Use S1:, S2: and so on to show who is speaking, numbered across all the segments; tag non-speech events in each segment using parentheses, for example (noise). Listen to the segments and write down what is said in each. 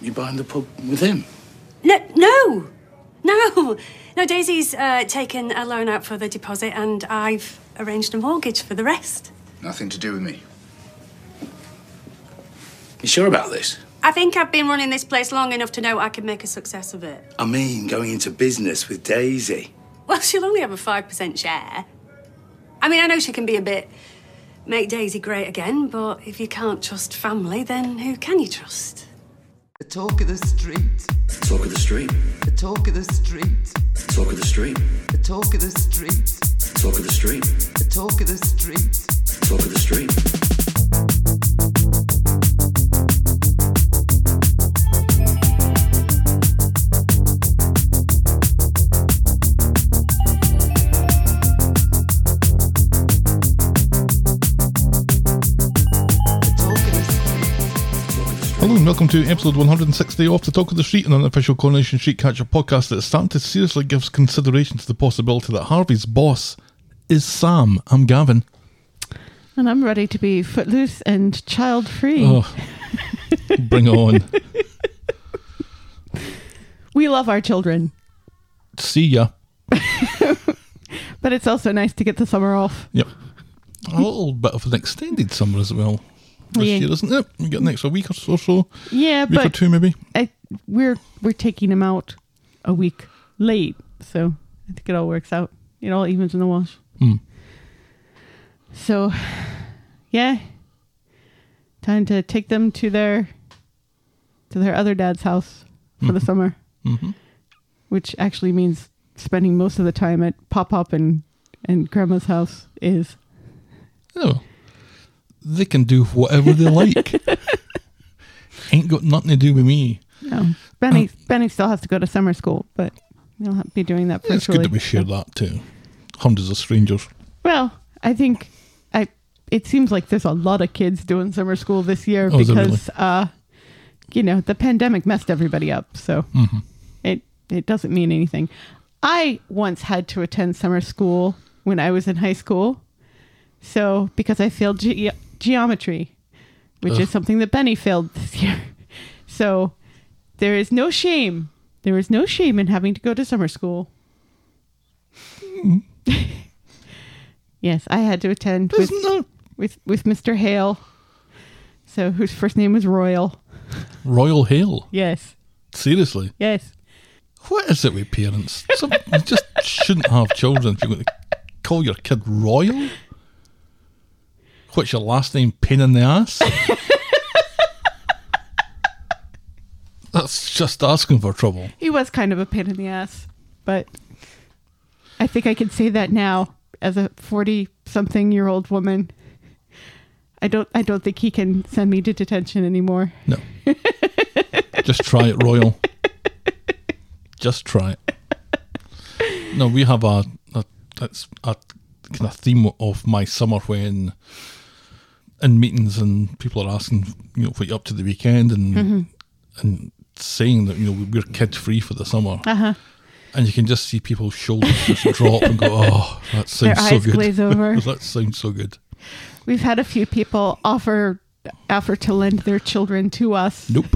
S1: You buying the pub with him?
S2: No, no, no, (laughs) no. Daisy's uh, taken a loan out for the deposit, and I've arranged a mortgage for the rest.
S1: Nothing to do with me. You sure about this?
S2: I think I've been running this place long enough to know I can make a success of it.
S1: I mean, going into business with Daisy.
S2: Well, (laughs) she'll only have a five percent share. I mean, I know she can be a bit make Daisy great again, but if you can't trust family, then who can you trust?
S3: The talk of the street.
S4: Talk of the street.
S3: The talk of the street.
S4: Talk of the street.
S3: The talk of the street.
S4: Talk of the street.
S3: The talk of the street.
S4: Talk of the street.
S3: The talk of the street.
S5: Hello and welcome to episode 160 of The Talk of the Street, an unofficial Coronation Street Catcher podcast that is starting to seriously gives consideration to the possibility that Harvey's boss is Sam. I'm Gavin.
S6: And I'm ready to be footloose and child free. (laughs)
S5: Oh, bring it on.
S6: We love our children,
S5: See ya.
S6: but it's also nice to get the summer off.
S5: Yep.
S6: (laughs)
S5: A little bit of an extended summer as well this
S6: Yeah.
S5: year, isn't it? We got an extra week or so, so
S6: Yeah,
S5: week or
S6: but
S5: two maybe.
S6: I, we're we're taking them out a week late, so I think it all works out. It all evens in the wash.
S5: Hmm.
S6: So, yeah, time to take them to their to their other dad's house for the summer,
S5: Mhm.
S6: which actually means spending most of the time at Pop Up and and Grandma's house is
S5: Oh, they can do whatever they
S6: (laughs)
S5: like. Ain't got nothing to do with me.
S6: No, Benny.
S5: Oh.
S6: Benny still has to go to summer school, but he'll ha- be doing that virtually.
S5: It's good that we share that too. Hundreds of strangers.
S6: Well, I think I. It seems like there's a lot of kids doing summer school this year
S5: Oh, is
S6: because,
S5: there
S6: uh, you know, the pandemic messed everybody up. So
S5: Mm-hmm.
S6: it it doesn't mean anything. I once had to attend summer school when I was in high school, so because I failed ge- geometry, which is something that Benny failed this (laughs) year. So there is no shame. There is no shame in having to go to summer school. Yes, I had to attend with,
S5: Isn't that
S6: with with Mr. Hale. So whose first name was Royal.
S5: Royal Hail?
S6: Yes.
S5: Seriously.
S6: Yes.
S5: What is it with parents? Some, you just shouldn't have children if you're going to call your kid Royal. What's your last name? Pain in the ass? That's just asking for trouble.
S6: He was kind of a pain in the ass, but I think I can say that now as a 40 something year old woman. I don't I don't think he can send me to detention anymore.
S5: No. Just try it, Royal. Just try it. No, we have a, a it's a kind of theme of my summer when in meetings and people are asking, you know, what you up to the weekend and
S6: Mm-hmm.
S5: and saying that you know we're kid free for the summer,
S6: Uh-huh.
S5: and you can just see people's shoulders just drop and go, oh, that
S6: Their
S5: sounds so
S6: eyes
S5: good.
S6: glaze
S5: (laughs)
S6: over.
S5: that sounds so good.
S6: We've had a few people offer offer to lend their children to us.
S5: Nope.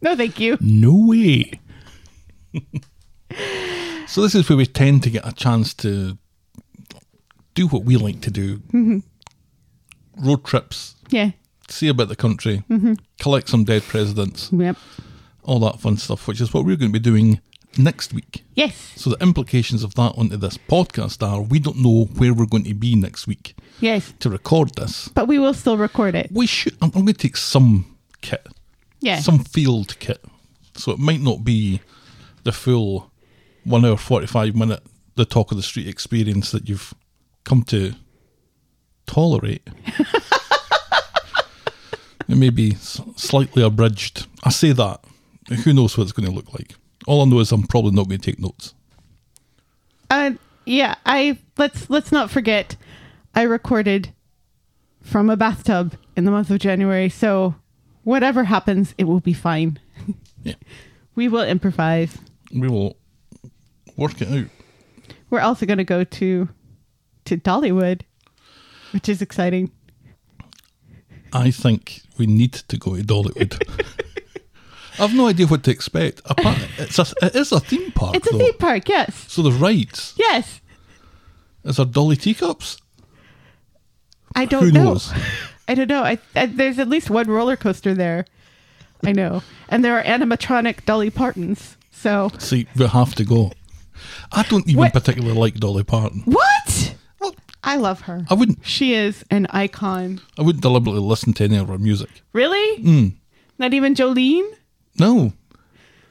S6: No, thank you.
S5: No way. (laughs) so this is where we tend to get a chance to do what we like to do: road trips,
S6: Yeah.
S5: see about the country, collect some dead presidents,
S6: Yep.
S5: all that fun stuff, which is what we're going to be doing next week.
S6: Yes.
S5: So the implications of that onto this podcast are: we don't know where we're going to be next week
S6: Yes.
S5: to record this.
S6: But we will still record it.
S5: We should. I'm, I'm going to take some kit.
S6: Yeah.
S5: some field kit. So it might not be the full one hour forty five minute the talk of the street experience that you've come to tolerate. (laughs) it may be s- slightly abridged. I say that. Who knows what it's going to look like? All I know is I'm probably not going to take notes.
S6: uh, yeah i let's let's not forget i recorded from a bathtub in the month of january so whatever happens it will be fine
S5: Yeah,
S6: we will improvise
S5: we will work it out.
S6: we're also going to go to to dollywood which is exciting
S5: I think we need to go to Dollywood. I've no idea what to expect. Apart, it's a, it is a theme park,
S6: It's a
S5: though.
S6: theme park, yes.
S5: So there's rides.
S6: Yes.
S5: Is there dolly teacups?
S6: I don't
S5: Who
S6: know.
S5: knows?
S6: (laughs) I don't know. I, I there's at least one roller coaster there. I know, and there are animatronic Dolly Partons. So
S5: See, we have to go. I don't even
S6: What-
S5: particularly like Dolly Parton.
S6: what? I love her.
S5: I wouldn't.
S6: She is an icon.
S5: I wouldn't deliberately listen to any of her music.
S6: Really? Mm. Not even Jolene.
S5: No,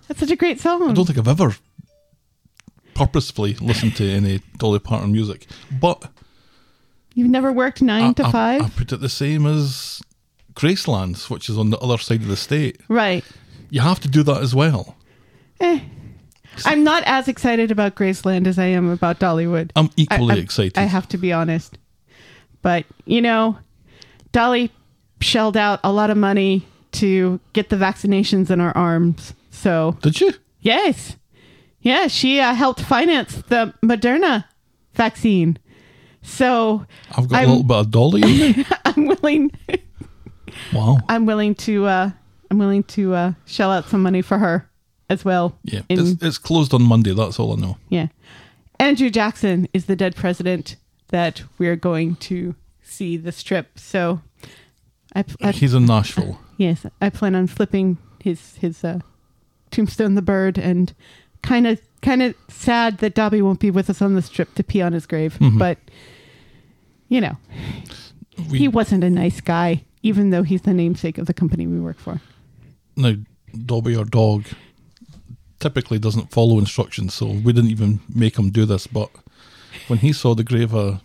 S6: That's such a great song.
S5: I don't think I've ever purposefully listened to any Dolly Parton music. But
S6: You've never worked nine
S5: I,
S6: to
S5: I-
S6: five,
S5: I put it the same as Graceland, which is on the other side of the state.
S6: right?
S5: You have to do that as well.
S6: Eh. I'm not as excited about Graceland as I am about Dollywood.
S5: I'm equally
S6: I, I'm-
S5: excited.
S6: I have to be honest. But, you know, Dolly shelled out a lot of money to get the vaccinations in our arms. So,
S5: Did you?
S6: yes. Yeah, she uh, helped finance the Moderna vaccine. So,
S5: I've got
S6: I'm-
S5: a little bit of Dolly
S6: (laughs)
S5: in me.
S6: I'm willing
S5: Wow.
S6: I'm willing to uh I'm willing to uh shell out some money for her as well.
S5: Yeah,
S6: in-
S5: it's, it's closed on Monday. That's all I know.
S6: Yeah. Andrew Jackson is the dead president that we're going to see this trip. So, I, I-
S5: He's in Nashville.
S6: yes, I plan on flipping his his uh, tombstone, the bird, and kind of kind of sad that Dobby won't be with us on this trip to pee on his grave.
S5: Mm-hmm.
S6: But you know,
S5: We,
S6: uh, he wasn't a nice guy, even though he's the namesake of the company we work for.
S5: now Dobby or dog typically doesn't follow instructions, so we didn't even make him do this. But when he saw the grave of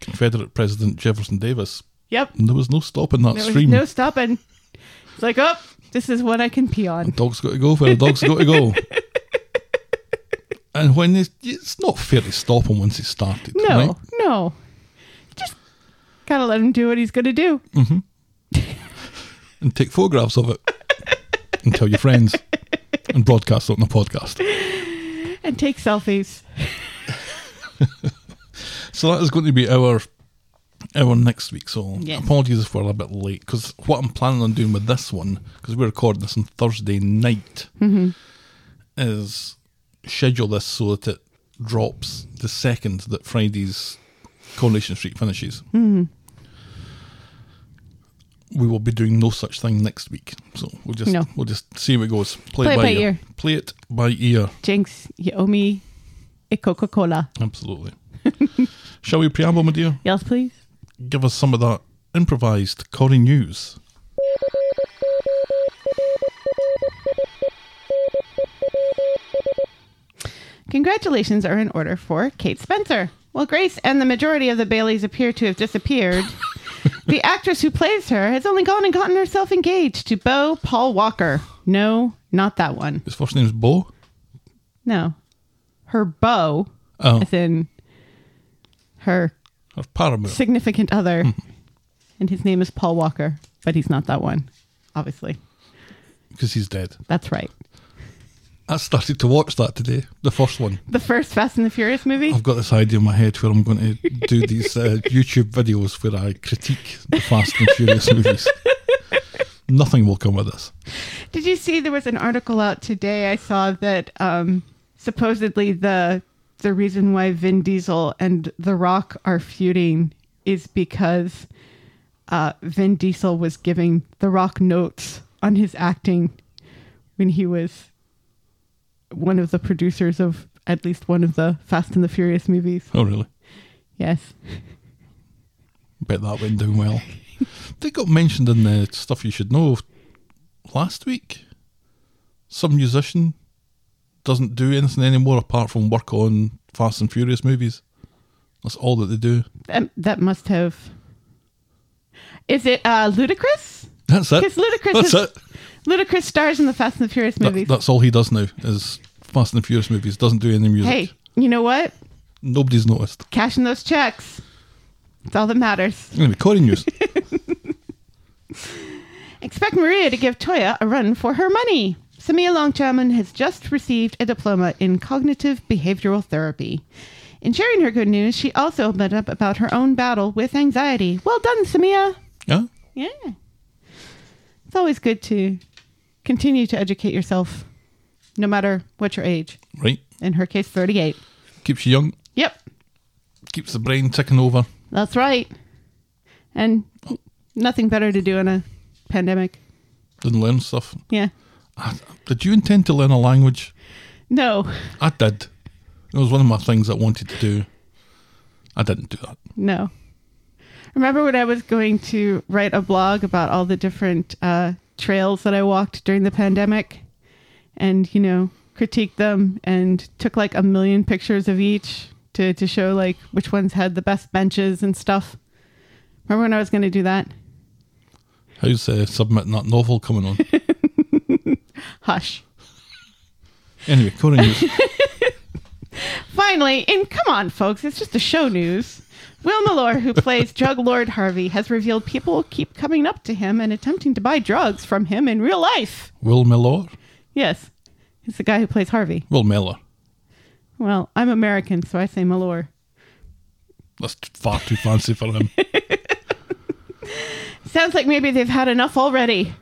S5: Confederate President Jefferson Davis,
S6: Yep,
S5: there was no stopping that
S6: there was
S5: stream.
S6: no stopping. It's like, oh, this is what I can pee
S5: (laughs)
S6: on.
S5: Dog's got to go where the dog's got to
S6: (laughs)
S5: go. And when it's, it's not fair to stop him once he started.
S6: No,
S5: right?
S6: no. Just gotta let him do what he's gonna do.
S5: and take photographs of it and tell your friends and broadcast it on the podcast.
S6: And take selfies.
S5: So that is going to be our our next week. So
S6: Yes.
S5: apologies if we're a bit late because what I'm planning on doing with this one because we're recording this on Thursday night
S6: Mm-hmm.
S5: is schedule this so that it drops the second that Friday's Coronation Street finishes.
S6: Mm-hmm.
S5: We will be doing no such thing next week, so we'll just
S6: No.
S5: we'll just see how it goes. Play, it
S6: Play it
S5: by,
S6: by
S5: ear.
S6: ear.
S5: Play it by ear.
S6: Jinx, you owe me a Coca Cola.
S5: Absolutely. (laughs) Shall we preamble, my dear?
S6: Yes, please.
S5: give us some of that improvised Cory news.
S6: Congratulations are in order for Kate Spencer. While Grace and the majority of the Baileys appear to have disappeared, the actress who plays her has only gone and gotten herself engaged to Beau Paul Walker. No, not that one.
S5: His first name's Bo.
S6: No. Her beau,
S5: Oh,
S6: as in her
S5: her paramour.
S6: significant other, and his name is Paul Walker, but he's not that one, obviously.
S5: Because he's dead.
S6: That's right.
S5: I started to watch that today, the first one.
S6: The first Fast and the Furious movie?
S5: I've got this idea in my head where I'm going to do these uh, YouTube videos where I critique the Fast and Furious movies. Nothing will come of this.
S6: Did you see there was an article out today? I saw that um, supposedly the the reason why Vin Diesel and The Rock are feuding is because uh, Vin Diesel was giving The Rock notes on his acting when he was one of the producers of at least one of the Fast and the Furious movies.
S5: Oh, really?
S6: Yes.
S5: Bet that went down well. (laughs) They got mentioned in the stuff you should know last week. Some musician doesn't do anything anymore apart from work on Fast and Furious movies. That's all that they do.
S6: That, that must have. Is it uh, Ludacris?
S5: That's it.
S6: Because Ludacris
S5: That's
S6: is-
S5: it.
S6: Ludacris stars in the Fast and the Furious
S5: That-
S6: movies.
S5: that's all he does now is Fast and Furious movies. Doesn't do any music.
S6: hey, you know what?
S5: Nobody's noticed.
S6: Cashing those checks. It's all that matters.
S5: Anyway, Corey
S6: (laughs)
S5: News.
S6: Expect Maria to give Toya a run for her money. Samia Longchaman has just received a diploma in cognitive behavioral therapy. In sharing her good news, she also opened up about her own battle with anxiety. Well done, Samia.
S5: yeah?
S6: Yeah. It's always good to continue to educate yourself, no matter what your age.
S5: right?
S6: In her case, 38.
S5: Keeps you young,
S6: Yep,
S5: keeps the brain ticking over.
S6: that's right. And nothing better to do in a pandemic.
S5: Didn't learn stuff. Ah,
S6: Yeah.
S5: Did you intend to learn a language?
S6: No,
S5: I did. It was one of my things I wanted to do. I didn't do that.
S6: no. Remember when I was going to write a blog about all the different uh, trails that I walked during the pandemic and, you know, critiqued them and took like a million pictures of each to, to show like which ones had the best benches and stuff? Remember when I was going to do that?
S5: How's uh, submitting that novel coming
S6: (laughs)
S5: on?
S6: Hush.
S5: anyway, Corey News.
S6: Finally, and come on, folks, it's just a show news. Will Malore, who
S5: (laughs)
S6: plays drug lord Harvey, has revealed people keep coming up to him and attempting to buy drugs from him in real life.
S5: Will Miller.
S6: Yes, it's the guy who plays Harvey.
S5: Will Miller.
S6: Well, I'm American, so I say Malore.
S5: That's t- far too fancy for him.
S6: Sounds like maybe they've had enough already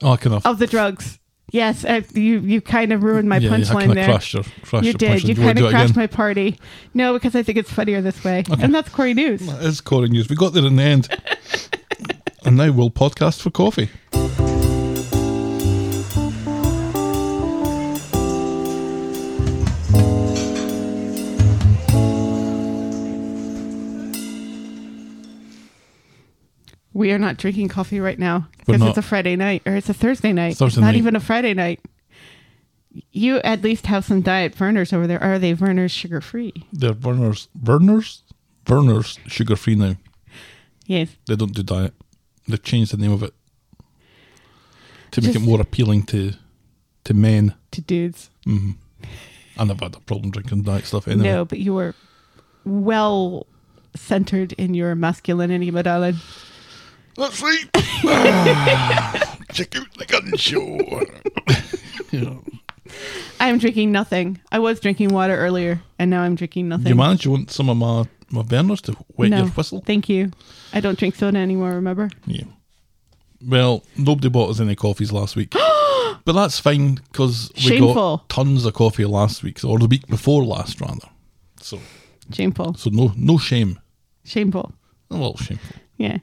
S5: Oh, I
S6: (laughs)
S5: kind of.
S6: of the drugs. Yes, I, you you kind of ruined my
S5: yeah, yeah, I
S6: punchline
S5: kind
S6: there.
S5: of crashed your, crashed
S6: you
S5: your punchline.
S6: did. You
S5: Do wanna
S6: kind of
S5: do it
S6: crashed
S5: again?
S6: my party. No, because I think it's funnier this way. And that's Corey News.
S5: That is Corey News. We got there in the
S6: (laughs)
S5: end. and now we'll podcast for coffee.
S6: We are not drinking coffee right now
S5: We're
S6: because
S5: not.
S6: it's a Friday night or it's a Thursday night. It's
S5: Thursday
S6: not
S5: night.
S6: even a Friday night. You at least have some diet Verners over there. Are they Verners sugar free?
S5: They're Verner's. Verner's? Verner's sugar free now.
S6: Yes.
S5: They don't do diet. They've changed the name of it to make
S6: Just-
S5: it more appealing to to men.
S6: To dudes.
S5: I never had a problem drinking diet stuff anyway.
S6: No, but you were well centered in your masculinity, my darling.
S5: That's (laughs) right. Check out the gun show. (laughs) yeah.
S6: I am drinking nothing. I was drinking water earlier and now I'm drinking nothing.
S5: Do you manage? You want some of my my burners to wet
S6: no.
S5: your whistle?
S6: Thank you. I don't drink soda anymore, remember?
S5: yeah. Well, nobody bought us any coffees last
S6: (gasps)
S5: week, but that's fine because we
S6: Shameful.
S5: got tons of coffee last week, or the week before last, rather. So,
S6: Shameful.
S5: so no, no shame.
S6: Shameful.
S5: A little shameful.
S6: Yeah.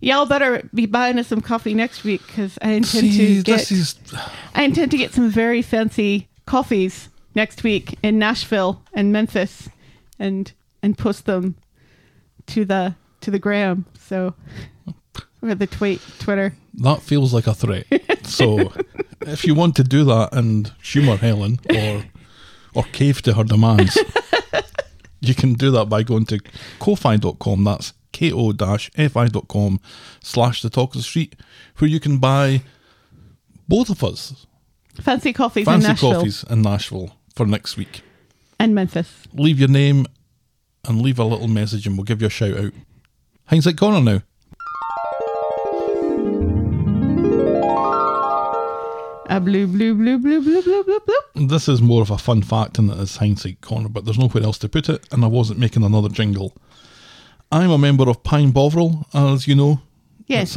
S6: Y'all better be buying us some coffee next week because I intend
S5: See,
S6: to get
S5: this is
S6: I intend to get some very fancy coffees next week in Nashville and Memphis, and and post them to the to the gram. So or the tweet Twitter.
S5: that feels like a threat. So, if you want to do that and humour Helen or or cave to her demands, you can do that by going to kofi.com. That's ko-fi.com slash the talk of the street, where you can buy both of us
S6: Fancy coffees in
S5: fancy
S6: Nashville
S5: coffees in Nashville for next week.
S6: and Memphis.
S5: Leave your name and leave a little message, and we'll give you a shout out. Hindsight Corner now.
S6: A Uh, blue, blue, blue, blue, blue, blue, blue, blue.
S5: This is more of a fun fact than it is hindsight corner, but there's nowhere else to put it, and I wasn't making another jingle. I'm a member of Pine Bovril, as you know.
S6: Yes.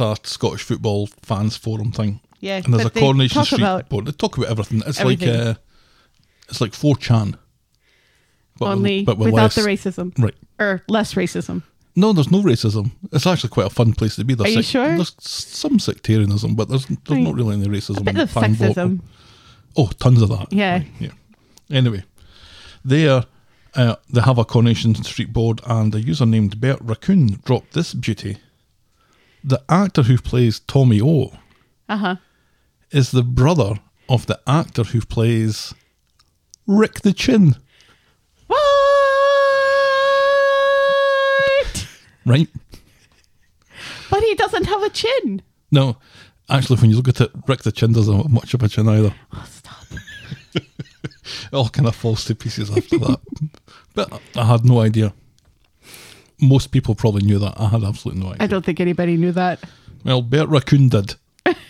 S5: It's a Scottish football fans forum thing.
S6: Yeah,
S5: And there's
S6: but
S5: a
S6: they
S5: Coronation
S6: talk
S5: Street
S6: about-
S5: board. They talk about everything. It's like
S6: Everything.
S5: uh, it's like 4chan. But with-
S6: Only
S5: but with
S6: without
S5: less.
S6: the racism,
S5: Right.
S6: or less racism.
S5: No, there's no racism. It's actually quite a fun place to be. There's
S6: Are you sure?
S5: There's some sectarianism, but there's, there's not really any racism.
S6: Bit
S5: in
S6: of
S5: Pine Bovril.
S6: sexism.
S5: Oh, tons of that.
S6: Yeah.
S5: Right, yeah. Anyway, there uh, they have a Coronation Street board, and a user named Bert Raccoon dropped this beauty. The actor who plays Tommy O
S6: Uh huh.
S5: is the brother of the actor who plays Rick the Chin,
S6: What?
S5: right?
S6: But he doesn't have a chin.
S5: No, actually, when you look at it, Rick the Chin doesn't have much of a chin either.
S6: Oh, stop.
S5: It all kind of falls to pieces after that. But I had no idea. Most people probably knew that. I had absolutely no idea.
S6: I don't think anybody knew that.
S5: Well, Bert Raccoon did.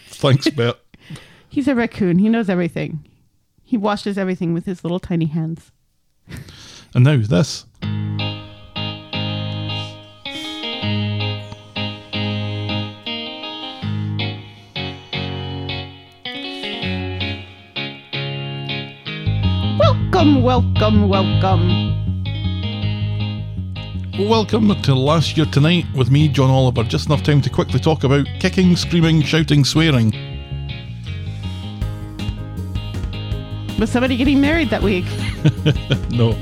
S5: Thanks, Bert.
S6: He's a raccoon. He knows everything. He washes everything with his little tiny hands.
S5: And now this.
S6: Welcome, welcome, welcome.
S5: Welcome to Last Year Tonight with me, John Oliver. Just enough time to quickly talk about kicking, screaming, shouting, swearing.
S6: Was somebody getting married that week?
S5: No.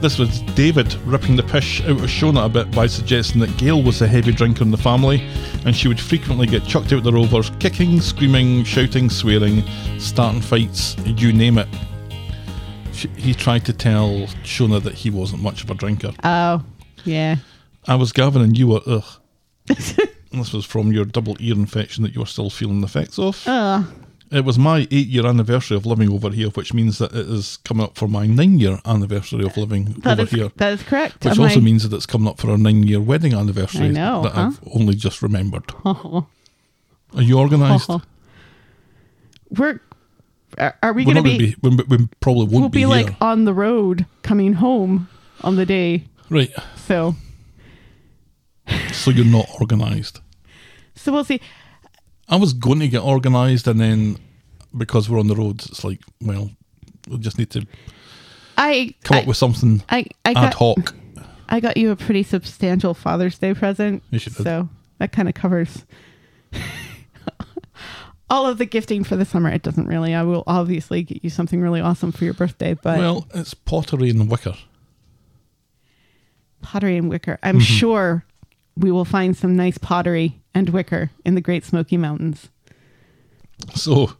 S5: This was David ripping the pish out of Shona a bit by suggesting that Gail was the heavy drinker in the family and she would frequently get chucked out the rovers, kicking, screaming, shouting, swearing, starting fights, you name it. She, he tried to tell Shona that he wasn't much of a drinker.
S6: Oh, yeah.
S5: I was Gavin and you were
S6: (laughs)
S5: ugh. this was from your double ear infection that you're still feeling the effects of.
S6: Uh,
S5: It was my eight year anniversary of living over here, which means that it is coming up for my nine year anniversary of living
S6: that
S5: over
S6: is
S5: here.
S6: that is correct.
S5: Which
S6: Am
S5: also
S6: I-
S5: means that it's coming up for our nine year wedding anniversary
S6: I know,
S5: that
S6: huh? Oh.
S5: I've only just
S6: (laughs)
S5: remembered. Are you organised?
S6: we're are, are we
S5: We're
S6: going to
S5: not
S6: be,
S5: going to be, we, we probably won't
S6: we'll be,
S5: be,
S6: like
S5: here.
S6: on the road coming home on the day.
S5: Right.
S6: So
S5: So you're not organised.
S6: so we'll see.
S5: I was going to get organised and then because we're on the road, it's like, well, we just need to
S6: I
S5: come
S6: I,
S5: up with something
S6: I, I
S5: ad
S6: got
S5: hoc.
S6: I got you a pretty substantial Father's Day present.
S5: Yes, you did.
S6: So that kind of covers (laughs) all of the gifting for the summer. It doesn't really. I will obviously get you something really awesome for your birthday, but
S5: Well, it's pottery and wicker.
S6: pottery and wicker.
S5: (laughs)
S6: I'm sure we will find some nice pottery and wicker in the Great Smoky Mountains.
S5: So,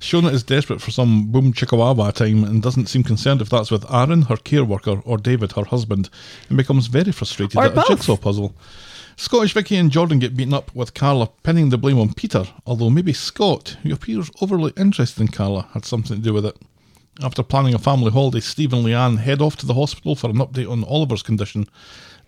S5: Shona is desperate for some boom chikawawa time and doesn't seem concerned if that's with Aaron, her care worker, or David, her husband, and becomes very frustrated
S6: Or
S5: at
S6: both.
S5: a jigsaw puzzle. Scottish Vicky and Jordan get beaten up with Carla pinning the blame on Peter, although maybe Scott, who appears overly interested in Carla, had something to do with it. After planning a family holiday, Steve and Leanne head off to the hospital for an update on Oliver's condition.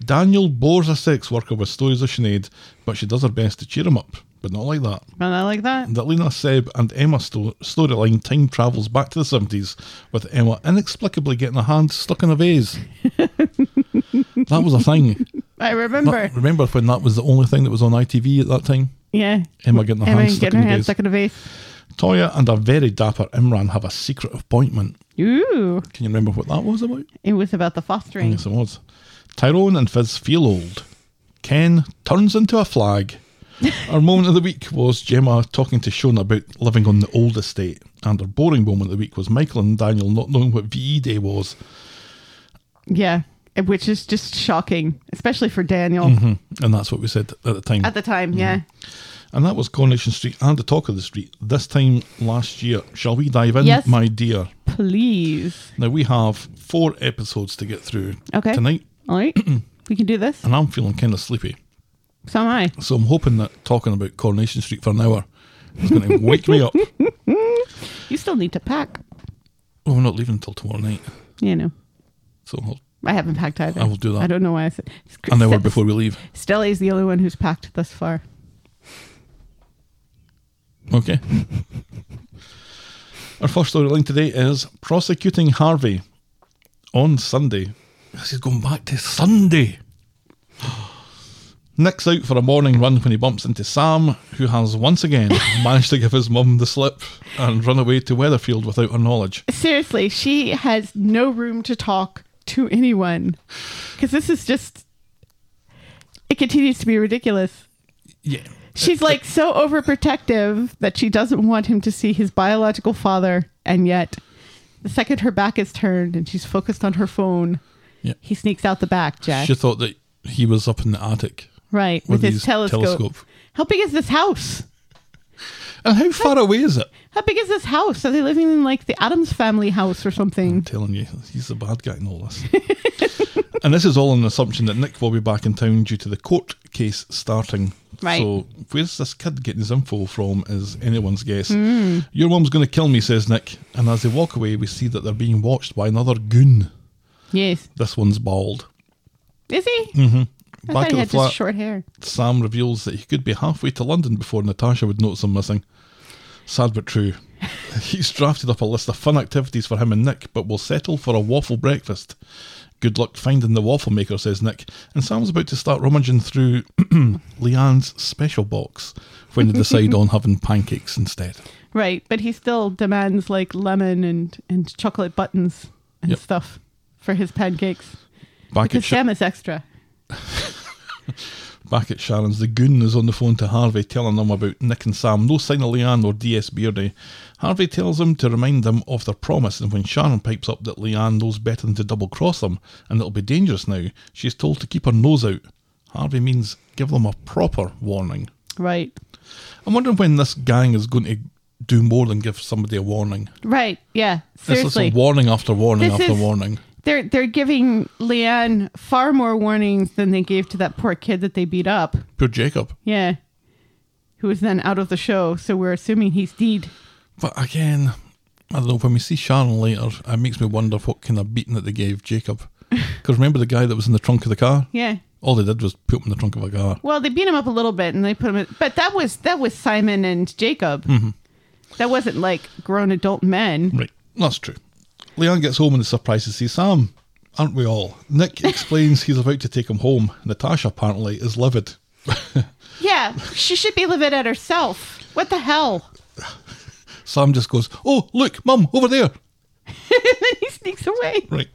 S5: Daniel bores a sex worker with stories of Sinead, but she does her best to cheer him up, but not like that
S6: Well, I like that.
S5: that Lena Seb and Emma sto- storyline time travels back to the 70s with Emma inexplicably getting a hand stuck in a vase. that was a thing.
S6: I
S5: That-
S6: remember.
S5: remember when that was the only thing that was on ITV at that time?
S6: yeah.
S5: Emma getting her
S6: Emma
S5: hand stuck
S6: getting
S5: in
S6: her
S5: a
S6: hand
S5: vase.
S6: stuck in a vase.
S5: Toya and a very dapper Imran have a secret appointment.
S6: Ooh.
S5: Can you remember what that was about?
S6: It was about the fostering.
S5: Yes, it was. Tyrone and Fizz feel old. Ken turns into a
S6: (laughs)
S5: flag. Our moment of the week was Gemma talking to Shona about living on the old estate, and our boring moment of the week was Michael and Daniel not knowing what VE Day was.
S6: Yeah. Which is just shocking, especially for Daniel
S5: Mm. And that's what we said at the time.
S6: at the time. Yeah.
S5: and that was Coronation Street and the Talk of the Street, this time last year. Shall we dive in,
S6: Yes.
S5: my dear?
S6: Please.
S5: Now, we have four episodes to get through
S6: Okay.
S5: tonight, (clears throat)
S6: All right. we can do this.
S5: and I'm feeling kind of sleepy.
S6: So am I.
S5: So I'm hoping that talking about Coronation Street for an hour is going to wake me
S6: (laughs)
S5: up.
S6: You still need to pack.
S5: Well, we're not leaving until tomorrow night,
S6: You know,
S5: so I'll,
S6: I haven't packed either.
S5: I will do that.
S6: I don't know why I said.
S5: an
S6: (laughs)
S5: hour before we leave.
S6: Stella is the only one who's packed thus far.
S5: Okay. Our first story link today is prosecuting Harvey on Sunday. This is going back to Sunday. (gasps) Nick's out for a morning run when he bumps into Sam, who has once
S6: (laughs)
S5: again managed to give his mum the slip and run away to Weatherfield without her knowledge.
S6: Seriously, she has no room to talk to anyone because this is just. It continues to be ridiculous.
S5: (laughs) Yeah.
S6: She's like so overprotective that she doesn't want him to see his biological father, and yet the second her back is turned and she's focused on her phone,
S5: Yeah.
S6: he sneaks out the back, Jack.
S5: She thought that he was up in the attic.
S6: right,
S5: with
S6: with, his,
S5: his
S6: telescope.
S5: telescope.
S6: How big is this house?
S5: And how far away is it?
S6: How big is this house? Are they living in like the Adams family house or something?
S5: telling you, he's the bad guy in all this. (laughs) and this is all on the assumption that Nick will be back in town due to the court case starting.
S6: Right.
S5: So where's this kid getting his info from is anyone's guess. Your mum's going to kill me, says Nick. And as they walk away, we see that they're being watched by another goon.
S6: Yes.
S5: This one's bald.
S6: Is he? Mm-hmm. I
S5: Back
S6: thought
S5: at
S6: he
S5: the
S6: had
S5: flat.
S6: just short hair.
S5: Sam reveals that he could be halfway to London before Natasha would notice him missing. Sad but true. (laughs) He's drafted up a list of fun activities for him and Nick, but will settle for a waffle breakfast. Good luck finding the waffle maker, says Nick, and Sam's about to start rummaging through (clears throat) Leanne's special box when they decide on having (laughs) pancakes instead.
S6: Right, but he still demands like lemon and and chocolate buttons. and
S5: Yep.
S6: stuff for his pancakes.
S5: Back at,
S6: Because
S5: Sha-
S6: Sam is extra.
S5: back at Sharon's, the goon is on the phone to Harvey telling them about Nick and Sam. No sign of Leanne or DS Beardy. Harvey tells him to remind them of their promise, and when Sharon pipes up that Leanne knows better than to double cross them and it'll be dangerous now, she's told to keep her nose out. Harvey means give them a proper warning.
S6: Right.
S5: I'm wondering when this gang is going to do more than give somebody a warning.
S6: Right. Yeah.
S5: This is
S6: Seriously.
S5: a warning after warning
S6: This
S5: after
S6: is-
S5: warning.
S6: They're they're giving Leanne far more warnings than they gave to that poor kid that they beat up.
S5: Poor Jacob.
S6: Yeah. Who was then out of the show, so we're assuming he's deed.
S5: But again, I don't know. When we see Sharon later, it makes me wonder what kind of beating that they gave Jacob. Because remember the guy that was in the trunk of the car?
S6: Yeah.
S5: All they did was put him in the trunk of a car.
S6: Well, they beat him up a little bit and they put him in, but that was that was Simon and Jacob. That wasn't like grown adult men.
S5: Right. That's true. Leanne gets home and is surprised to see Sam. Aren't we all? Nick explains he's about to take him home. Natasha apparently is livid.
S6: Yeah, she should be livid at herself. What the hell? (laughs)
S5: Sam just goes, Oh, look, mum, over there.
S6: And he sneaks away.
S5: (laughs) Right.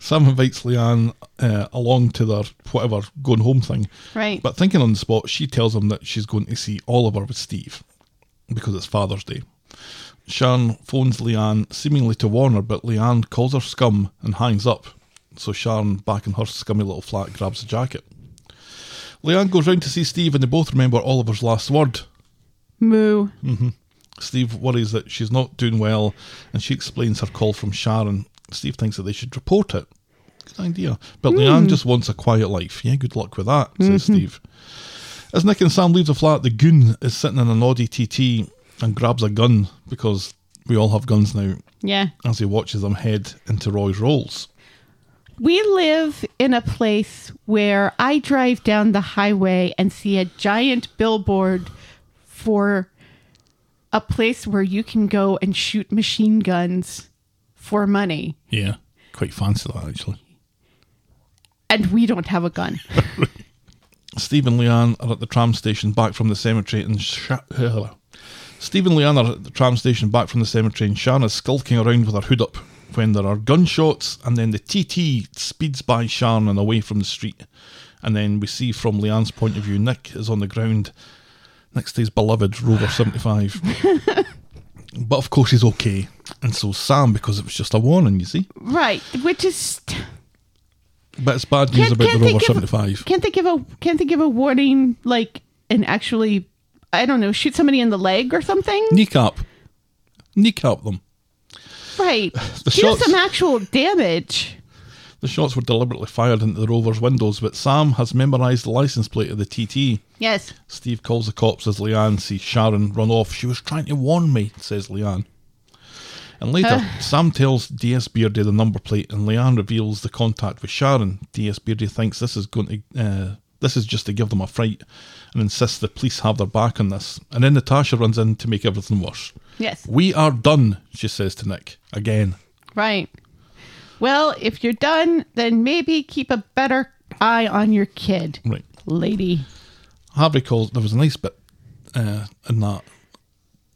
S5: Sam invites Leanne uh, along to their whatever going home thing.
S6: Right.
S5: But thinking on the spot, she tells him that she's going to see Oliver with Steve because it's Father's Day. Sharon phones Leanne, seemingly to warn her, but Leanne calls her scum and hangs up. So Sharon, back in her scummy little flat, grabs the jacket. Leanne goes round to see Steve, and they both remember Oliver's last word.
S6: Moo.
S5: Steve worries that she's not doing well, and she explains her call from Sharon. Steve thinks that they should report it. Good idea. But Leanne just wants a quiet life. Yeah, good luck with that, says Steve. As Nick and Sam leave the flat, the goon is sitting in an Audi TT and grabs a gun because we all have guns now
S6: Yeah.
S5: as he watches them head into Roy's Rolls.
S6: We live in a place where I drive down the highway and see a giant billboard for a place where you can go and shoot machine guns for money.
S5: Yeah, quite fancy that actually.
S6: And we don't have a gun.
S5: Steve and Leanne are at the tram station back from the cemetery and Sh- Steve and Leanne are at the tram station back from the cemetery and Shana's skulking around with her hood up when there are gunshots and then the TT speeds by Shan and away from the street. And then we see from Leanne's point of view, Nick is on the ground next to his beloved Rover 75. but of course he's okay. And so Sam, because it was just a warning, you see.
S6: right. Which is
S5: But it's bad news about the Rover 75.
S6: Can't they give a can't they give a warning like and actually I don't know, shoot somebody in the leg or something?
S5: Kneecap. Kneecap them.
S6: Right.
S5: (sighs) The
S6: Do
S5: shots-
S6: some actual damage.
S5: The shots were deliberately fired into the rover's windows, but Sam has memorised the license plate of the TT.
S6: Yes.
S5: Steve calls the cops as Leanne sees Sharon run off. She was trying to warn me, says Leanne. And later, Sam tells DS Beardy the number plate, and Leanne reveals the contact with Sharon. DS Beardy thinks this is going to, uh, this is just to give them a fright, and insists the police have their back on this. And then Natasha runs in to make everything worse.
S6: Yes.
S5: We are done, she says to Nick again.
S6: Right. Well, if you're done, then maybe keep a better eye on your kid,
S5: Right.
S6: lady.
S5: Harvey calls. There was a nice bit uh, in that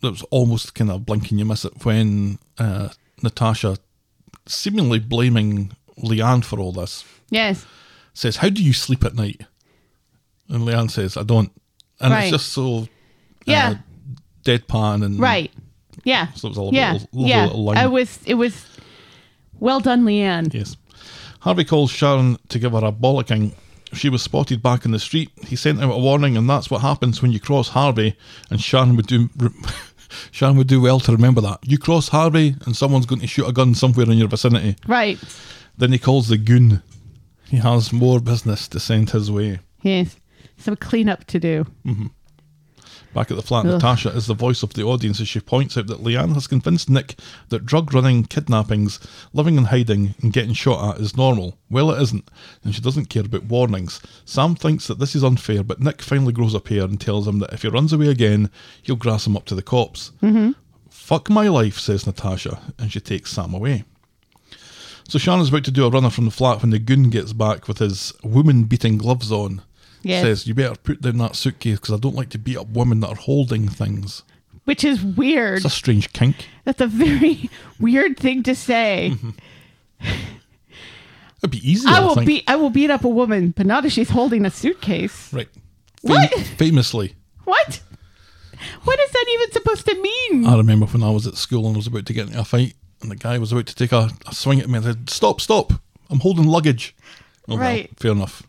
S5: that was almost kind of blinking. You miss it when uh, Natasha, seemingly blaming Leanne for all this,
S6: Yes.
S5: says, "How do you sleep at night?" And Leanne says, "I don't." And
S6: Right.
S5: it's just so
S6: Yeah.
S5: uh, deadpan and
S6: right. Yeah.
S5: So it was a little-
S6: yeah.
S5: little- little-
S6: yeah.
S5: little line.
S6: I was. It was. Well done, Leanne.
S5: Yes. Harvey calls Sharon to give her a bollocking. She was spotted back in the street. He sent out a warning, and that's what happens when you cross Harvey. And Sharon would do. (laughs) Sharon would do well to remember that. You cross Harvey, and someone's going to shoot a gun somewhere in your vicinity.
S6: Right.
S5: Then he calls the goon. He has more business to send his way.
S6: Yes. Some cleanup to do.
S5: Back at the flat,
S6: Ugh.
S5: Natasha is the voice of the audience as she points out that Leanne has convinced Nick that drug running, kidnappings, living in hiding, and getting shot at is normal. Well, it isn't, and she doesn't care about warnings. Sam thinks that this is unfair, but Nick finally grows a pair and tells him that if he runs away again, he'll grass him up to the cops. Mm-hmm. Fuck my life, says Natasha, and she takes Sam away. So Shana's about to do a runner from the flat when the goon gets back with his woman beating gloves on.
S6: Yes.
S5: Says, You better put down that suitcase because I don't like to beat up women that are holding things.
S6: Which is weird.
S5: It's a strange kink.
S6: (laughs)
S5: Mm-hmm.
S6: That's a very weird thing to say.
S5: It'd be easier.
S6: I
S5: I,
S6: will
S5: think.
S6: beat I will beat up a woman, but not if she's holding a suitcase.
S5: right.
S6: What?
S5: Famously,
S6: What? What is that even supposed to mean?
S5: I remember when I was at school and was about to get into a fight, and the guy was about to take a, a swing at me and said, "Stop! Stop! I'm holding luggage." Oh, well,
S6: Right.
S5: fair enough.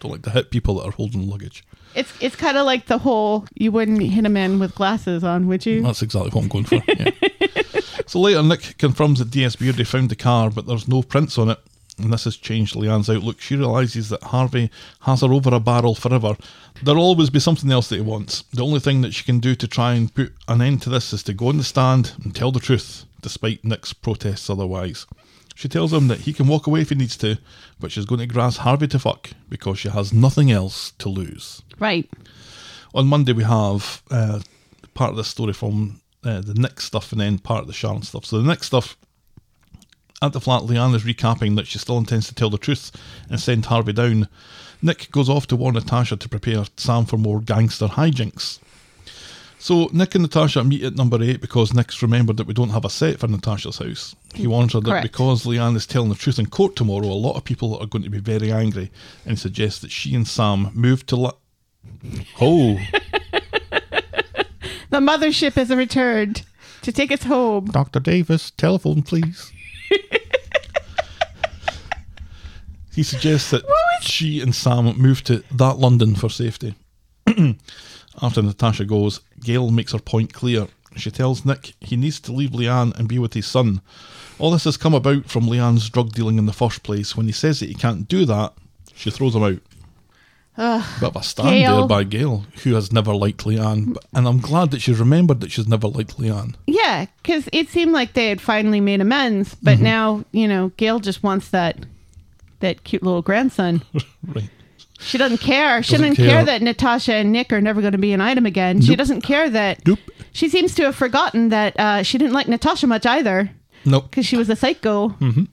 S5: Don't like to hit people that are holding luggage.
S6: It's it's kind of like the whole you wouldn't hit a man with glasses on, would you?
S5: That's exactly what I'm going for. Yeah. so later, Nick confirms that DSB already found the car, but there's no prints on it. And this has changed Leanne's outlook. She realises that Harvey has her over a barrel forever. There'll always be something else that he wants. The only thing that she can do to try and put an end to this is to go on the stand and tell the truth, despite Nick's protests otherwise. She tells him that he can walk away if he needs to, but she's going to grass Harvey to fuck because she has nothing else to lose
S6: Right.
S5: on Monday we have uh, part of the story from uh, the Nick stuff and then part of the Sharon stuff. So the Nick stuff at the flat, Leanne is recapping that she still intends to tell the truth and send Harvey down. Nick goes off to warn Natasha to prepare Sam for more gangster hijinks. So Nick and Natasha meet at number eight because Nick's remembered that we don't have a set for Natasha's house. He warns her that
S6: Correct.
S5: because Leanne is telling the truth in court tomorrow, a lot of people are going to be very angry and suggests that she and Sam move to. La- oh.
S6: The mothership has returned to take us home.
S5: Dr. Davis, telephone, please. (laughs) he suggests that she and Sam move to that London for safety. (clears throat) After Natasha goes, Gail makes her point clear. She tells Nick he needs to leave Leanne and be with his son. All this has come about from Leanne's drug dealing in the first place. When he says that he can't do that, she throws him out. Bit of a stand
S6: Gail.
S5: there by Gail, who has never liked Leanne, but- and I'm glad that she remembered that she's never liked Leanne.
S6: Yeah, because it seemed like they had finally made amends, but
S5: Mm-hmm.
S6: now you know Gail just wants that that cute little grandson.
S5: Right.
S6: She doesn't care. She
S5: Doesn't
S6: doesn't, care.
S5: care.
S6: that Natasha and Nick are never going to be an item again. She
S5: Nope.
S6: doesn't care that.
S5: Nope.
S6: She seems to have forgotten that uh, she didn't like Natasha much either
S5: Nope.
S6: because she was a psycho. Mm-hmm.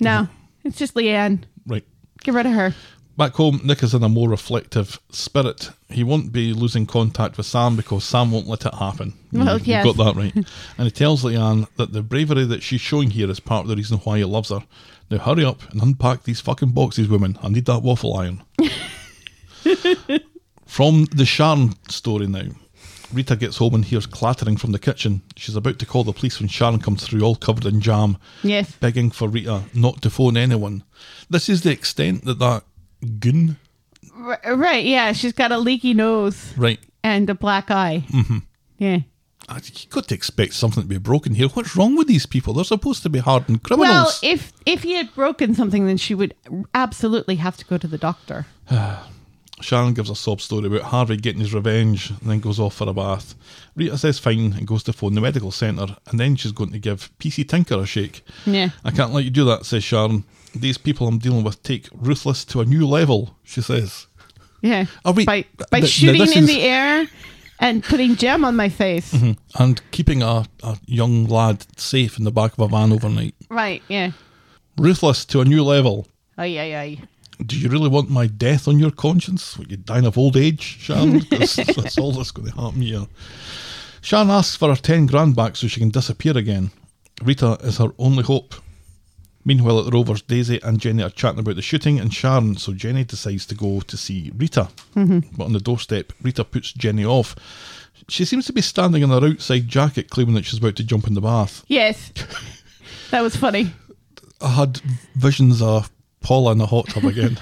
S6: No, it's just Leanne.
S5: Right.
S6: Get rid of her.
S5: Back home, Nick is in a more reflective spirit. He won't be losing contact with Sam because Sam won't let it happen.
S6: Well,
S5: You've
S6: yes.
S5: got that
S6: (laughs)
S5: right. and he tells Leanne that the bravery that she's showing here is part of the reason why he loves her. Now hurry up and unpack these fucking boxes, woman. I need that waffle
S6: (laughs)
S5: iron. From the Sharon story now. Rita gets home and hears clattering from the kitchen. She's about to call the police when Sharon comes through, all covered in jam
S6: Yes.
S5: begging for Rita not to phone anyone. This is the extent that that goon,
S6: R- right. Yeah. She's got a leaky nose
S5: right?
S6: and a black eye. Mm-hmm. Yeah.
S5: I- You got to expect something to be broken here. What's wrong with these people? They're supposed to be hardened
S6: Well,
S5: criminals.
S6: if if he had broken something, then she would absolutely have to go to the doctor.
S5: Sharon gives a sob story about Harvey getting his revenge and then goes off for a bath. Rita says fine and goes to phone the medical centre and then she's going to give PC Tinker a shake.
S6: Yeah.
S5: I can't let you do that, says Sharon. These people I'm dealing with take ruthless to a new level, she says.
S6: Yeah.
S5: Are we-
S6: by
S5: th-
S6: by
S5: th-
S6: shooting
S5: this
S6: in
S5: is- Mm-hmm.
S6: the air and putting gem on my face.
S5: And keeping a, a young lad safe in the back of a van overnight.
S6: Right. Yeah.
S5: ruthless to a new level.
S6: Ay ay ay.
S5: Do you really want my death on your conscience? Would you dying of old age, Sharon? 'Cause that's all that's going to happen here. Sharon asks for her 10 grand back so she can disappear again. Rita is her only hope. Meanwhile, at the Rovers, Daisy and Jenny are chatting about the shooting and Sharon, so Jenny decides to go to see Rita. But on the doorstep, Rita puts Jenny off. She seems to be standing in her outside jacket, claiming that she's about to jump in the bath.
S6: Yes. (laughs) That was funny.
S5: I had visions of Paula in a hot tub again.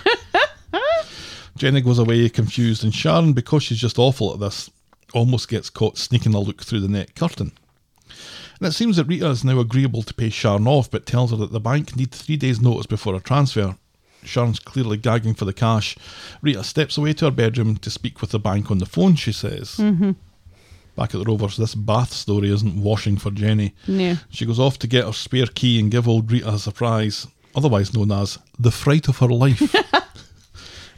S5: Jenny goes away confused, and Sharon, because she's just awful at this, almost gets caught sneaking a look through the net curtain. And it seems that Rita is now agreeable to pay Sharon off, but tells her that the bank need three days' notice before a transfer. Sharon's clearly gagging for the cash. Rita steps away to her bedroom to speak with the bank on the phone, she says. Back at the Rovers, this bath story isn't washing for Jenny.
S6: No.
S5: She goes off to get her spare key and give old Rita a surprise, otherwise known as the fright of her life.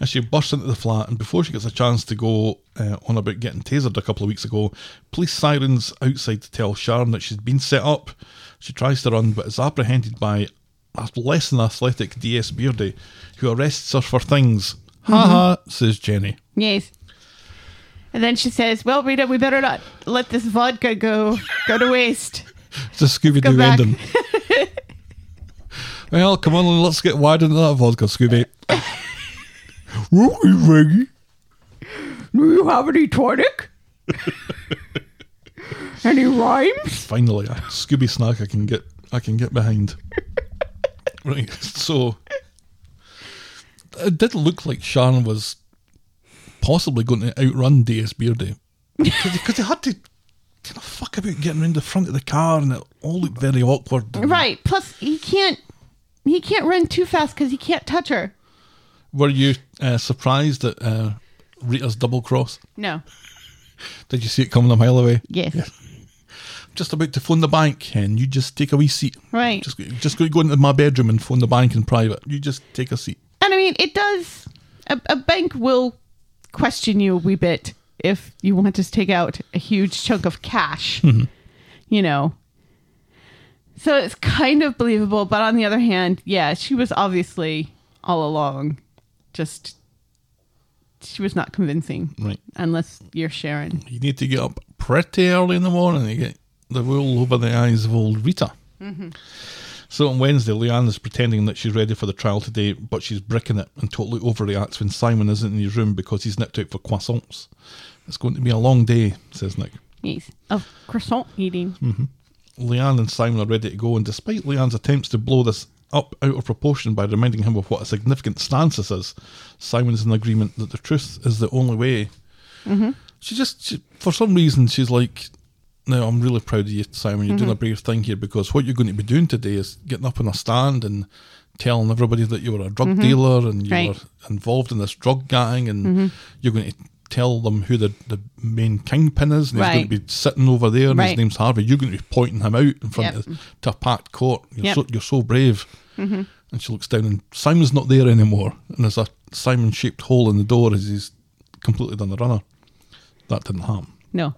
S5: and she bursts into the flat, and before she gets a chance to go uh, on about getting tasered a couple of weeks ago, police sirens outside to tell Sharon that she's been set up. She tries to run, but is apprehended by a less than athletic DS Beardy, who arrests her for things. Ha ha, says Jenny.
S6: Yes. And then she says, "Well, Rita, we better not let this vodka go go to waste."
S5: It's a Scooby
S6: (laughs) Go
S5: Doo
S6: back.
S5: ending. Well, come on, let's get wide into that vodka, Scooby. Rookie Reggie.
S6: Do you have any (laughs) tonic? any rhymes?
S5: Finally, a Scooby snack I can get. I can get behind. right, so it did look like Sharon was possibly going to outrun DS Beardy because they had to kind of fuck about getting around the front of the car, and it all looked very awkward. and-
S6: Right. Plus, he can't. He can't run too fast because he can't touch her.
S5: Were you uh, surprised at uh, Rita's double cross?
S6: No.
S5: Did you see it coming a mile away?
S6: Yes.
S5: Just about to phone the bank, and you just take a wee seat.
S6: Right.
S5: Just, just go go into my bedroom and phone the bank in private. You just take a seat.
S6: And I mean, it does. A, a bank will question you a wee bit if you want to take out a huge chunk of cash, you know. So it's kind of believable. But on the other hand, yeah, she was obviously all along just. She was not convincing.
S5: Right.
S6: Unless you're Sharon.
S5: You need to get up pretty early in the morning to get the wool over the eyes of old Rita. So on Wednesday, Leanne is pretending that she's ready for the trial today, but she's bricking it and totally overreacts when Simon isn't in his room because he's nipped out for croissants. It's going to be a long day, says Nick.
S6: Yes. Of croissant eating.
S5: Leanne and Simon are ready to go, and despite Leanne's attempts to blow this up out of proportion by reminding him of what a significant stance this is, Simon is in agreement that the truth is the only way.
S6: Mm-hmm.
S5: She just, she, for some reason, she's like, No, I'm really proud of you, Simon. You're
S6: Mm-hmm.
S5: doing a brave thing here because what you're going to be doing today is getting up on a stand and telling everybody that you were a drug dealer and you
S6: Mm-hmm. Right. Mm-hmm.
S5: were involved in this drug gang, and you're going to tell them who the, the main kingpin is, and he's going
S6: Right.
S5: to be sitting over there and his
S6: Right.
S5: name's Harvey. You're going to be pointing him out in front
S6: Yep.
S5: of to a packed court. You're,
S6: Yep. Mm-hmm.
S5: so, you're so brave. And she looks down, and Simon's not there anymore. And there's a Simon shaped hole in the door as he's completely done the runner. That didn't happen.
S6: No.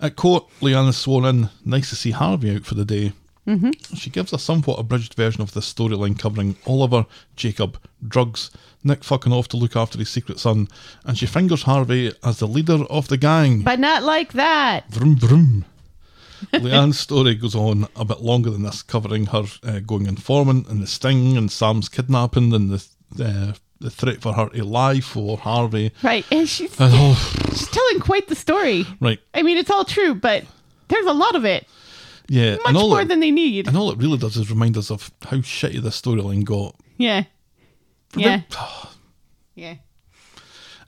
S5: At court, Leanna's sworn in. Nice to see Harvey out for the day. Mm-hmm. She gives a somewhat abridged version of this storyline covering Oliver, Jacob, drugs, Nick fucking off to look after his secret son, and she fingers Harvey as the leader of the gang.
S6: But not like that.
S5: Vroom vroom. Leanne's story goes on a bit longer than this, covering her uh, going informant and the sting and Sam's kidnapping and the uh, the threat for her to lie for Harvey.
S6: Right. And she's,
S5: And oh,
S6: she's telling quite the story.
S5: right,
S6: I mean, it's all true, but there's a lot of it.
S5: yeah,
S6: Much
S5: and all
S6: more
S5: it,
S6: than they need.
S5: and all it really does is remind us of how shitty this storyline got.
S6: Yeah. Yeah. yeah.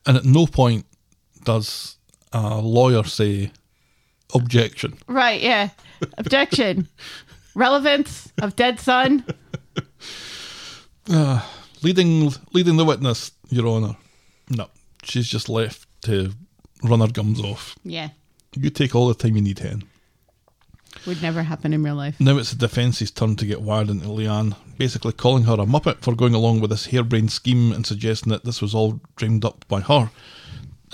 S5: And at no point does a lawyer say objection.
S6: Right. Yeah. Objection. Relevance of dead son.
S5: leading leading the witness, Your Honour. No, she's just left to run her gums off.
S6: Yeah.
S5: You take all the time you need, Hen.
S6: Would never happen in real life.
S5: Now it's the defence's turn to get wired into Leanne, basically calling her a muppet for going along with this harebrained scheme and suggesting that this was all dreamed up by her,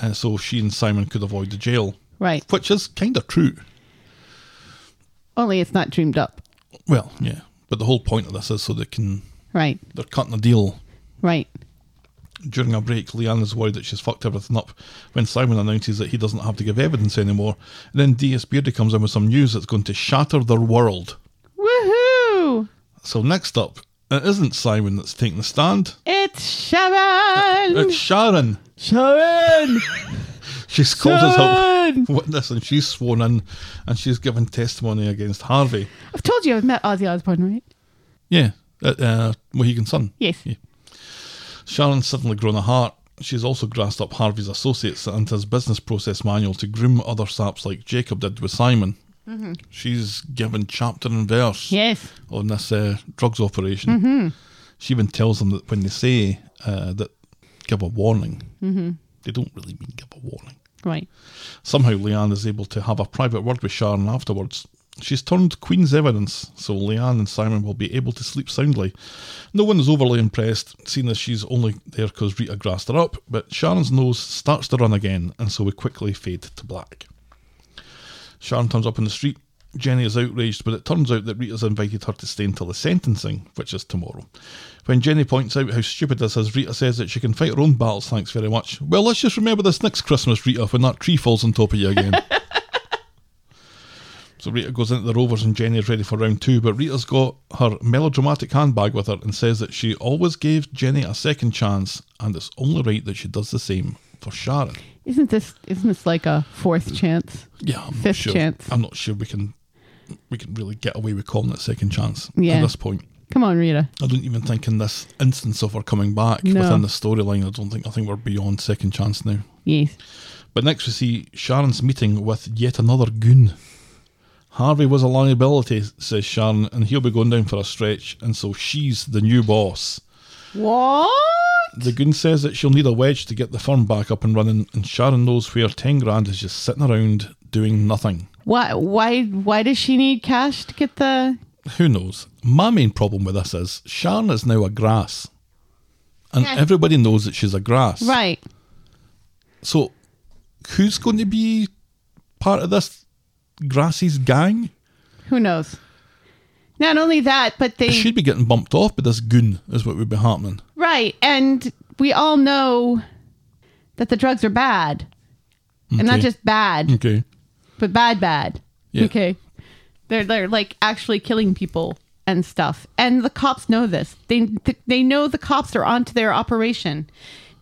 S5: and so she and Simon could avoid the jail,
S6: Right.
S5: which is kind of true.
S6: Only it's not dreamed up.
S5: Well, yeah, but the whole point of this is so they can
S6: Right.
S5: they're cutting a deal.
S6: Right.
S5: During a break, Leanne is worried that she's fucked everything up when Simon announces that he doesn't have to give evidence anymore. And then D.S. Beardy comes in with some news that's going to shatter their world.
S6: Woohoo!
S5: So, next up, it isn't Simon that's taking the stand,
S6: It's Sharon.
S5: it's Sharon.
S6: Sharon.
S5: She's called as
S6: Sharon!
S5: a (laughs) witness and she's sworn in and she's given testimony against Harvey.
S6: I've told you I've met Ozzy Osbourne, right?
S5: Yeah, at uh, Mohegan Sun.
S6: Yes.
S5: Yeah. Sharon's suddenly grown a heart. She's also grassed up Harvey's associates and his business process manual to groom other saps like Jacob did with Simon. She's given chapter and verse
S6: Yes.
S5: on this uh, drugs operation. She even tells them that when they say uh, that give a warning, they don't really mean give a warning.
S6: Right.
S5: Somehow, Leanne is able to have a private word with Sharon afterwards. She's turned Queen's evidence, so Leanne and Simon will be able to sleep soundly. No one is overly impressed, seeing as she's only there because Rita grassed her up, but Sharon's nose starts to run again, and so we quickly fade to black. Sharon turns up in the street. Jenny is outraged, but it turns out that Rita's invited her to stay until the sentencing, which is tomorrow. When Jenny points out how stupid this is, Rita says that she can fight her own battles, thanks very much. Well, let's just remember this next Christmas, Rita, when that tree falls on top of you again. So Rita goes into the Rovers and Jenny is ready for round two, but Rita's got her melodramatic handbag with her and says that she always gave Jenny a second chance and it's only right that she does the same for Sharon.
S6: Isn't this isn't this like a fourth chance?
S5: Yeah, I'm not
S6: Fifth
S5: sure.
S6: chance.
S5: I'm not sure we can we can really get away with calling it second chance
S6: Yeah.
S5: at this point.
S6: Come on, Rita.
S5: I don't even think in this instance of her coming back
S6: No.
S5: within the storyline. I don't think I think we're beyond second chance now.
S6: Yes.
S5: But next we see Sharon's meeting with yet another goon. Harvey was a liability, says Sharon, and he'll be going down for a stretch, and so she's the new boss.
S6: What?
S5: The goon says that she'll need a wedge to get the firm back up and running, and Sharon knows where 10 grand is just sitting around doing nothing.
S6: Why why why does she need cash to get the
S5: Who knows? My main problem with this is Sharon is now a grass. And everybody knows that she's a grass.
S6: Right.
S5: So who's going to be part of this grassy's gang?
S6: Who knows? Not only that, but they
S5: They should be getting bumped off by this goon, is what would be happening.
S6: Right. And we all know that the drugs are bad. And not
S5: Okay.
S6: just bad,
S5: Okay.
S6: but bad bad.
S5: Yeah.
S6: Okay. They're they're like actually killing people and stuff. And the cops know this. They they know the cops are onto their operation.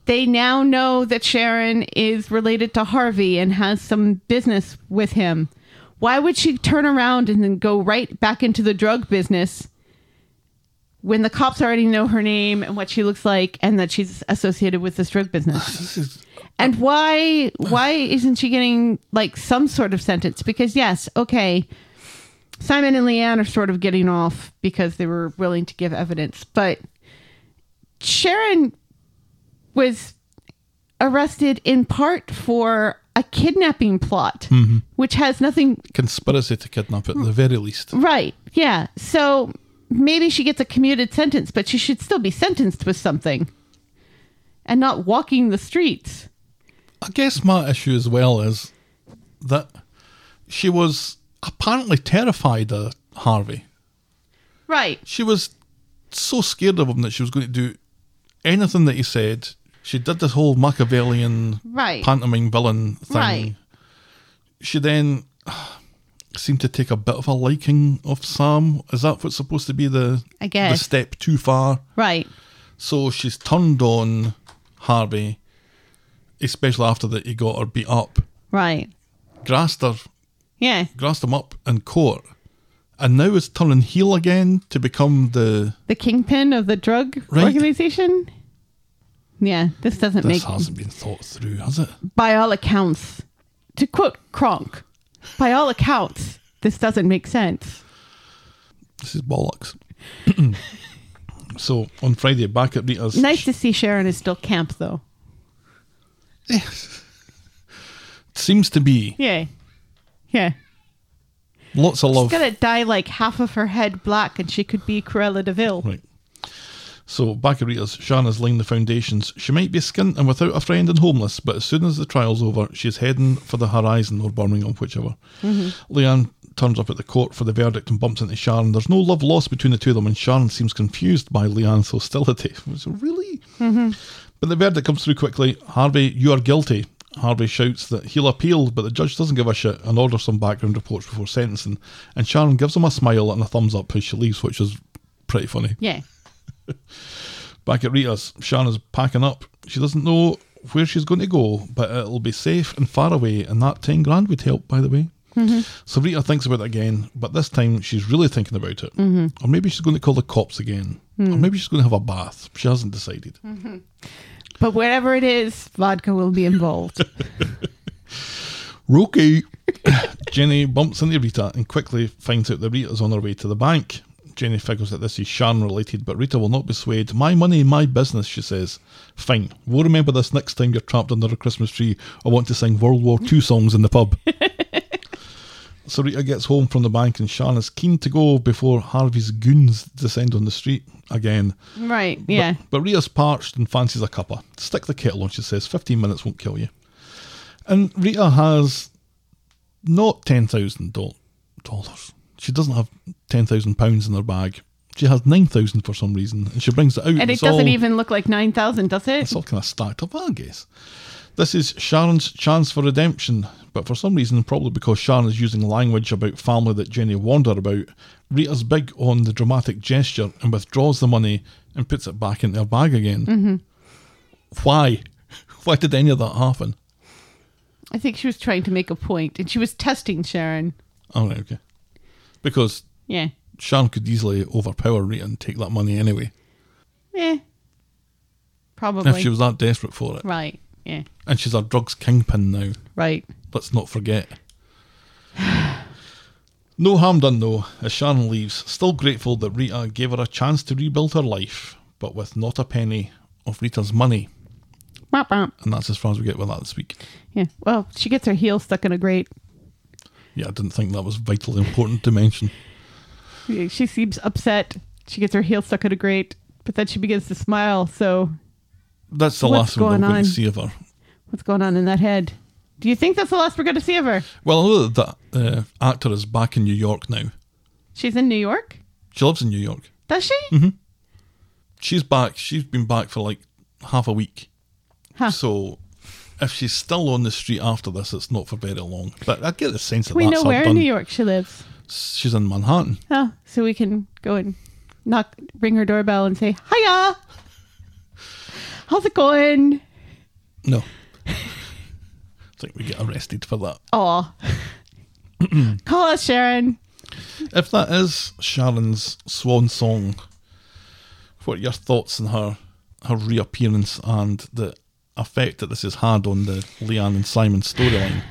S6: They now know that Sharon is related to Harvey and has some business with him. Why would she turn around and then go right back into the drug business when the cops already know her name and what she looks like and that she's associated with this drug business?
S5: This is
S6: And why why isn't she getting like some sort of sentence? Because yes, okay, Simon and Leanne are sort of getting off because they were willing to give evidence, but Sharon was arrested in part for a kidnapping plot, which has nothing
S5: conspiracy to kidnap at
S6: Hmm.
S5: the very least.
S6: right. Yeah, so maybe she gets a commuted sentence, but she should still be sentenced with something, and not walking the streets.
S5: I guess my issue as well is that she was apparently terrified of Harvey.
S6: Right.
S5: She was so scared of him that she was going to do anything that he said. She did this whole Machiavellian
S6: Right.
S5: pantomime villain thing.
S6: Right.
S5: She then (sighs) seemed to take a bit of a liking of Sam. Is that what's supposed to be the
S6: I guess.
S5: the step too far?
S6: Right.
S5: So she's turned on Harvey, especially after that he got her beat up,
S6: Right.
S5: grassed her,
S6: Yeah.
S5: grassed him up in court, and now is turning heel again to become the.
S6: The kingpin of the drug
S5: Right.
S6: organization. Yeah, this doesn't
S5: This
S6: make
S5: hasn't been thought through, has it?
S6: by all accounts. To quote Kronk, by all accounts, this doesn't make sense.
S5: This is bollocks. (clears throat) so on Friday, back at Rita's.
S6: Nice to see Sharon is still camp though.
S5: Eh. Seems to be
S6: Yeah. Yeah.
S5: lots of
S6: She's
S5: love.
S6: gonna dye like half of her head black and she could be Cruella DeVille.
S5: Right. So, back at Rita's, Shana's laying the foundations. She might be skint and without a friend and homeless, but as soon as the trial's over, she's heading for the horizon or Birmingham, whichever.
S6: Mm-hmm.
S5: Leanne turns up at the court for the verdict and bumps into Sharon. There's no love lost between the two of them, and Sharon seems confused by Leanne's hostility. (laughs) So, really? But the verdict comes through quickly Harvey, you are guilty. Harvey shouts that he'll appeal, but the judge doesn't give a shit and orders some background reports before sentencing. And Sharon gives him a smile and a thumbs up as she leaves, which is pretty funny.
S6: Yeah.
S5: Back at Rita's, Shana's packing up. She doesn't know where she's going to go, but it'll be safe and far away, and that 10 grand would help, by the way. So Rita thinks about it again, but this time she's really thinking about it. Or maybe she's going to call the cops again. Or maybe she's going to have a bath. She hasn't decided.
S6: But wherever it is, vodka will be
S5: (laughs)
S6: involved.
S5: Roki. (laughs) Jenny bumps into Rita and quickly finds out that Rita's on her way to the bank. Jenny figures that this is Sharon related, but Rita will not be swayed. My money, my business, she says. Fine, we'll remember this next time you're trapped under a Christmas tree I want to sing World War II songs in the pub. (laughs) so Rita gets home from the bank and Sharon is keen to go before Harvey's goons descend on the street again.
S6: right. Yeah.
S5: But mm, Rita's parched and fancies a cuppa. Stick the kettle on, she says. 15 minutes won't kill you. And Rita has not $10,000. dollars. She doesn't have £10,000 in her bag. She has 9000 for some reason. And she brings it out.
S6: and it
S5: it's
S6: doesn't
S5: all-
S6: even look like nine thousand, does it?
S5: It's all kind of stacked up, I guess. This is Sharon's chance for redemption, but for some reason, probably because Sharon is using language about family that Jenny warned her about, Rita's big on the dramatic gesture and withdraws the money and puts it back in her bag again.
S6: Mm-hmm.
S5: Why? (laughs) Why did any of that happen?
S6: I think she was trying to make a point and she was testing Sharon.
S5: All right, okay. Because
S6: Yeah.
S5: Sharon could easily overpower Rita and take that money anyway,
S6: Yeah. Eh. Probably.
S5: if she was that desperate for it.
S6: right. Yeah.
S5: And she's our drugs kingpin now.
S6: Right.
S5: Let's not forget. (sighs) no harm done though, as Sharon leaves, still grateful that Rita gave her a chance to rebuild her life, but with not a penny of Rita's money.
S6: Womp womp.
S5: And that's as far as we get with that this week.
S6: Yeah. Well, she gets her heel stuck in a grate.
S5: Yeah, I didn't think that was vitally important to mention.
S6: Yeah, She seems upset. She gets her heel stuck in a grate, but then she begins to smile. So,
S5: That's the last
S6: What's
S5: one I'm
S6: going
S5: going
S6: on?
S5: to see of her.
S6: what's going on in that head? Do you think that's the last we're going to see of her?
S5: Well, I know that that uh, actor is back in New York now.
S6: She's in New York?
S5: She lives in New York.
S6: Does she?
S5: Mm-hmm. she's back. She's been back for like half a week.
S6: Huh.
S5: So if she's still on the street after this, it's not for very long. But I get the sense that
S6: we
S5: that's
S6: know
S5: her
S6: where in
S5: done.
S6: New York she lives.
S5: She's in Manhattan.
S6: Oh, so we can go and knock, ring her doorbell and say, Hiya! How's it going?
S5: No.
S6: (laughs)
S5: I think we get arrested for that. (clears throat)
S6: Aw. Call us, Sharon.
S5: If that is Sharon's swan song, what are your thoughts on her her reappearance and the effect that this has had on the Leanne and Simon
S6: (sighs)
S5: storyline?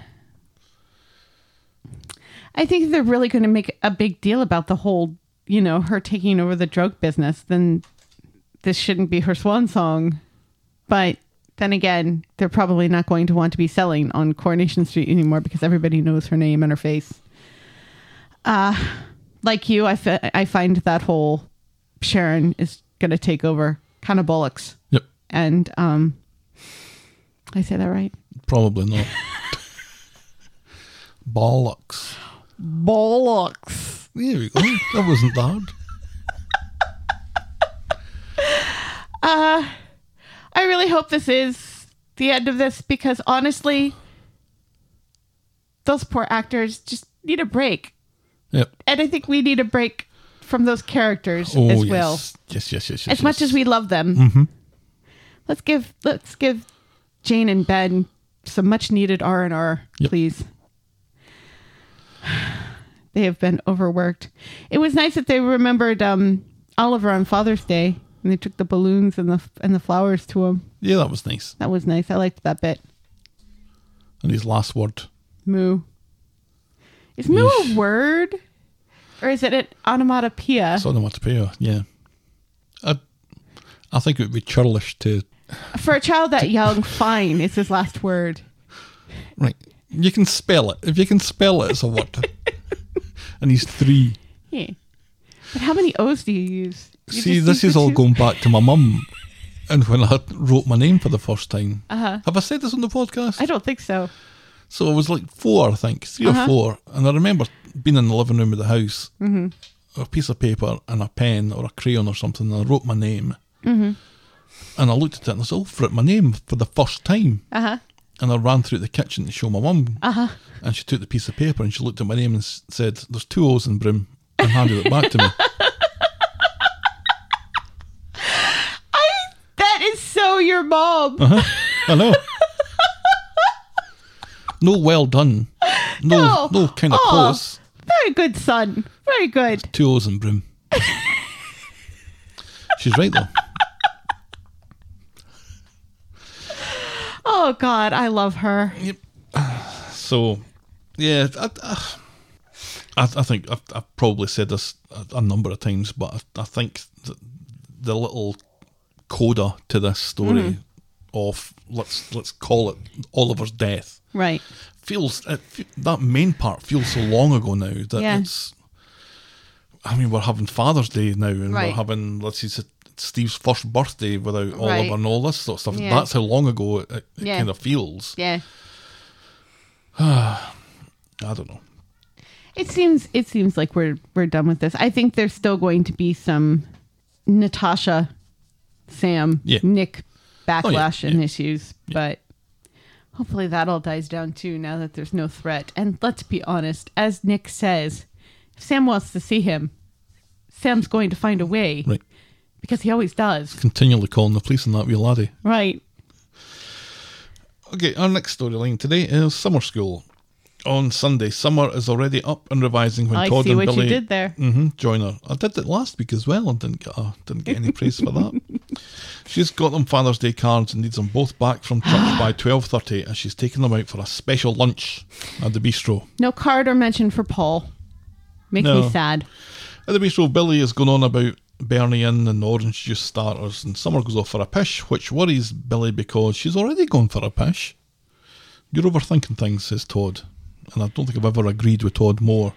S6: I think they're really going to make a big deal about the whole, you know, her taking over the drug business. Then this shouldn't be her swan song. But then again, they're probably not going to want to be selling on Coronation Street anymore because everybody knows her name and her face. Uh, like you, I fi- I find that whole Sharon is going to take over kind of bollocks.
S5: Yep,
S6: And um, I say that right?
S5: probably
S6: (laughs)
S5: not. Bollocks.
S6: Bollocks.
S5: There we go. That wasn't that hard.
S6: I really hope this is the end of this because honestly, those poor actors just need a break.
S5: Yep.
S6: And I think we need a break from those characters
S5: Oh yes.
S6: as
S5: Mm-hmm.
S6: well.
S5: yes. Yes, yes, yes.
S6: As much as we love them. Let's give let's give Jane and Ben some much needed R and R,
S5: Yep.
S6: please. (sighs) They have been overworked. It was nice that they remembered um, Oliver on Father's Day and they took the balloons and the and the flowers to him.
S5: Yeah, that was nice.
S6: That was nice. I liked that bit.
S5: And his last word.
S6: Moo. Is moo
S5: Yeesh.
S6: a word? Or is it an onomatopoeia?
S5: It's onomatopoeia. Yeah. I, I think it would be churlish to.
S6: For a child that young, fine is his last word.
S5: Right. You can spell it. If you can spell it, it's a word. (laughs) and he's three.
S6: Yeah. But how many O's do you use? You
S5: See,
S6: just
S5: this
S6: use
S5: is
S6: the
S5: all
S6: two-
S5: going back to my mum. And when I wrote my name for the first time, uh-huh. have I said this on the podcast?
S6: I don't think so.
S5: So I was like four, I think, 3
S6: Uh-huh.
S5: or four. And I remember being in the living room of the house,
S6: Mm-hmm.
S5: a piece of paper and a pen or a crayon or something, and I wrote my name.
S6: Mm-hmm.
S5: And I looked at it and I said, oh, for my name for the first time.
S6: Uh-huh.
S5: And I ran through the kitchen to show my mum. And she took the piece of paper and she looked at my name and s- said, there's two O's in Broom, and handed it back
S6: (laughs)
S5: to me.
S6: That is so your mom.
S5: Uh-huh. I know. No well done. No,
S6: No.
S5: no, kind of
S6: Aw.
S5: close.
S6: Very good, son. Very good.
S5: Two O's in broom. She's right though.
S6: Oh, God. I love her.
S5: So, yeah, I, I, I I think I've, I've probably said this a, a number of times, but I, I think the, the little coda to this story of let's let's call it Oliver's death
S6: Right.
S5: feels it, fe- that main part feels so long ago now that
S6: Yeah.
S5: it's. I mean, we're having Father's Day now, and
S6: Right.
S5: we're having let's see, it's Steve's first birthday without Oliver
S6: Right.
S5: and all this sort of stuff.
S6: Yeah.
S5: That's how long ago it, it
S6: Yeah.
S5: kind of feels.
S6: Yeah.
S5: I don't know.
S6: It seems it seems like we're we're done with this. I think there's still going to be some Natasha, Sam,
S5: Yeah. Oh,
S6: Nick backlash
S5: yeah,
S6: and
S5: yeah.
S6: issues, but Hopefully that all dies down too now that there's no threat. And let's be honest, as Nick says, if Sam wants to see him, Sam's going to find a way
S5: Right.
S6: because he always does.
S5: Continually calling the police on that wee laddie.
S6: Right.
S5: Okay, our next storyline today is summer school. On Sunday, Summer is already up and revising when
S6: I
S5: Todd
S6: see
S5: and
S6: what
S5: Billy
S6: you did there.
S5: hmm join her. I did it last week as well and didn't get uh, didn't get any praise for that. She's got them Father's Day cards and needs them both back from church by twelve thirty, and she's taking them out for a special lunch at the bistro.
S6: No card or mention for Paul. Makes
S5: No.
S6: me sad.
S5: At the bistro, Billy is going on about Bernie Inn and orange juice starters, and Summer goes off for a pish, which worries Billy because she's already gone for a pish. You're overthinking things, says Todd, and I don't think I've ever agreed with Todd more.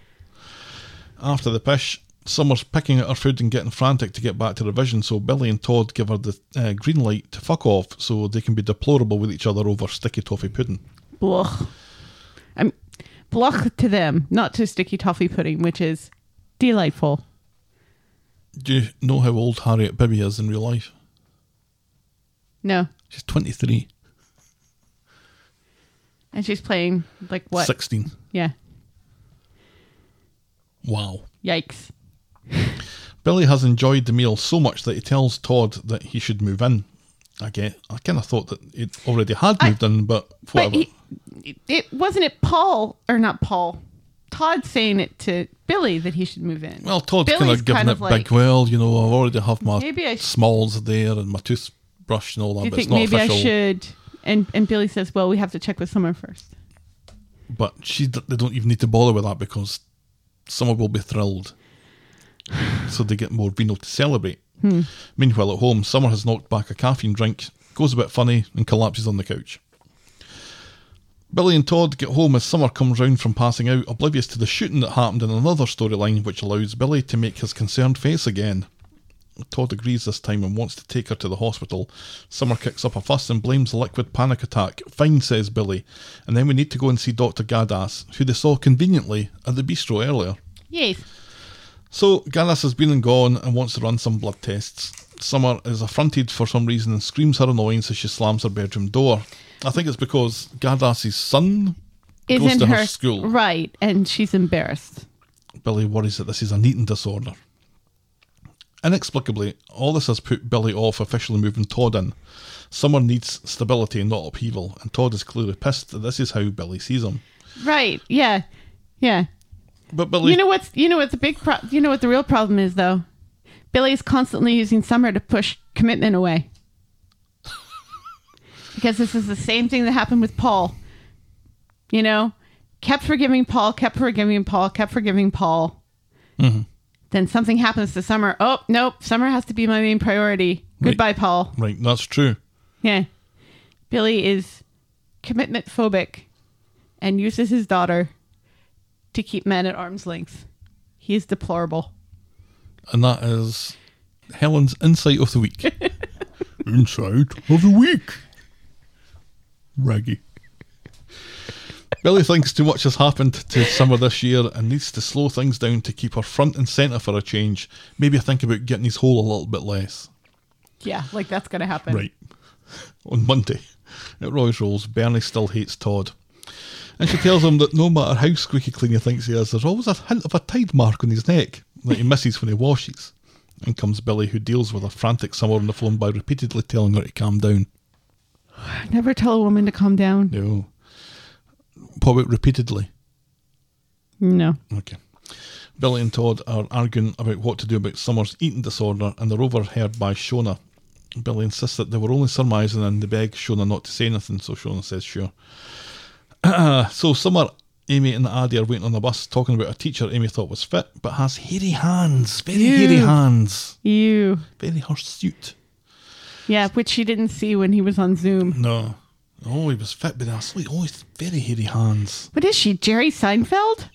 S5: After the pish, Summer's picking at her food and getting frantic to get back to revision, so Billy and Todd give her the uh, green light to fuck off so they can be deplorable with each other over sticky toffee pudding.
S6: Blech. I'm blech Um, to them, not to sticky toffee pudding, which is delightful.
S5: Do you know how old Harriet Bibby is in real life?
S6: No.
S5: She's 23,
S6: And she's playing like what?
S5: 16.
S6: Yeah.
S5: Wow.
S6: Yikes.
S5: Billy has enjoyed the meal so much that he tells Todd that he should move in. I get. I kind of thought that he already had
S6: I-
S5: moved in, but whatever.
S6: But he, it wasn't it Paul or not Paul. Todd saying it to Billy that he should move in.
S5: well, Todd's
S6: Billy's
S5: kind of giving
S6: kind
S5: it
S6: of like,
S5: big. Well, you know, I already have my
S6: Maybe I sh-
S5: smalls there and my toothbrush and all that.
S6: Do you
S5: but
S6: think
S5: it's not
S6: maybe
S5: official.
S6: I should? And and Billy says, "Well, we have to check with someone first.
S5: But she, d- they don't even need to bother with that because someone will be thrilled. so they get more vino to celebrate. Meanwhile, at home, Summer has knocked back a caffeine drink, goes a bit funny, and collapses on the couch. Billy and Todd get home as Summer comes round from passing out, oblivious to the shooting that happened in another storyline, which allows Billy to make his concerned face again. Todd agrees this time and wants to take her to the hospital. Summer kicks up a fuss and blames the liquid panic attack. Fine, says Billy. And then we need to go and see Dr. Gadass, who they saw conveniently at the bistro earlier.
S6: Yes,
S5: So Gadass has been and gone and wants to run some blood tests. Summer is affronted for some reason and screams her annoyance as she slams her bedroom door. I think it's because Gadass's son
S6: is
S5: goes
S6: in
S5: to
S6: her,
S5: her, school.
S6: right? And she's embarrassed.
S5: Billy worries that this is an eating disorder. Inexplicably, all this has put Billy off officially moving Todd in. Someone needs stability and not upheaval, and Todd is clearly pissed that this is how Billy sees him.
S6: Right? Yeah, yeah.
S5: But Billy,
S6: you know what's you know what the big pro- you know what the real problem is though. Billy's constantly using Summer to push commitment away. because this is the same thing that happened with Paul. You know, kept forgiving Paul, kept forgiving Paul, kept forgiving Paul. Then something happens to Summer. Oh, nope. Summer has to be my main priority.
S5: Right.
S6: Goodbye, Paul.
S5: right, that's true.
S6: Yeah. Billy is commitment phobic and uses his daughter to keep men at arm's length. He is deplorable.
S5: And that is Helen's insight of the week. (laughs) insight of the week. Raggy. Billy thinks too much has happened to Summer this year and needs to slow things down to keep her front and centre for a change. Maybe think about getting his hole a little bit less.
S6: Yeah, like that's going to happen.
S5: Right. On Monday, at Roy's Rolls, Bernie still hates Todd. And she tells him that no matter how squeaky clean he thinks he is, there's always a hint of a tide mark on his neck that he misses when he washes. In comes Billy, who deals with a frantic summer on the phone by repeatedly telling her to calm down.
S6: Never tell a woman to calm down.
S5: No. What about repeatedly?
S6: No.
S5: Okay. Billy and Todd are arguing about what to do about Summer's eating disorder, and they're overheard by Shona. Billy insists that they were only surmising, and they beg Shona not to say anything, so Shona says sure. (clears throat) so Summer, Amy, and Addie are waiting on the bus talking about a teacher Amy thought was fit, but has hairy hands, very hairy hands,
S6: You.
S5: very hirsute.
S6: Yeah, which she didn't see when he was on Zoom.
S5: No. Oh, he was fit, but I was like, oh, he's very hairy hands.
S6: What is she, Jerry Seinfeld?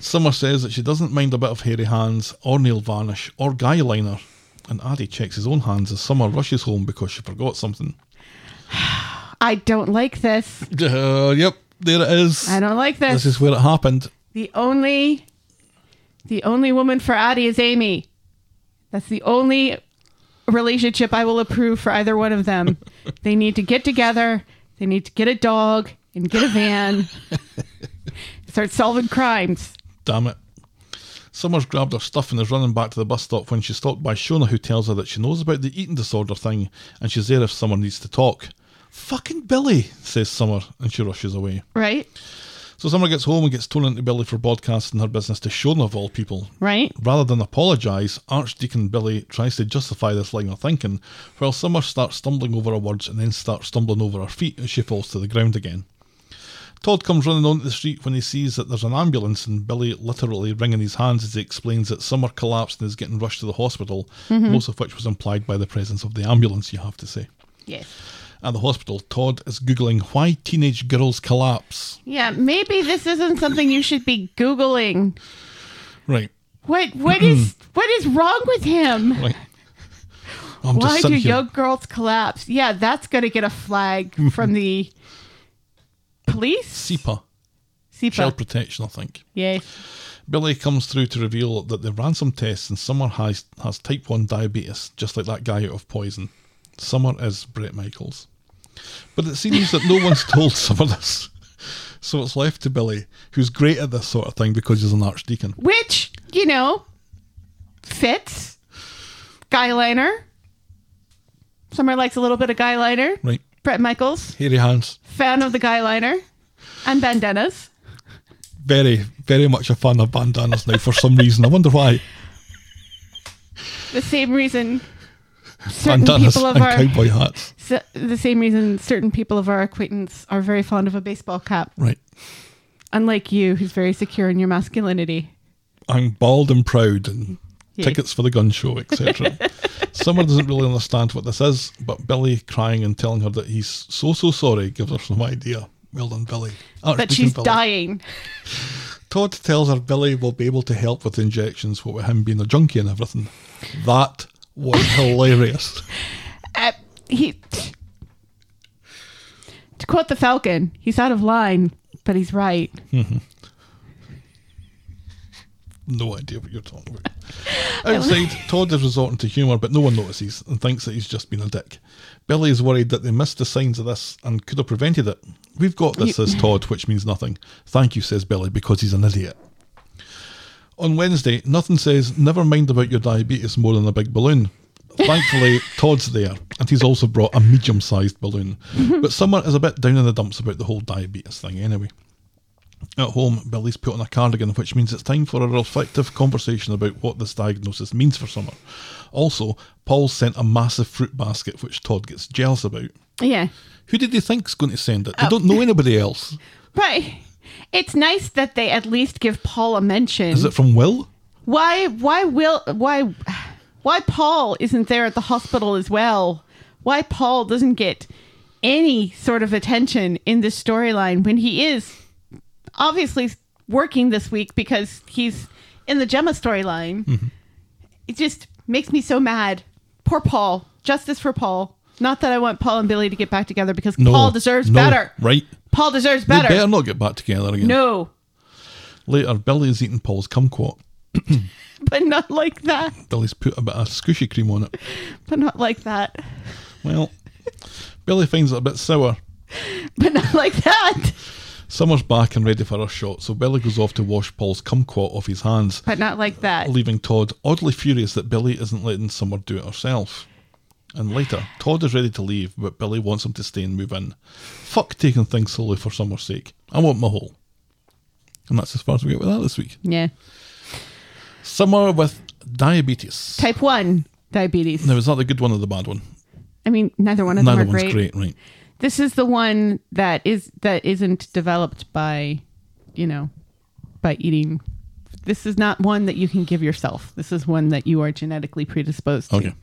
S5: Summer says that she doesn't mind a bit of hairy hands or nail varnish or guy liner, and Addy checks his own hands as Summer rushes home because she forgot something.
S6: I don't like this.
S5: Uh, yep, there it is.
S6: I don't like this.
S5: This is where it happened.
S6: the only the only woman for Addie is Amy. That's the only relationship I will approve for either one of them. they need to get together. They need to get a dog and get a van. Start solving crimes.
S5: Damn it. Summer's grabbed her stuff and is running back to the bus stop when she's stopped by Shona, who tells her that she knows about the eating disorder thing and she's there if someone needs to talk. Fucking Billy, says Summer, and she rushes away.
S6: Right?
S5: So Summer gets home and gets thrown into Billy for broadcasting her business to Shona, of all people.
S6: Right?
S5: Rather than apologise, Archdeacon Billy tries to justify this line of thinking, while Summer starts stumbling over her words and then starts stumbling over her feet as she falls to the ground again. Todd comes running onto the street when he sees that there's an ambulance and Billy literally wringing his hands as he explains that Summer collapsed and is getting rushed to the hospital, most of which was implied by the presence of the ambulance, you have to say.
S6: Yes.
S5: At the hospital, Todd is googling why teenage girls collapse.
S6: Yeah, maybe this isn't something you should be googling.
S5: Right,
S6: What what is what is wrong with him? (laughs)
S5: right. I'm
S6: Why do
S5: sitting here-
S6: young girls collapse? Yeah, that's going to get a flag from the police.
S5: SEPA,
S6: CPA.
S5: child protection, I think.
S6: Yes.
S5: Billy comes through to reveal that the ransom test and Summer has, has type 1 diabetes, just like that guy out of Poison. Summer is Brett Michaels. But it seems that no
S6: (laughs)
S5: one's told Summer this. So it's left to Billy, who's great at this sort of thing because he's an archdeacon.
S6: Which, you know, fits. Guyliner. Summer likes a little bit of guyliner.
S5: Right.
S6: Brett Michaels,
S5: Hairy hands.
S6: fan of the guyliner and bandanas.
S5: Very, very much a fan of bandanas now for some reason. I wonder why.
S6: The same reason certain
S5: Bandanas
S6: people of
S5: and
S6: our
S5: cowboy hats.
S6: s- the same reason certain people of our acquaintance are very fond of a baseball cap.
S5: Right.
S6: Unlike you, who's very secure in your masculinity.
S5: I'm bald and proud and
S6: Yes.
S5: tickets for the gun show,
S6: (laughs)
S5: etc. Summer doesn't really understand what this is, but Billy crying and telling her that he's so so sorry gives her some idea. Well done, Billy.
S6: But
S5: Archdeacon
S6: she's
S5: Billy.
S6: dying.
S5: Todd tells her Billy will be able to help with the injections, what with him being a junkie and everything. That was (laughs) hilarious.
S6: Uh, he, to quote the Falcon, he's out of line, but he's right.
S5: No idea what you're talking about. Outside, Todd is resorting to humour, but no one notices and thinks that he's just been a dick. Billy is worried that they missed the signs of this and could have prevented it. We've got this, says Todd, which means nothing. Thank you, says Billy, because he's an idiot. On Wednesday, nothing says, never mind about your diabetes more than a big balloon. Thankfully, Todd's there, and he's also brought a medium sized balloon. But Summer is a bit down in the dumps about the whole diabetes thing, anyway. At home, Billy's put on a cardigan, which means it's time for a reflective conversation about what this diagnosis means for Summer. Also, Paul sent a massive fruit basket, which Todd gets jealous about.
S6: Yeah.
S5: Who did they think's going to send
S6: Oh.
S5: it? They don't know anybody else.
S6: Right. It's nice that they at least give Paul a mention.
S5: Is it from Will?
S6: why why will why why Paul isn't there at the hospital as well? Why Paul doesn't get any sort of attention in this storyline when he is obviously working this week because he's in the Gemma storyline.
S5: Mm-hmm.
S6: It just makes me so mad. Poor Paul. Justice for Paul. Not that I want Paul and Billy to get back together because
S5: No.
S6: Paul deserves
S5: no,
S6: better.
S5: Right?
S6: Paul deserves
S5: They
S6: better.
S5: better not get back together again.
S6: No,
S5: Later, Billy is eating Paul's kumquat.
S6: but not like that.
S5: Billy's put a bit of squishy cream on it.
S6: But not like that.
S5: Well, Billy finds it a bit sour.
S6: But not like that.
S5: Summer's back and ready for her shot, so Billy goes off to wash Paul's kumquat off his hands.
S6: But not like that.
S5: leaving Todd oddly furious that Billy isn't letting Summer do it herself. And later, Todd is ready to leave, but Billy wants him to stay and move in. Fuck taking things slowly for Summer's sake. I want my hole. And that's as far as we get with that this week.
S6: Yeah.
S5: Summer with diabetes.
S6: Type 1 diabetes.
S5: Now, is that the good one or the bad one?
S6: I mean, neither one of
S5: Neither
S6: them are
S5: one's
S6: great.
S5: great, right?
S6: This is the one that is that isn't developed by, you know, by eating. This is not one that you can give yourself. This is one that you are genetically predisposed to.
S5: Okay.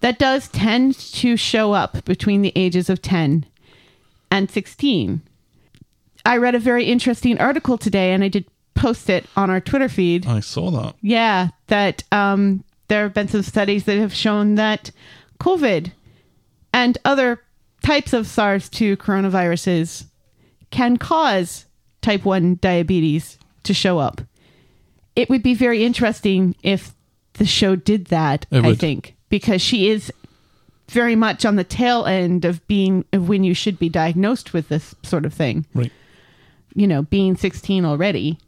S6: That does tend to show up between the ages of 10 and 16. I read a very interesting article today and I did post it on our Twitter feed.
S5: I saw that.
S6: Yeah, that um, there have been some studies that have shown that COVID and other types of SARS 2 coronaviruses can cause type 1 diabetes to show up. It would be very interesting if the show did that,
S5: It
S6: I
S5: would.
S6: think, because she is very much on the tail end of being of when you should be diagnosed with this sort of thing.
S5: Right.
S6: You know, being 16 already.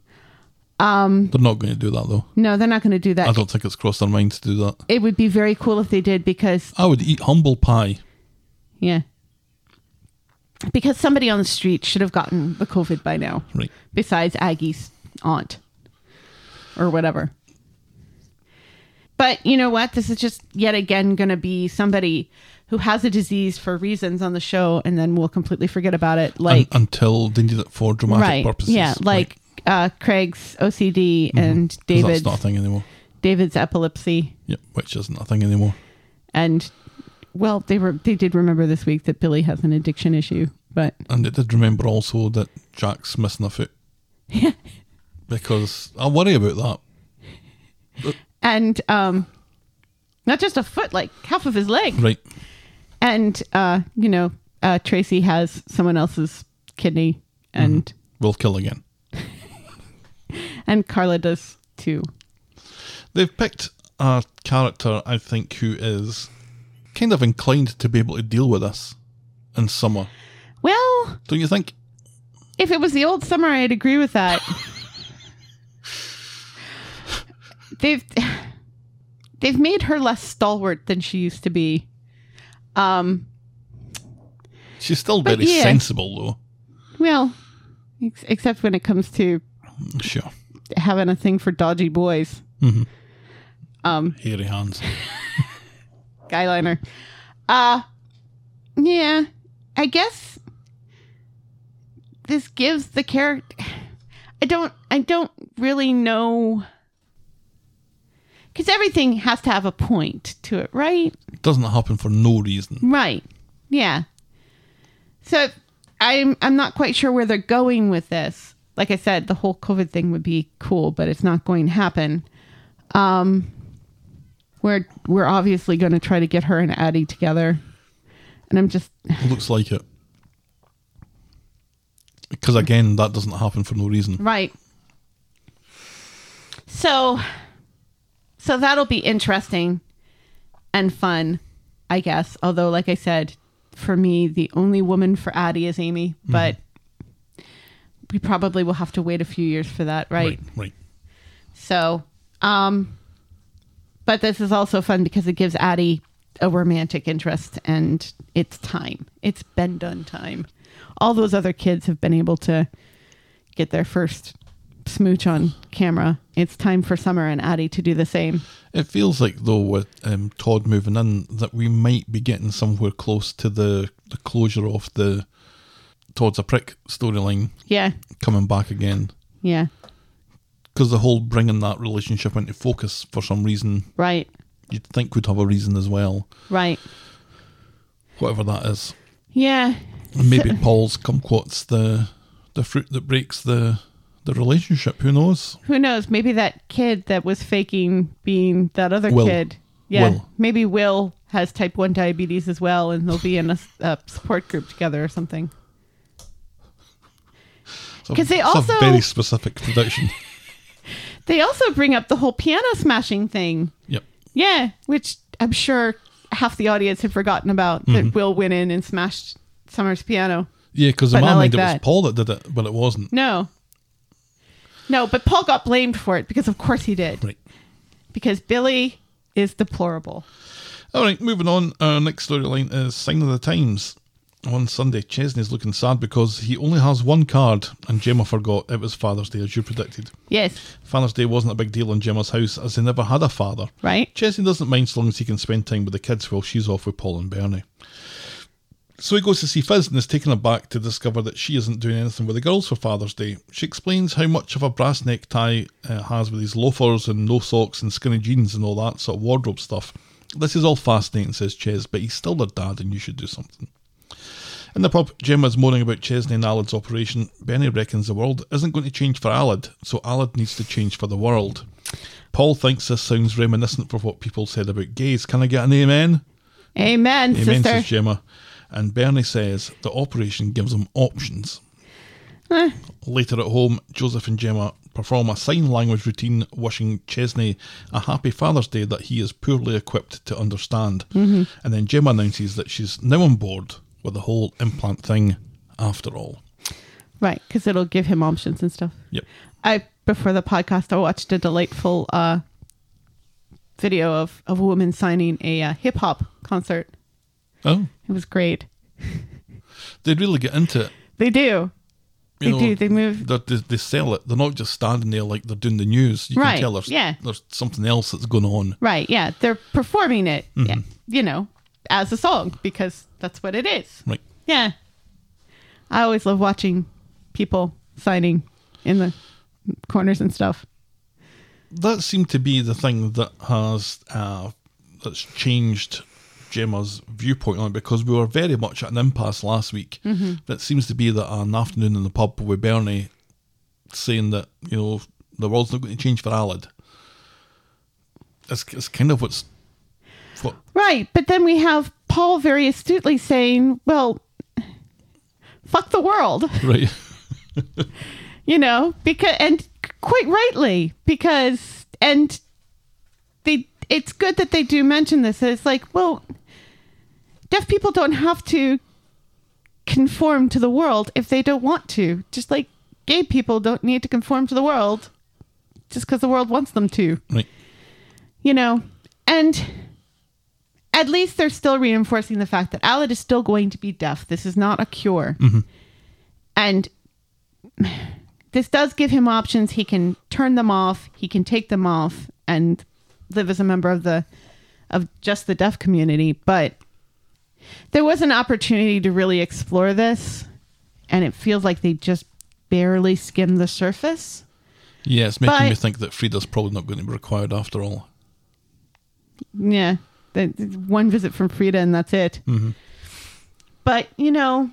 S5: They're not going to do that though.
S6: No, they're not going to do
S5: I
S6: that.
S5: don't think it's crossed their minds to do that.
S6: It would be very cool if they did because
S5: I would eat humble pie.
S6: Yeah. Because somebody on the street should have gotten the COVID by now,
S5: Right.
S6: besides Aggie's aunt or whatever. But you know what? This is just yet again going to be somebody who has a disease for reasons on the show, and then we'll completely forget about it. Like,
S5: Un- until they need it for dramatic
S6: right.
S5: purposes.
S6: Yeah. Like uh, Craig's OCD and
S5: Because
S6: David's,
S5: that's not a thing anymore.
S6: David's epilepsy.
S5: Yep, which isn't a thing anymore.
S6: And, well, they, were, they did remember this week that Billy has an addiction issue, but
S5: And it did remember also that Jack's missing a foot. because I worry about that.
S6: and um not just a foot like half of his leg
S5: Right.
S6: and uh you know uh tracy has someone else's kidney and
S5: We'll kill again.
S6: and carla does too
S5: They've picked a character, I think, who is kind of inclined to be able to deal with this in summer.
S6: well
S5: Don't you think?
S6: if it was the old summer i'd agree with that they've they've made her less stalwart than she used to be um
S5: She's still
S6: But
S5: very
S6: yeah.
S5: sensible,
S6: well ex- except when it comes to
S5: though. Sure.
S6: having a thing for dodgy boys
S5: Hairy hands.
S6: Skyliner. Uh yeah, I guess this gives the character I don't I don't really know cuz everything has to have a point to it, right?
S5: Doesn't happen for no reason.
S6: Right. Yeah. So I'm I'm not quite sure where they're going with this. Like I said, the whole COVID thing would be cool, but it's not going to happen. Um we're we're obviously going to try to get her and Addie together. And I'm just
S5: Looks like it. Because again, that doesn't happen for no reason.
S6: right. So so that'll be interesting and fun, I guess. Although like I said, for me the only woman for Addie is Amy, but we probably will have to wait a few years for that,
S5: Right,
S6: right?
S5: right.
S6: So, um, but this is also fun because it gives Addie a romantic interest and it's time. It's been done time. All those other kids have been able to get their first smooch on camera. It's time for Summer and Addie to do the same.
S5: It feels like though with um, Todd moving in that we might be getting somewhere close to the, the closure of the Todd's a prick storyline
S6: Yeah.
S5: coming back again
S6: Yeah.
S5: because the whole bringing that relationship into focus for some reason
S6: Right.
S5: you'd think would have a reason as well,
S6: Right.
S5: whatever that is.
S6: Yeah.
S5: And maybe
S6: (laughs)
S5: Paul's kumquat's the the fruit that breaks the the relationship. Who knows?
S6: Who knows? Maybe that kid that was faking being that other
S5: Will.
S6: kid. Yeah.
S5: Will.
S6: Maybe Will has type 1 diabetes as well, and they'll be in a, a support group together or something.
S5: It's a-
S6: 'Cause they
S5: it's
S6: also-
S5: a very specific prediction.
S6: They also bring up the whole piano smashing thing.
S5: yep.
S6: Yeah. Which I'm sure half the audience had forgotten about
S5: Mm-hmm.
S6: that Will went in and smashed Summer's piano.
S5: Yeah, because in
S6: But
S5: my
S6: not
S5: mind
S6: like
S5: it was
S6: that.
S5: Paul that did it, but it wasn't.
S6: No. No, but Paul got blamed for it because, of course, he did.
S5: Right.
S6: Because Billy is deplorable.
S5: All right, moving on. Our next storyline is Sign of the Times. On Sunday, Chesney's looking sad because he only has one card, and Gemma forgot it was Father's Day, as you predicted.
S6: Yes.
S5: Father's Day wasn't a big deal in Gemma's house, as they never had a father.
S6: Right.
S5: Chesney doesn't mind so long as he can spend time with the kids while she's off with Paul and Bernie. So he goes to see Fizz and is taken aback to discover that she isn't doing anything with the girls for Father's Day. She explains how much of a brass necktie uh, has with his loafers and no socks and skinny jeans and all that sort of wardrobe stuff. This is all fascinating, says Ches, but he's still their dad and you should do something. In the pub, Gemma's moaning about Chesney and Alid's operation. Benny reckons the world isn't going to change for Alid, so Alid needs to change for the world. Paul thinks this sounds reminiscent for what people said about gays. Can I get an amen?
S6: Amen,
S5: Amen,
S6: sister.
S5: says Gemma. And Bernie says the operation gives them options. Later at home, Joseph and Gemma perform a sign language routine wishing Chesney a happy Father's Day that he is poorly equipped to understand. And then Gemma announces that she's now on board with the whole implant thing after all.
S6: Right, because it'll give him options and stuff.
S5: Yep.
S6: I before the podcast, I watched a delightful uh, video of of a woman signing a uh, hip hop concert.
S5: Oh,
S6: It was great.
S5: they really get into it.
S6: They do.
S5: You
S6: They
S5: know,
S6: do, they move-
S5: they're- They, they sell it. They're not just standing there like they're doing the news. You
S6: Right,
S5: can tell there's,
S6: yeah.
S5: there's something else that's going on.
S6: Right. Yeah. They're performing it, yeah, you know, as a song because that's what it is.
S5: Right.
S6: Yeah. I always love watching people signing in the corners and stuff.
S5: that seemed to be the thing that has uh, that's changed Gemma's viewpoint on it because we were very much at an impasse last week.
S6: Mm-hmm.
S5: But it seems to be that an afternoon in the pub with Bernie saying that you know the world's not going to change for Alad. It's, it's kind of what's what (laughs)
S6: Right. But then we have Paul very astutely saying, well, fuck the world,
S5: right
S6: you know, because, and quite rightly, because, and they, it's good that they do mention this. It's like, well, deaf people don't have to conform to the world if they don't want to. Just like gay people don't need to conform to the world just because the world wants them to.
S5: right
S6: you know, and at least they're still reinforcing the fact that Alad is still going to be deaf. This is not a cure. And this does give him options. He can turn them off, he can take them off and live as a member of the of just the deaf community, but there was an opportunity to really explore this and it feels like they just barely skimmed the surface.
S5: yeah it's making
S6: But-
S5: me think that Frida's probably not going to be required after all.
S6: Yeah. The, the one visit from Frida and that's it. But, you know,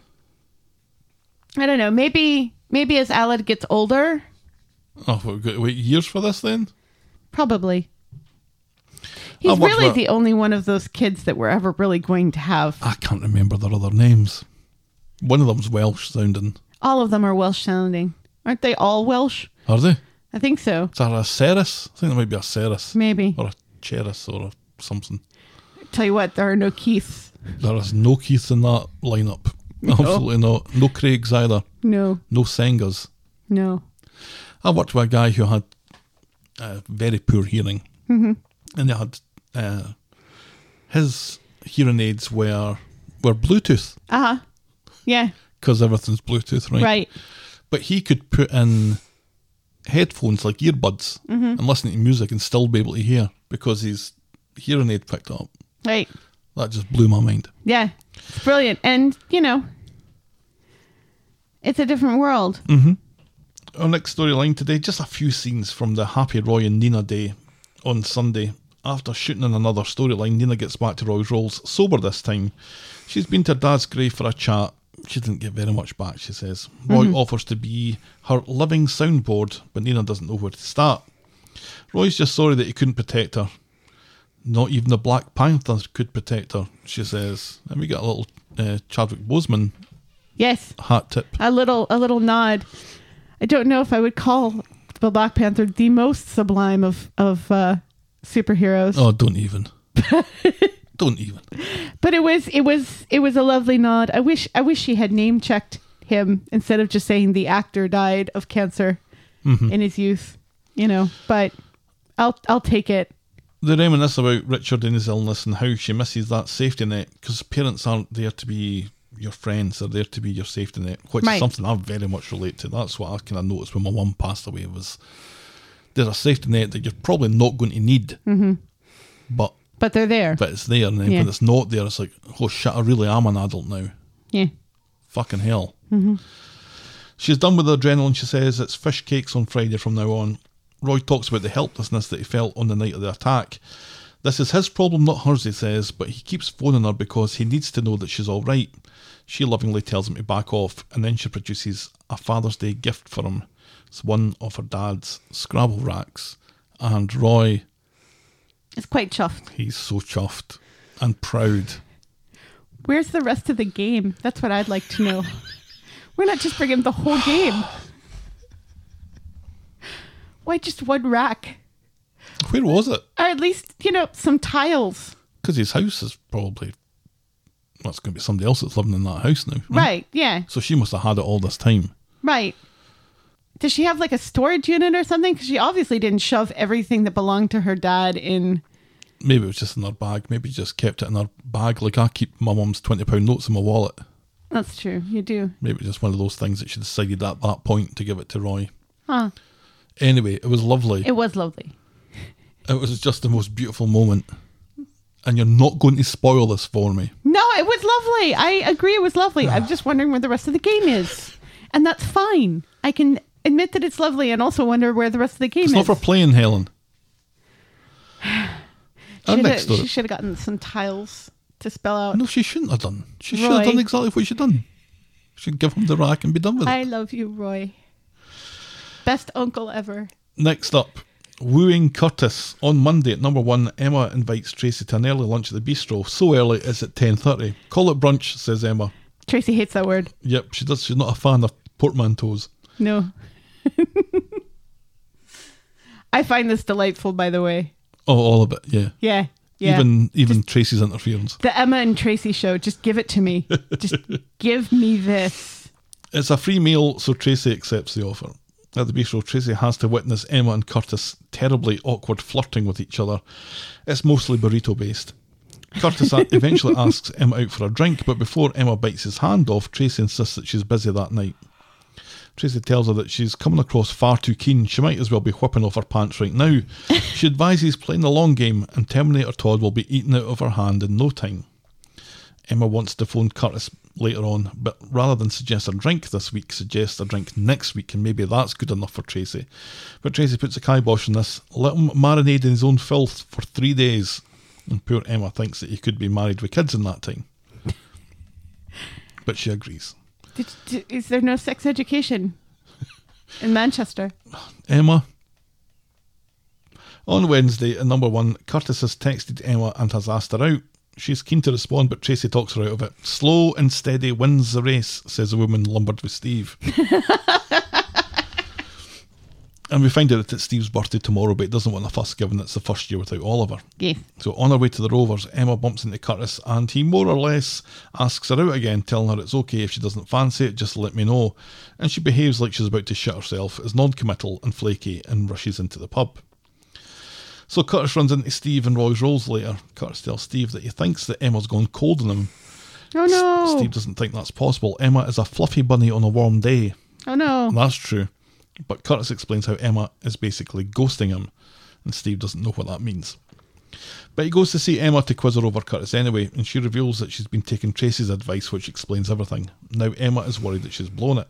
S6: I don't know. Maybe maybe as Alad gets older,
S5: Oh, we've got to wait years for this then.
S6: probably. He's
S5: I'll watch
S6: really
S5: that.
S6: the only one of those kids that we're ever really going to have.
S5: I can't remember their other names. One of them's Welsh sounding.
S6: All of them are Welsh sounding. Aren't they all Welsh?
S5: Are they?
S6: I think so.
S5: Is that a Ceres? I think there might be a Ceres.
S6: Maybe.
S5: Or a Cheris or a something.
S6: Tell you what, there are no Keiths.
S5: There is no Keith in that lineup. Absolutely not. No Craigs either.
S6: No,
S5: No Sengers.
S6: no.
S5: I worked with a guy who had uh, very poor hearing. And they had uh, his hearing aids were were Bluetooth
S6: Uh-huh. Yeah,
S5: because everything's Bluetooth, right?
S6: right.
S5: But he could put in headphones like earbuds and listen to music and still be able to hear because his hearing aid picked up.
S6: Right.
S5: That just blew my mind.
S6: Yeah, it's brilliant, and you know, it's a different world.
S5: Mm. Our next storyline today, just a few scenes from the Happy Roy and Nina day on Sunday. After shooting in another storyline, Nina gets back to Roy's roles, sober this time. She's been to her dad's grave for a chat. She didn't get very much back, she says. Roy offers to be her living soundboard, but Nina doesn't know where to start. Roy's just sorry that he couldn't protect her. Not even the Black Panther could protect her, she says. And we get a little uh, Chadwick Boseman
S6: Yes,
S5: hat tip.
S6: a little a little nod. I don't know if I would call the Black Panther the most sublime of of uh, superheroes,
S5: Oh, don't even. don't even.
S6: but it was it was it was a lovely nod. I wish I wish he had name checked him instead of just saying the actor died of cancer
S5: Mm-hmm.
S6: in his youth. You know, but I'll I'll take it.
S5: They reminisce about Richard and his illness and how she misses that safety net because parents aren't there to be your friends, they're there to be your safety net, which is
S6: Right.
S5: something I very much relate to. That's what I kind of noticed when my mum passed away was there's a safety net that you're probably not going to need, but
S6: But they're there.
S5: but it's there. And then
S6: Mm-hmm. Yeah.
S5: when it's not there, it's like, oh shit, I really am an adult now.
S6: yeah.
S5: Fucking hell. Mm-hmm. She's done with the adrenaline, she says. It's fish cakes on Friday from now on. Roy talks about the helplessness that he felt on the night of the attack. This is his problem, not hers, he says, but he keeps phoning her because he needs to know that she's alright. She lovingly tells him to back off, and then she produces a Father's Day gift for him. It's one of her dad's Scrabble racks. And Roy,
S6: It's quite chuffed.
S5: he's so chuffed and proud.
S6: Where's the rest of the game? That's what I'd like to know. We're not just bringing the whole game. Why just one rack?
S5: Where was it?
S6: Or at least, you know, some tiles.
S5: Because his house is probably. Well, it's going to be somebody else that's living in that house now.
S6: Right. Yeah.
S5: So she must have had it all this time.
S6: Right. Does she have like a storage unit or something? Because she obviously didn't shove everything that belonged to her dad in.
S5: Maybe it was just in her bag. Maybe just kept it in her bag. Like I keep my mum's twenty pound notes in my wallet.
S6: That's true. You do.
S5: Maybe it was just one of those things that she decided at that point to give it to Roy.
S6: Huh.
S5: Anyway, it was lovely.
S6: It was lovely.
S5: It was just the most beautiful moment. And you're not going to spoil this for me.
S6: No, it was lovely. I agree. It was lovely. I'm just wondering where the rest of the game is. And that's fine. I can admit that it's lovely and also wonder where the rest of the game
S5: It's
S6: is.
S5: not for playing, Helen. Our
S6: Shoulda-
S5: next
S6: she
S5: story.
S6: should have gotten some tiles to spell out.
S5: No, she shouldn't have done. She should have
S6: Roy.
S5: done exactly what she done. She'd give him the rack and be done with it.
S6: I love you, Roy. Best uncle ever.
S5: Next up, Wooing Curtis. On Monday at number one, Emma invites Tracy to an early lunch at the bistro. So early it's at 10.30. Call it brunch, says Emma.
S6: Tracy hates that word.
S5: Yep, she does. She's not a fan of portmanteaus.
S6: No. (laughs) I find this delightful, by the way.
S5: Oh, all of it, yeah.
S6: Yeah. Yeah.
S5: Even even Tracy's interference.
S6: the Emma and Tracy show, just give it to me.
S5: (laughs)
S6: Just give me this.
S5: It's a free meal, so Tracy accepts the offer. At the bistro, Tracy has to witness Emma and Curtis terribly awkward flirting with each other. It's mostly burrito based. Curtis a- eventually asks Emma out for a drink, but before Emma bites his hand off, Tracy insists that she's busy that night. Tracy tells her that she's coming across far too keen. She might as well be whipping off her pants right now. She advises playing the long game, and Terminator Todd will be eaten out of her hand in no time. Emma wants to phone Curtis later on, but rather than suggest a drink this week, suggests a drink next week, and maybe that's good enough for Tracy. But Tracy puts a kibosh on this. Let him marinate in his own filth for three days. And poor Emma thinks that he could be married with kids in that time. but she agrees.
S6: Did, d is there no sex education in Manchester?
S5: Emma. On Wednesday, at number one, Curtis has texted Emma and has asked her out. She's keen to respond, but Tracy talks her out of it. Slow and steady wins the race, says a woman lumbered with Steve. and we find out that it's Steve's birthday tomorrow, but he doesn't want a fuss given it's the first year without Oliver.
S6: Yes.
S5: So on her way to the Rovers, Emma bumps into Curtis and he more or less asks her out again, telling her it's okay if she doesn't fancy it, just let me know. And she behaves like she's about to shit herself, is non committal and flaky, and rushes into the pub. So Curtis runs into Steve and Roy's Rolls later. Curtis tells Steve that he thinks that Emma's gone cold on him.
S6: Oh no.
S5: Steve doesn't think that's possible. Emma is a fluffy bunny on a warm day.
S6: Oh no.
S5: That's true. But Curtis explains how Emma is basically ghosting him, and Steve doesn't know what that means. But he goes to see Emma to quiz her over Curtis anyway, and she reveals that she's been taking Tracy's advice, which explains everything. Now Emma is worried that she's blown it.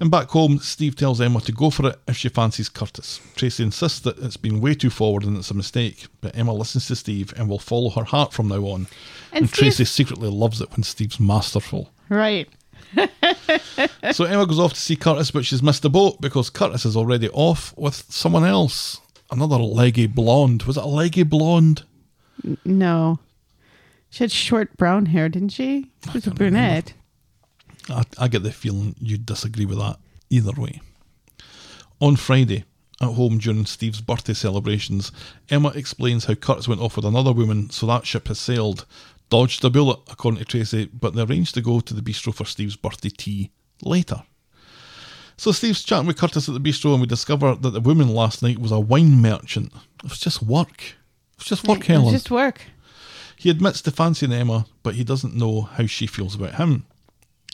S5: And back home, Steve tells Emma to go for it if she fancies Curtis. Tracy insists that it's been way too forward and it's a mistake, but Emma listens to Steve and will follow her heart from now on.
S6: And
S5: And,
S6: Steve-
S5: Tracy secretly loves it when Steve's masterful.
S6: Right.
S5: So Emma goes off to see Curtis, but she's missed the boat because Curtis is already off with someone else. Another leggy blonde. Was it a leggy blonde?
S6: No. She had short brown hair, didn't she? She was a brunette.
S5: I, I get the feeling you disagree with that either way. On Friday, at home during Steve's birthday celebrations, Emma explains how Curtis went off with another woman, so that ship has sailed. Dodged a bullet, according to Tracy, but they arranged to go to the bistro for Steve's birthday tea later. So Steve's chatting with Curtis at the bistro, and we discover that the woman last night was a wine merchant. It was just work. It was just work,
S6: It was
S5: Helen.
S6: Just work.
S5: He admits to fancying Emma, but he doesn't know how she feels about him.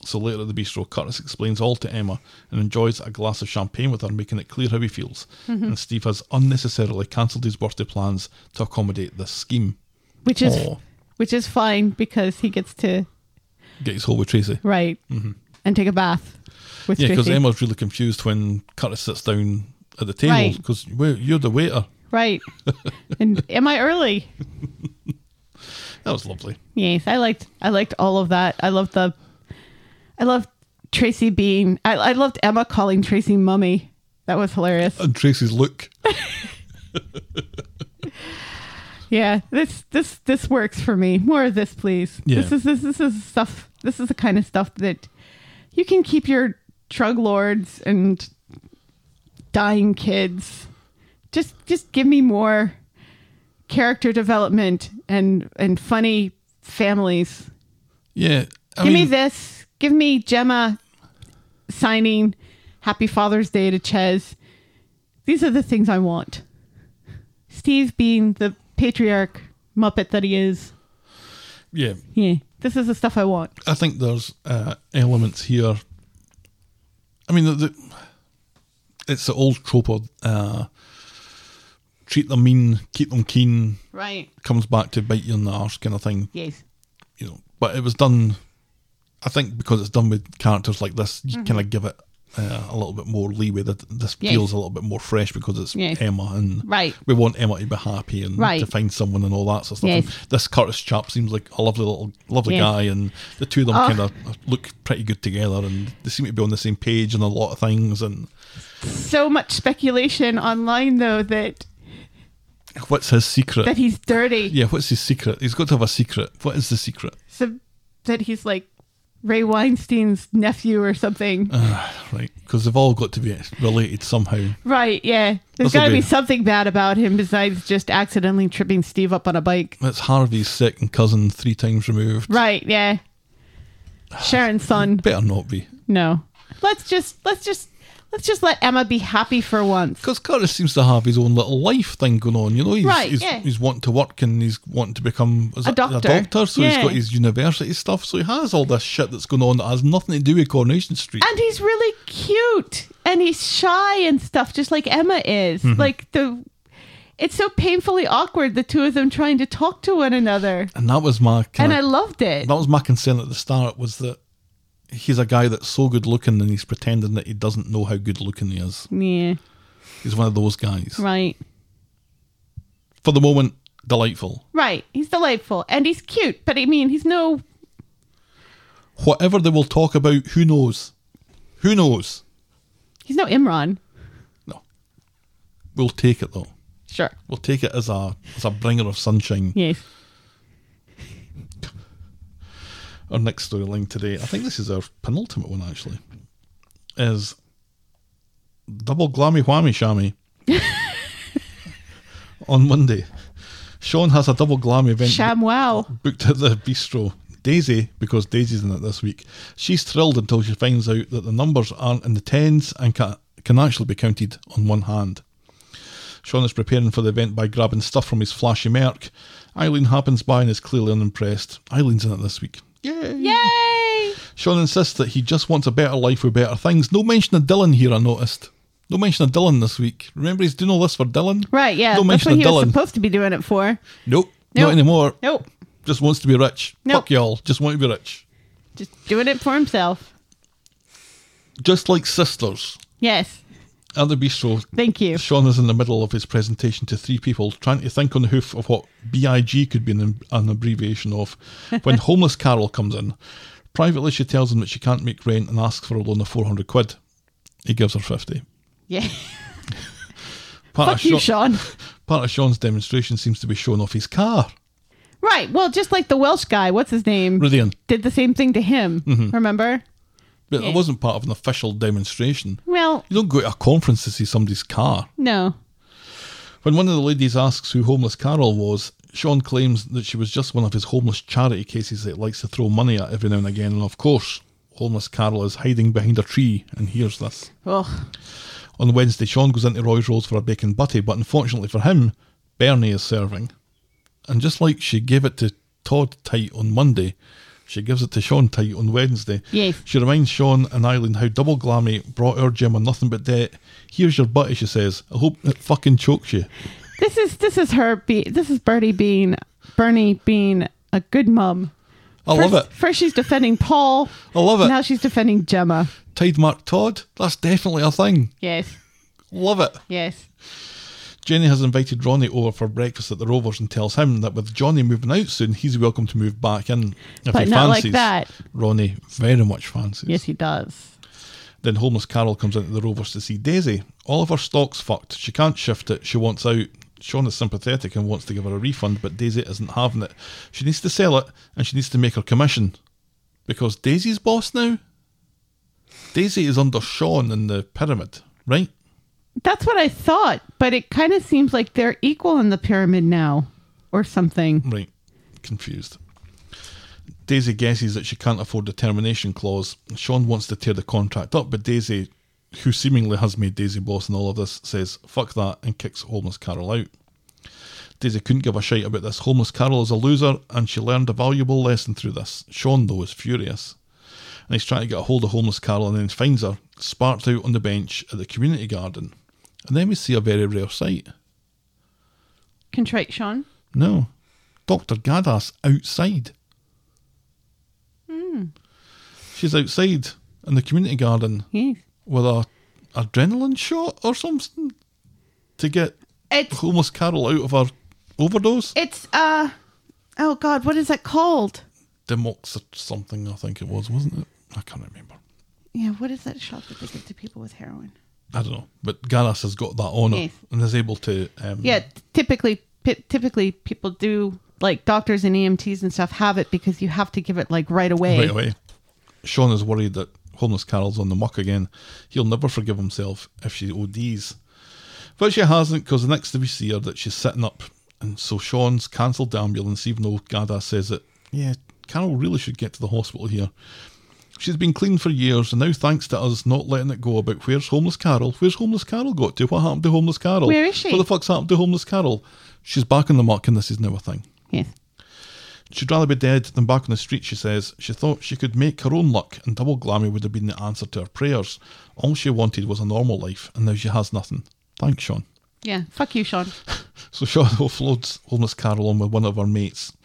S5: So later at the bistro, Curtis explains all to Emma and enjoys a glass of champagne with her, making it clear how he feels.
S6: Mm-hmm.
S5: And Steve has unnecessarily cancelled his birthday plans to accommodate this scheme.
S6: Which is
S5: Aw.
S6: which is fine because he gets to
S5: Get his hole with Tracy.
S6: write and take a bath with
S5: Mm-hmm. Yeah, because
S6: Tracy.
S5: Emma's really confused when Curtis sits down at the table
S6: Right.
S5: because you're the waiter.
S6: Right.
S5: (laughs)
S6: and am I early?
S5: That was lovely.
S6: Yes, I liked I liked all of that. I loved the I loved Tracy being I, I loved Emma calling Tracy mummy. That was hilarious.
S5: And Tracy's look.
S6: Yeah, this this this works for me. More of this, please.
S5: Yeah.
S6: This is this, this is stuff. This is the kind of stuff that you can keep your drug lords and dying kids. Just just give me more character development and and funny families.
S5: Yeah. I
S6: give me
S5: mean,
S6: this. Give me Gemma signing Happy Father's Day to Ches. These are the things I want. Steve being the patriarch Muppet that he is.
S5: yeah.
S6: Yeah. This is the stuff I want.
S5: I think there's uh, elements here. I mean, the, the, it's the old trope of uh, treat them mean, keep them keen,
S6: Right.
S5: comes back to bite you in the arse kind of thing.
S6: Yes.
S5: you know, but it was done. I think because it's done with characters like this, you kind of give it uh, a little bit more leeway. That this
S6: Mm-hmm. Yes.
S5: feels a little bit more fresh because it's
S6: Yes.
S5: Emma and
S6: Right.
S5: We want Emma to be happy and
S6: Right.
S5: to find someone and all that sort of stuff.
S6: Yes.
S5: And this Curtis chap seems like a lovely little lovely
S6: Yes.
S5: guy, and the two of them
S6: Oh.
S5: kind of look pretty good together, and they seem to be on the same page in a lot of things. And
S6: So much speculation online though that
S5: what's his secret?
S6: that he's dirty.
S5: yeah, what's his secret? He's got to have a secret. What is the secret?
S6: So that he's like Ray Weinstein's nephew or something.
S5: Uh-huh. Right, because they've all got to be related somehow.
S6: Right, yeah.
S5: This'll
S6: There's got to
S5: do.
S6: be something bad about him besides just accidentally tripping Steve up on a bike.
S5: That's Harvey's second cousin, three times removed.
S6: Right, yeah. Sharon's son.
S5: Better not be.
S6: No. Let's just let's just let's just let Emma be happy for once.
S5: Because Curtis seems to have his own little life thing going on. You know, he's,
S6: Right,
S5: he's,
S6: yeah.
S5: he's wanting to work and he's wanting to become is
S6: A
S5: it
S6: doctor.
S5: so he's
S6: Yeah.
S5: got his university stuff. So he has all this shit that's going on that has nothing to do with Coronation Street.
S6: And he's really cute and he's shy and stuff just like Emma is.
S5: Mm-hmm.
S6: Like the it's so painfully awkward the two of them trying to talk to one another.
S5: And that was my
S6: And
S5: kind
S6: I
S5: of,
S6: loved it.
S5: that was my concern at the start was that he's a guy that's so good looking and he's pretending that he doesn't know how good looking he is.
S6: Yeah.
S5: He's one of those guys.
S6: Right.
S5: For the moment, delightful.
S6: Right. He's delightful and he's cute, but I mean, he's no
S5: Whatever they will talk about, who knows? Who knows?
S6: he's no Imran.
S5: No. We'll take it though.
S6: Sure.
S5: We'll take it as a as a bringer of sunshine.
S6: Yes.
S5: Our next storyline today, I think this is our penultimate one actually, is double glammy whammy shammy. On Monday, Sean has a double glammy event
S6: Sham wow.
S5: booked at the bistro. Daisy, because Daisy's in it this week, she's thrilled until she finds out that the numbers aren't in the tens and can, can actually be counted on one hand. Sean is preparing for the event by grabbing stuff from his flashy Merc. Eileen happens by and is clearly unimpressed. Eileen's in it this week. Yay!
S6: Yay!
S5: Sean insists that he just wants a better life with better things. No mention of Dylan here, I noticed. No mention of Dylan this week. Remember, he's doing all this for Dylan?
S6: Right, yeah.
S5: No
S6: That's
S5: mention
S6: what
S5: of
S6: he was
S5: Dylan.
S6: supposed to be doing it for.
S5: nope,
S6: Nope.
S5: not anymore.
S6: Nope.
S5: Just wants to be rich.
S6: Nope.
S5: Fuck y'all. Just want to be rich.
S6: Just doing it for himself.
S5: Just like sisters.
S6: Yes.
S5: At the bistro,
S6: Thank you.
S5: Sean is in the middle of his presentation to three people, trying to think on the hoof of what BIG could be an, an abbreviation of,
S6: (laughs)
S5: when homeless Carol comes in. Privately, she tells him that she can't make rent and asks for a loan of 400 quid. He gives her 50.
S6: Yeah.
S5: Part of
S6: (laughs) Fuck you, Sean.
S5: Part of Sean's demonstration seems to be showing off his car.
S6: Right. Well, just like the Welsh guy, what's his name?
S5: Rudian.
S6: Did the same thing to him.
S5: Mm-hmm.
S6: Remember?
S5: But it wasn't part of an official demonstration.
S6: Well,
S5: You don't go to a conference to see somebody's car.
S6: no.
S5: When one of the ladies asks who Homeless Carol was, Sean claims that she was just one of his homeless charity cases that likes to throw money at every now and again, and of course, Homeless Carol is hiding behind a tree and hears this.
S6: Ugh.
S5: On Wednesday, Sean goes into Roy's Rolls for a bacon butty, but unfortunately for him, Bernie is serving. And just like she gave it to Todd tight on Monday, she gives it to Sean tight on Wednesday.
S6: Yes.
S5: She reminds Sean and Eileen how double glammy brought her gym on nothing but debt. Here's your butty, she says. I hope it fucking chokes you.
S6: This is this is her. Be- this is Bertie being Bernie being a good mum.
S5: I
S6: first,
S5: love it.
S6: First, she's defending Paul.
S5: (laughs) I love it.
S6: Now she's defending Gemma.
S5: Tide Mark Todd, that's definitely a thing.
S6: Yes.
S5: Love it.
S6: Yes.
S5: Jenny has invited Ronnie over for breakfast at the Rovers and tells him that with Johnny moving out soon, he's welcome to move back in if
S6: But
S5: he
S6: not like
S5: fancies.
S6: that.
S5: Ronnie very much fancies.
S6: Yes, he does.
S5: Then homeless Carol comes into the Rovers to see Daisy. All of her stock's fucked. She can't shift it. She wants out. Sean is sympathetic and wants to give her a refund, but Daisy isn't having it. She needs to sell it and she needs to make her commission. Because Daisy's boss now? Daisy is under Sean in the pyramid, right?
S6: That's what I thought, but it kind of seems like they're equal in the pyramid now or something.
S5: Right. Confused. Daisy guesses that she can't afford the termination clause. Sean wants to tear the contract up, but Daisy, who seemingly has made Daisy boss in all of this, says fuck that and kicks homeless Carol out. Daisy couldn't give a shit about this. Homeless Carol is a loser, and she learned a valuable lesson through this. Sean, though, is furious. And he's trying to get a hold of homeless Carol and then finds her, sparked out on the bench at the community garden. And then we see a very rare sight.
S6: Contrite Sean?
S5: No. Dr. Gadas outside.
S6: Hmm.
S5: She's outside in the community garden
S6: Yes.
S5: with a adrenaline shot or something to get
S6: It's
S5: homeless Carol out of her overdose.
S6: it's uh oh god, what is that called?
S5: Demox or something, I think it was, wasn't it? I can't remember.
S6: Yeah, what is that shot that they give to people with heroin?
S5: I don't know. But Gadas has got that on her
S6: Yes.
S5: and is able to. Um,
S6: Yeah, typically pi- typically people do like doctors and EMTs and stuff have it because you have to give it like right away.
S5: Right away. Sean is worried that homeless Carol's on the muck again. He'll never forgive himself if she ODs. But she hasn't because the next time we see her that she's sitting up. And so Sean's cancelled the ambulance even though Gada says that, yeah, Carol really should get to the hospital here. She's been clean for years and now thanks to us not letting it go about where's homeless Carol? Where's homeless Carol got to? What happened to homeless Carol?
S6: Where is she?
S5: What the fuck's happened to homeless Carol? She's back in the muck and this is now a thing.
S6: Yes.
S5: She'd rather be dead than back on the street, she says. She thought she could make her own luck, and double glammy would have been the answer to her prayers. All she wanted was a normal life, and now she has nothing. Thanks, Sean.
S6: Yeah. Fuck you, Sean.
S5: So Sean offloads homeless Carol on with one of her mates.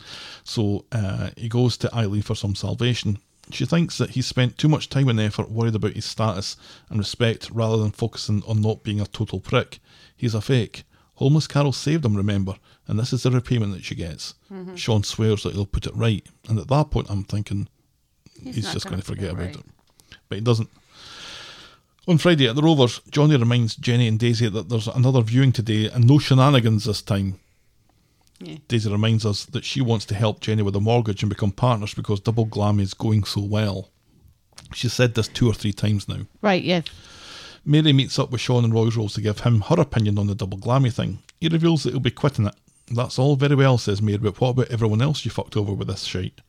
S5: So uh, he goes to Eileen for some salvation. She thinks that he spent too much time and effort worried about his status and respect rather than focusing on not being a total prick. He's a fake. Homeless Carol saved him, remember, and this is the repayment that she gets.
S6: Mm-hmm.
S5: Sean swears that he'll put it right, and at that point I'm thinking he's,
S6: not
S5: just
S6: gonna
S5: going to forget
S6: put it
S5: about
S6: right.
S5: it. But he doesn't. On Friday at the Rovers, Johnny reminds Jenny and Daisy that there's another viewing today and no shenanigans this time.
S6: Yeah.
S5: Daisy reminds us that she wants to help Jenny with a mortgage and become partners because Double Glam is going so well. She's said this two or three times now.
S6: Right, yes.
S5: Mary meets up with Sean and Roy's Rolls to give him her opinion on the double glammy thing. He reveals that he'll be quitting it. That's all very well, says Mary, but what about everyone else you fucked over with this shite?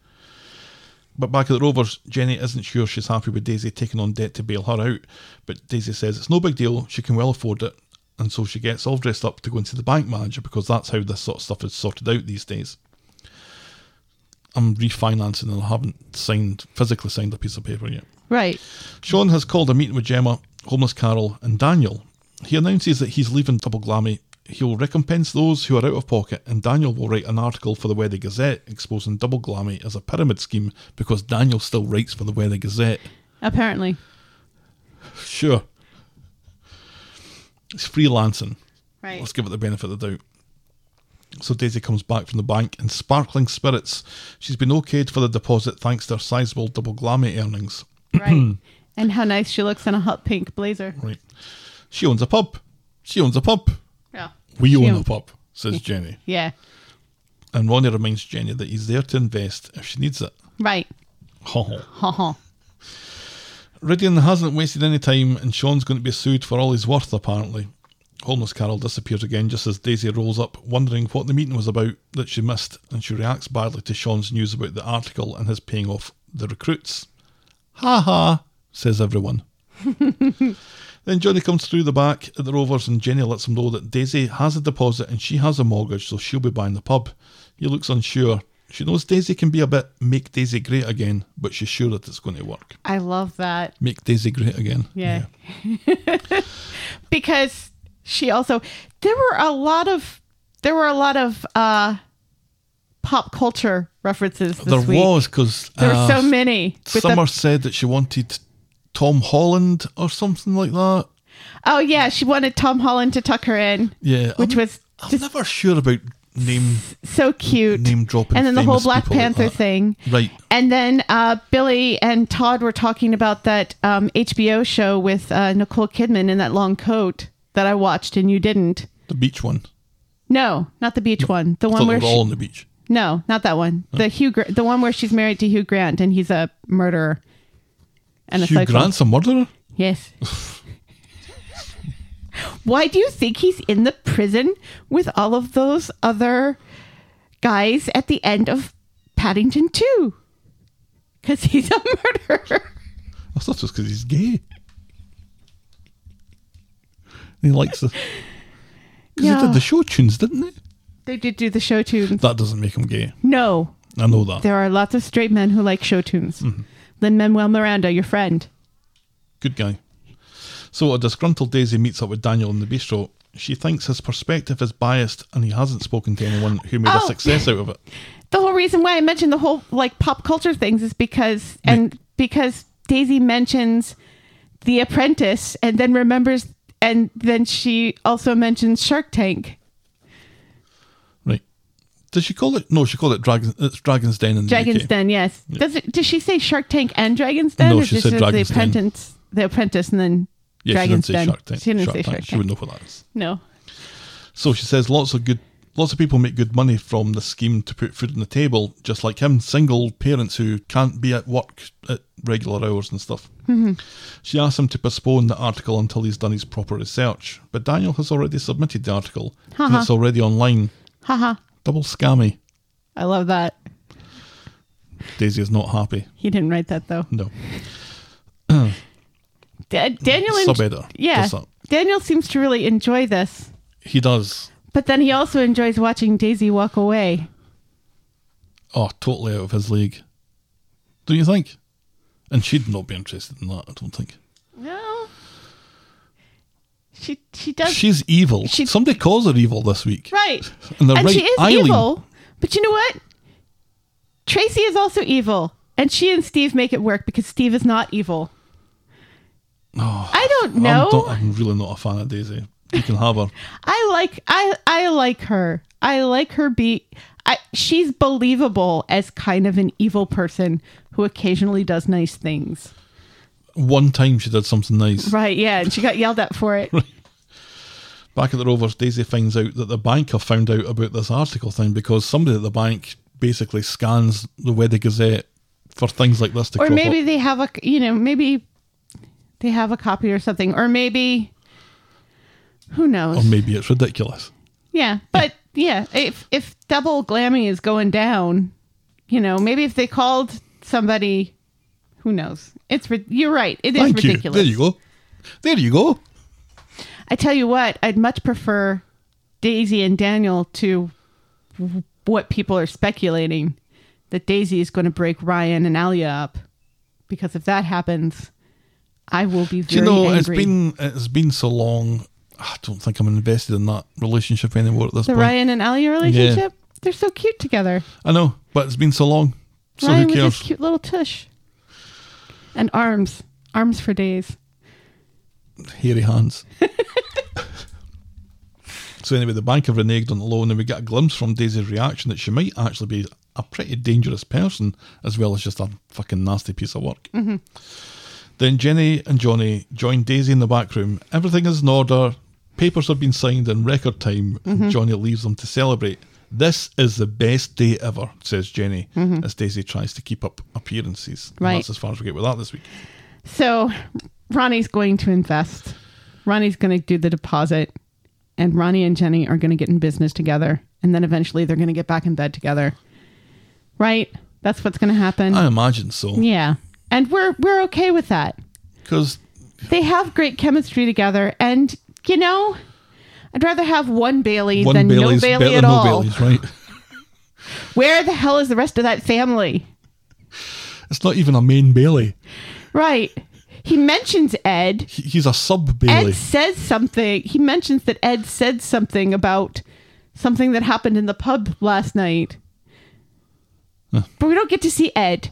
S5: But back at the Rovers, Jenny isn't sure she's happy with Daisy taking on debt to bail her out, but Daisy says it's no big deal, she can well afford it, and so she gets all dressed up to go and see the bank manager because that's how this sort of stuff is sorted out these days. I'm refinancing and I haven't signed physically signed a piece of paper yet.
S6: Right.
S5: Sean has called a meeting with Gemma, homeless Carol, and Daniel. He announces that he's leaving Double Glammy. He'll recompense those who are out of pocket, and Daniel will write an article for the Weather Gazette exposing Double Glammy as a pyramid scheme because Daniel still writes for the Weather Gazette.
S6: Apparently.
S5: Sure. It's freelancing.
S6: Right.
S5: Let's give it the benefit of the doubt. So Daisy comes back from the bank in sparkling spirits. She's been okayed for the deposit thanks to her sizable double glammy earnings.
S6: Right.
S5: (clears throat)
S6: and how nice she looks in a hot pink blazer.
S5: Right. She owns a pub. She owns a pub.
S6: Yeah.
S5: We
S6: She
S5: own
S6: own-
S5: a pub, says Jenny.
S6: Yeah.
S5: And Ronnie reminds Jenny that he's there to invest if she needs it.
S6: Right.
S5: Ha ha.
S6: Ha ha.
S5: Ridian hasn't wasted any time, and Sean's going to be sued for all he's worth, apparently. Homeless Carol disappears again just as Daisy rolls up, wondering what the meeting was about that she missed, and she reacts badly to Sean's news about the article and his paying off the recruits. Ha ha, says everyone. Then Johnny comes through the back at the Rovers and Jenny lets him know that Daisy has a deposit and she has a mortgage, so she'll be buying the pub. He looks unsure. She knows Daisy can be a bit make Daisy great again, but she's sure that it's going to work.
S6: I love that.
S5: Make Daisy great again.
S6: Yeah. (laughs) because she also there were a lot of there were a lot of uh pop culture references this
S5: There
S6: week.
S5: was because
S6: there were so
S5: uh,
S6: many. with the-
S5: Summer said that she wanted Tom Holland or something like that.
S6: oh yeah, she wanted Tom Holland to tuck her in.
S5: Yeah,
S6: Which
S5: I'm-
S6: was
S5: I'm
S6: just-
S5: never sure about name.
S6: so cute.
S5: name dropping
S6: And then the whole
S5: famous
S6: Black
S5: people like
S6: Panther
S5: that.
S6: thing.
S5: Right.
S6: And then uh, Billy and Todd were talking about that um, HBO show with uh, Nicole Kidman in that long coat that I watched and you didn't.
S5: The beach one.
S6: No, not the beach one. The
S5: I
S6: one
S5: thought
S6: where
S5: they were all
S6: she,
S5: on the beach.
S6: no, not that one. The Hugh, Gra- the one where she's married to Hugh Grant and he's a murderer. And a
S5: Hugh
S6: psycho-
S5: Grant's a murderer.
S6: Yes. Why do you think he's in the prison with all of those other guys at the end of Paddington 2? Because he's a (laughs) murderer.
S5: I thought it was because he's gay. He likes the. Because he
S6: Yeah.
S5: did the show tunes, didn't he?
S6: They did do the show tunes.
S5: That doesn't make him gay.
S6: No,
S5: I know that.
S6: there are lots of straight men who like show tunes. Lin Manuel Miranda, your friend.
S5: Good guy. So a disgruntled Daisy meets up with Daniel in the bistro. She thinks his perspective is biased and he hasn't spoken to anyone who made a
S6: Oh.
S5: success out of it.
S6: the whole reason why I mentioned the whole like pop culture things is because and because Daisy mentions The Apprentice and then remembers and then she also mentions Shark Tank,
S5: Right. Does she call it? No, she called it Dragon. It's Dragon's Den in the
S6: Dragon's
S5: UK.
S6: Den. Yes, does it? Does she say Shark Tank and Dragon's Den?
S5: No, she
S6: just
S5: said
S6: says
S5: Dragon's
S6: The
S5: Den.
S6: Apprentice, The Apprentice, and then
S5: Yeah,
S6: Dragon's
S5: she didn't say
S6: Den.
S5: Shark Tank.
S6: She didn't
S5: Shark
S6: say Shark
S5: Tank.
S6: Tank.
S5: She wouldn't know what that is.
S6: no,
S5: So she says lots of good, lots of people make good money from the scheme to put food on the table, just like him, single parents who can't be at work at regular hours and stuff.
S6: Mm-hmm.
S5: She asks him to postpone the article until he's done his proper research, but Daniel has already submitted the article and it's already online.
S6: haha,
S5: Double scammy.
S6: I love that.
S5: Daisy is not happy.
S6: He didn't write that though.
S5: No, Mm.
S6: Da- Daniel, en-
S5: Sub-editor
S6: yeah,
S5: does that.
S6: Daniel seems to really enjoy this.
S5: he does.
S6: But then he also enjoys watching Daisy walk away.
S5: Oh, totally out of his league. Don't you think? And she'd not be interested in that. I don't think.
S6: Well, she she does
S5: She's evil.
S6: She-
S5: Somebody calls her evil this week.
S6: (laughs) right,
S5: And they're right,
S6: she is
S5: Eileen.
S6: evil. But you know what? Tracy is also evil, and she and Steve make it work because Steve is not evil. I don't know.
S5: Oh, I'm, not, I'm really not a fan of Daisy. You can have her.
S6: I like I I like her. I like her be I she's believable as kind of an evil person who occasionally does nice things.
S5: One time she did something nice.
S6: Right, yeah, and she got yelled at for it.
S5: Back at the Rovers, Daisy finds out that the bank have found out about this article thing because somebody at the bank basically scans the Weather Gazette for things like this to
S6: or
S5: crop
S6: maybe
S5: up.
S6: they have a you know maybe they have a copy or something or maybe who knows
S5: Or maybe it's ridiculous.
S6: yeah but yeah if if double glammy is going down you know maybe if they called somebody who knows it's ri- you're right it is
S5: Thank you. There
S6: ridiculous
S5: you go. There you go.
S6: i tell you what i'd much prefer daisy and daniel to w- what people are speculating that daisy is going to break ryan and alia up because if that happens i will be
S5: Do you
S6: very
S5: know
S6: angry
S5: it's been it's been so long. I don't think I'm invested in that relationship anymore at this
S6: The
S5: point.
S6: Ryan and Ellie relationship? They're so cute together.
S5: I know, but it's been so long. So
S6: Ryan
S5: who
S6: with his
S5: cares?
S6: cute little tush. And arms. Arms for days.
S5: hairy hands. so anyway, the bank have reneged on the loan, and we get a glimpse from Daisy's reaction that she might actually be a pretty dangerous person as well as just a fucking nasty piece of work. Then Jenny and Johnny join Daisy in the back room. Everything is in order. Papers have been signed in record time. And Johnny leaves them to celebrate. This is the best day ever, says Jenny, as Daisy tries to keep up appearances. And
S6: Right.
S5: that's as far as we get with that this week.
S6: So Ronnie's going to invest. Ronnie's going to do the deposit. And Ronnie and Jenny are going to get in business together. And then eventually they're going to get back in bed together. Right? That's what's going to happen.
S5: I imagine so.
S6: yeah. And we're we're okay with that.
S5: Because
S6: They have great chemistry together and you know, I'd rather have one Bailey
S5: one
S6: than
S5: Bailey's
S6: no Bailey
S5: better
S6: at
S5: than
S6: all.
S5: no Bailey's, right? (laughs)
S6: Where the hell is the rest of that family?
S5: It's not even a main Bailey.
S6: Right. He mentions Ed.
S5: He- He's a sub Bailey.
S6: Ed says something. He mentions that Ed said something about something that happened in the pub last night. But we don't get to see Ed.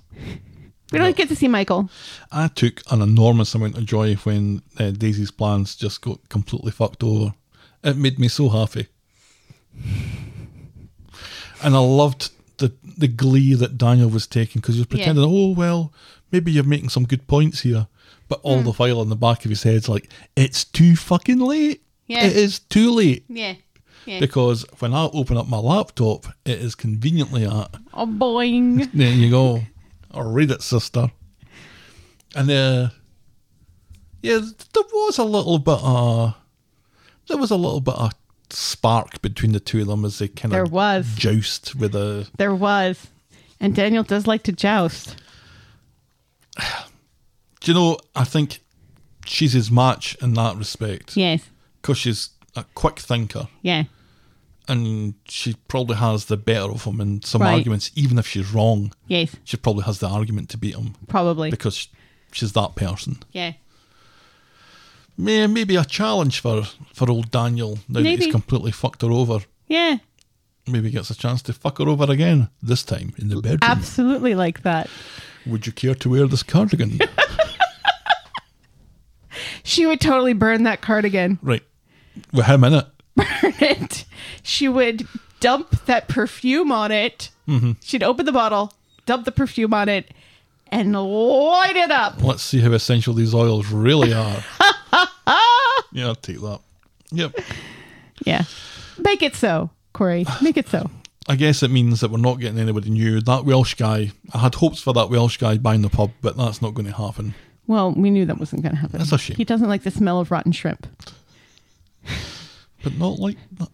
S6: We don't get to see Michael.
S5: I took an enormous amount of joy when uh, Daisy's plans just got completely fucked over. It made me so
S6: (laughs)
S5: happy, and I loved the the glee that Daniel was taking because he was pretending, oh well, maybe you're making some good points here, but
S6: Hmm.
S5: all the while in the back of his head's like, it's too fucking late.
S6: Yeah.
S5: It is too late.
S6: Yeah. Yeah.
S5: Because when I open up my laptop, it is conveniently at
S6: Oh, boing.
S5: There you go. Or read it, sister. And uh, yeah, there was a little bit of there was a little bit of spark between the two of them as they kind
S6: There
S5: of
S6: was.
S5: joust with a
S6: There was. And Daniel does like to joust.
S5: do you know i think she's his match in that respect
S6: Yes.
S5: because she's a quick thinker
S6: Yeah.
S5: and she probably has the better of him in some
S6: Right.
S5: arguments even if she's wrong
S6: Yes.
S5: she probably has the argument to beat him
S6: Probably.
S5: because she's that person
S6: Yeah.
S5: May maybe a challenge for for old daniel now that
S6: Maybe.
S5: he's completely fucked her over
S6: Yeah.
S5: maybe gets a chance to fuck her over again this time in the bedroom
S6: Absolutely like that.
S5: would you care to wear this cardigan
S6: She would totally burn that cardigan.
S5: right with him in it
S6: Burn it. She would dump that perfume on it.
S5: Mm-hmm.
S6: She'd open the bottle, dump the perfume on it, and light it up.
S5: Let's see how essential these oils really are. yeah, I'll take that. Yep.
S6: Yeah. Make it so, Corey. Make it so.
S5: I guess it means that we're not getting anybody new. That Welsh guy, I had hopes for that Welsh guy buying the pub, but that's not going to happen.
S6: Well, we knew that wasn't going to happen.
S5: That's a shame.
S6: He doesn't like the smell of rotten shrimp.
S5: But not (laughs) like that.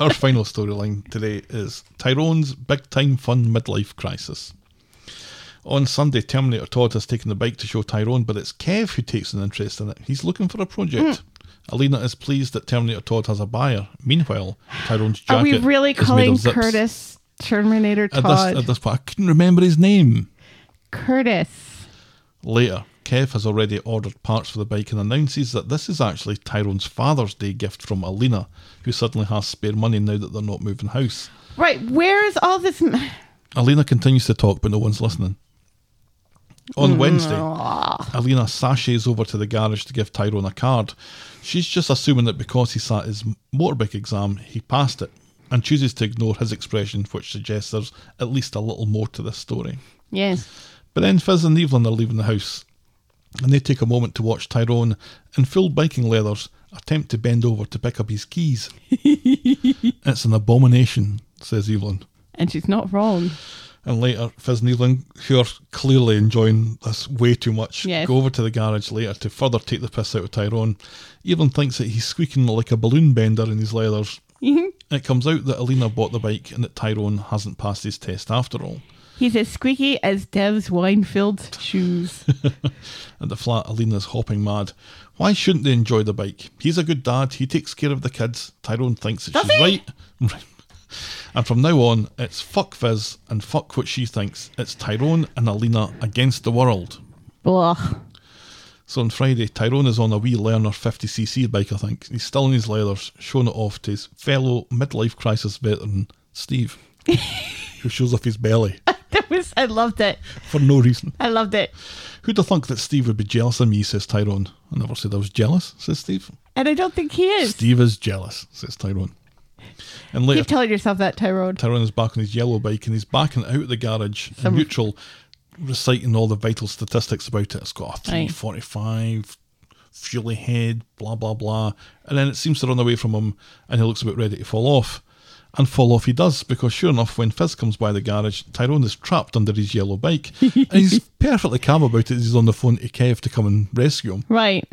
S5: Our final storyline today is Tyrone's big time fun midlife crisis. On Sunday, Terminator Todd has taken the bike to show Tyrone, but it's Kev who takes an interest in it. He's looking for a project.
S6: Hmm.
S5: Alina is pleased that Terminator Todd has a buyer. Meanwhile, Tyrone's jacket
S6: Are we really
S5: is made
S6: calling
S5: of zips.
S6: Curtis Terminator
S5: At
S6: Todd?
S5: this, at this point, I couldn't remember his name.
S6: Curtis.
S5: Later, Kev has already ordered parts for the bike and announces that this is actually Tyrone's Father's Day gift from Alina, who suddenly has spare money now that they're not moving house.
S6: Right. Where is all this? m-
S5: Alina continues to talk, but no one's listening. On Wednesday, Alina sashays over to the garage to give Tyrone a card. She's just assuming that because he sat his motorbike exam, he passed it, and chooses to ignore his expression, which suggests there's at least a little more to this story.
S6: Yes.
S5: But then Fizz and Evelyn are leaving the house, and they take a moment to watch Tyrone, in full biking leathers, attempt to bend over to pick up his keys. it's an abomination, says Evelyn.
S6: And she's not wrong. (laughs)
S5: And later, Fizz and Evelyn, who are clearly enjoying this way too much,
S6: Yes.
S5: go over to the garage later to further take the piss out of Tyrone. Evelyn thinks that he's squeaking like a balloon bender in his leathers. It comes out that Alina bought the bike and that Tyrone hasn't passed his test after all.
S6: He's as squeaky as Dev's wine-filled shoes.
S5: (laughs) At the flat, Alina's hopping mad. Why shouldn't they enjoy the bike? He's a good dad. He takes care of the kids. Tyrone thinks that
S6: Does
S5: she's
S6: he?
S5: right. Right. (laughs) And from now on, it's fuck Fizz and fuck what she thinks. It's Tyrone and Alina against the world.
S6: (laughs) Blah.
S5: So on Friday, Tyrone is on a wee Lerner 50cc bike, I think. He's still in his leathers, showing it off to his fellow midlife crisis veteran,
S6: (laughs)
S5: Steve, who shows off his belly
S6: That was. I loved it.
S5: for no reason.
S6: I loved it.
S5: Who'd have thunk that Steve would be jealous of me, says Tyrone. I never said I was jealous, says Steve.
S6: And I don't think he is.
S5: Steve is jealous, says Tyrone. And later,
S6: Keep telling yourself that, Tyrone.
S5: Tyrone is back on his yellow bike and he's backing out of the garage in
S6: Some-
S5: neutral, reciting all the vital statistics about it. It's got a
S6: Aye.
S5: 345, fuelly head, blah, blah, blah. And then it seems to run away from him and he looks about ready to fall off. And fall off he does because sure enough, when Fizz comes by the garage, Tyrone is trapped under his yellow bike. and he's perfectly calm about it. He's on the phone to Kev to come and rescue him.
S6: (laughs) Right.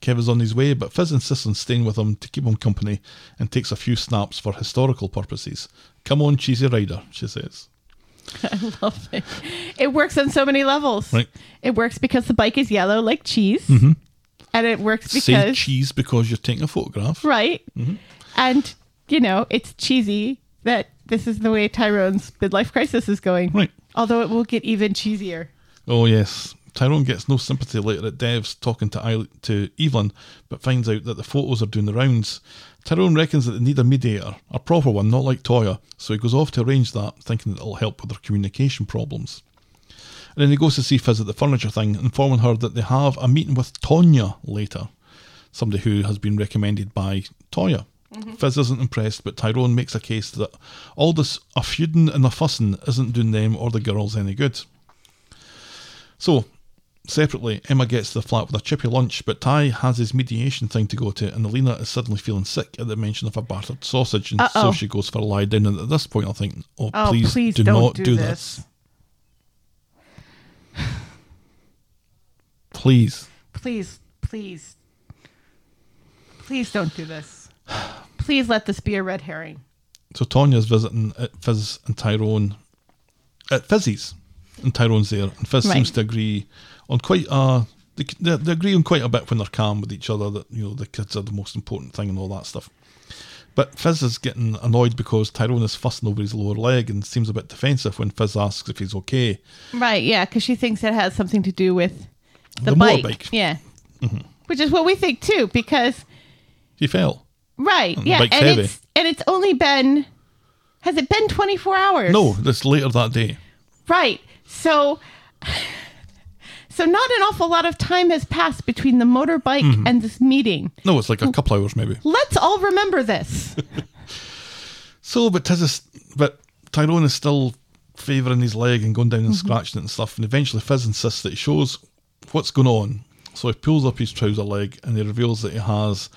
S5: Kev is on his way, but Fizz insists on staying with him to keep him company and takes a few snaps for historical purposes. Come on, cheesy rider, she says.
S6: Love it. It works on so many levels.
S5: Right.
S6: It works because the bike is yellow like cheese, and it works
S5: Say
S6: because
S5: cheese Mm-hmm. because you're taking a photograph.
S6: right, and you know it's cheesy that this is the way Tyrone's midlife crisis is going.
S5: Right.
S6: Although it will get even cheesier.
S5: Oh, yes. Tyrone gets no sympathy later at Dev's talking to, I- to Evelyn, but finds out that the photos are doing the rounds. Tyrone reckons that they need a mediator, a proper one, not like Toya, so he goes off to arrange that, thinking that it'll help with their communication problems. And then he goes to see Fizz at the furniture thing, informing her that they have a meeting with Tonya later, somebody who has been recommended by Toya. Fizz isn't impressed, but Tyrone makes a case that all this a feuding and a fussing isn't doing them or the girls any good. So, separately, Emma gets to the flat with a chippy lunch, but Ty has his mediation thing to go to, and Alina is suddenly feeling sick at the mention of a battered sausage, and so
S6: Uh-oh.
S5: she goes for a lie down. And at this point, I think, oh,
S6: Oh,
S5: please,
S6: please
S5: do
S6: don't
S5: not
S6: do
S5: do
S6: this.
S5: (sighs) this. Please.
S6: Please, please. Please don't do this. Please let this be a red herring.
S5: So Tanya's visiting at Fizz and Tyrone at Fizzy's, and Tyrone's there. And Fizz
S6: Right.
S5: seems to agree on quite a they, c- they, they agree on quite a bit when they're calm with each other that you know the kids are the most important thing and all that stuff. But Fizz is getting annoyed because Tyrone is fussing over his lower leg and seems a bit defensive when Fizz asks if he's okay.
S6: Right, yeah, because she thinks it has something to do with
S5: The
S6: the,
S5: Mm-hmm.
S6: bike.
S5: motorbike.
S6: Yeah. Which is what we think too, because,
S5: He fell.
S6: right,
S5: the
S6: yeah.
S5: bike's
S6: and,
S5: heavy.
S6: It's, and it's only been, has it been 24 hours?
S5: No, that's later that day.
S6: Right. So so not an awful lot of time has passed between the motorbike
S5: Mm-hmm.
S6: and this meeting.
S5: No, it's
S6: Oh.
S5: like a couple hours maybe.
S6: Let's all
S5: (laughs)
S6: remember this.
S5: So, but Tiz is, but Tyrone is still favouring his leg and going down
S6: Mm-hmm.
S5: and scratching it and stuff. And eventually, Fizz insists that he shows what's going on. So he pulls up his trouser leg and he reveals that he has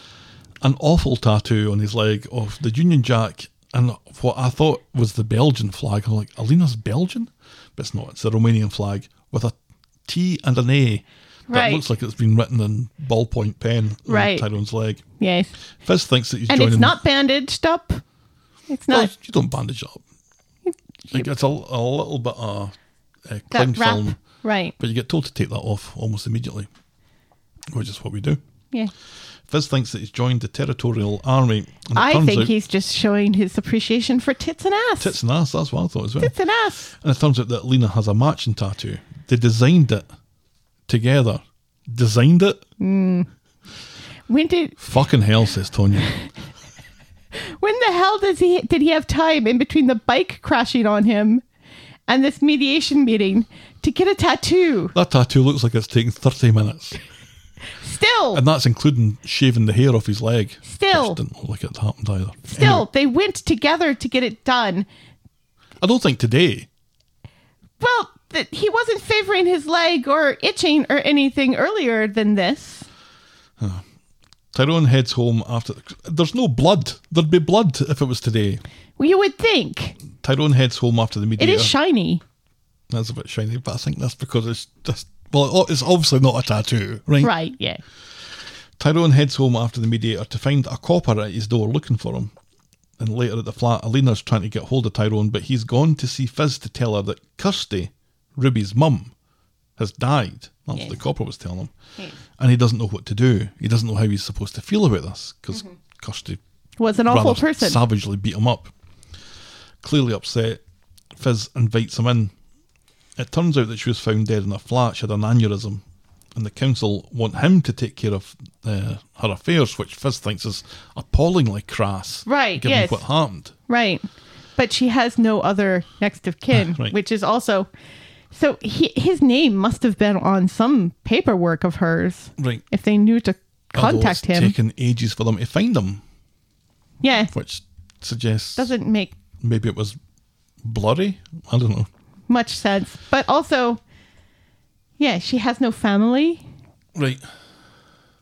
S5: an awful tattoo on his leg of the Union Jack and what I thought was the Belgian flag. I'm like, Alina's Belgian, but it's not. It's the Romanian flag with a T and an A. That
S6: Right.
S5: looks like it's been written in ballpoint pen
S6: Right.
S5: on Tyrone's leg.
S6: yes.
S5: Fizz thinks that he's
S6: And
S5: joining
S6: it's not bandaged up. It's
S5: well,
S6: not
S5: you don't bandage it up. Like it's a, a little bit of uh, cling
S6: that wrap.
S5: film,
S6: Right.
S5: but you get told to take that off almost immediately, which is what we do.
S6: Yeah.
S5: Fizz thinks that he's joined the territorial army. And it
S6: I
S5: turns
S6: think
S5: out,
S6: he's just showing his appreciation for tits and ass.
S5: tits and ass. That's what I thought as well.
S6: Tits and ass.
S5: And it turns out that Lena has a matching tattoo. They designed it together. Designed it.
S6: When did
S5: Fucking hell, says Tonya.
S6: (laughs) when the hell does he did he have time in between the bike crashing on him and this mediation meeting to get a tattoo?
S5: that tattoo looks like it's taken thirty minutes,
S6: Still.
S5: and that's including shaving the hair off his leg. which
S6: Still.
S5: didn't look like it happened either.
S6: Still, they went together to get it done.
S5: I don't think today.
S6: Well, th- he wasn't favoring his leg or itching or anything earlier than this.
S5: Tyrone heads home after. There's no blood. There'd be blood if it was today.
S6: Well, you would think
S5: Tyrone heads home after the
S6: it
S5: mediator.
S6: is shiny.
S5: that's a bit shiny, but I think that's because it's just. Well, it's obviously not a tattoo, right?
S6: Right, yeah.
S5: Tyrone heads home after the mediator to find a copper at his door looking for him. And later at the flat, Alina's trying to get hold of Tyrone, but he's gone to see Fizz to tell her that Kirsty, Ruby's mum, has died. That's what the copper was telling him. And he doesn't know what to do. He doesn't know how he's supposed to feel about this because
S6: Mm-hmm.
S5: Kirsty
S6: Was an awful
S5: rather
S6: person.
S5: savagely beat him up. Clearly upset, Fizz invites him in. It turns out that she was found dead in her flat. She had an aneurysm, and the council want him to take care of uh, her affairs, which Fizz thinks is appallingly crass.
S6: Right,
S5: Given
S6: yes.
S5: what happened.
S6: Right. But she has no other next of kin,
S5: Ah, Right.
S6: which is also. So he, his name must have been on some paperwork of hers
S5: Right.
S6: if they knew to
S5: Although
S6: contact
S5: it's
S6: him.
S5: Oh, taken ages for them to find him,
S6: yeah.
S5: which suggests
S6: Doesn't make
S5: maybe it was blurry. I don't know.
S6: much sense. But also, yeah, she has no family.
S5: Right.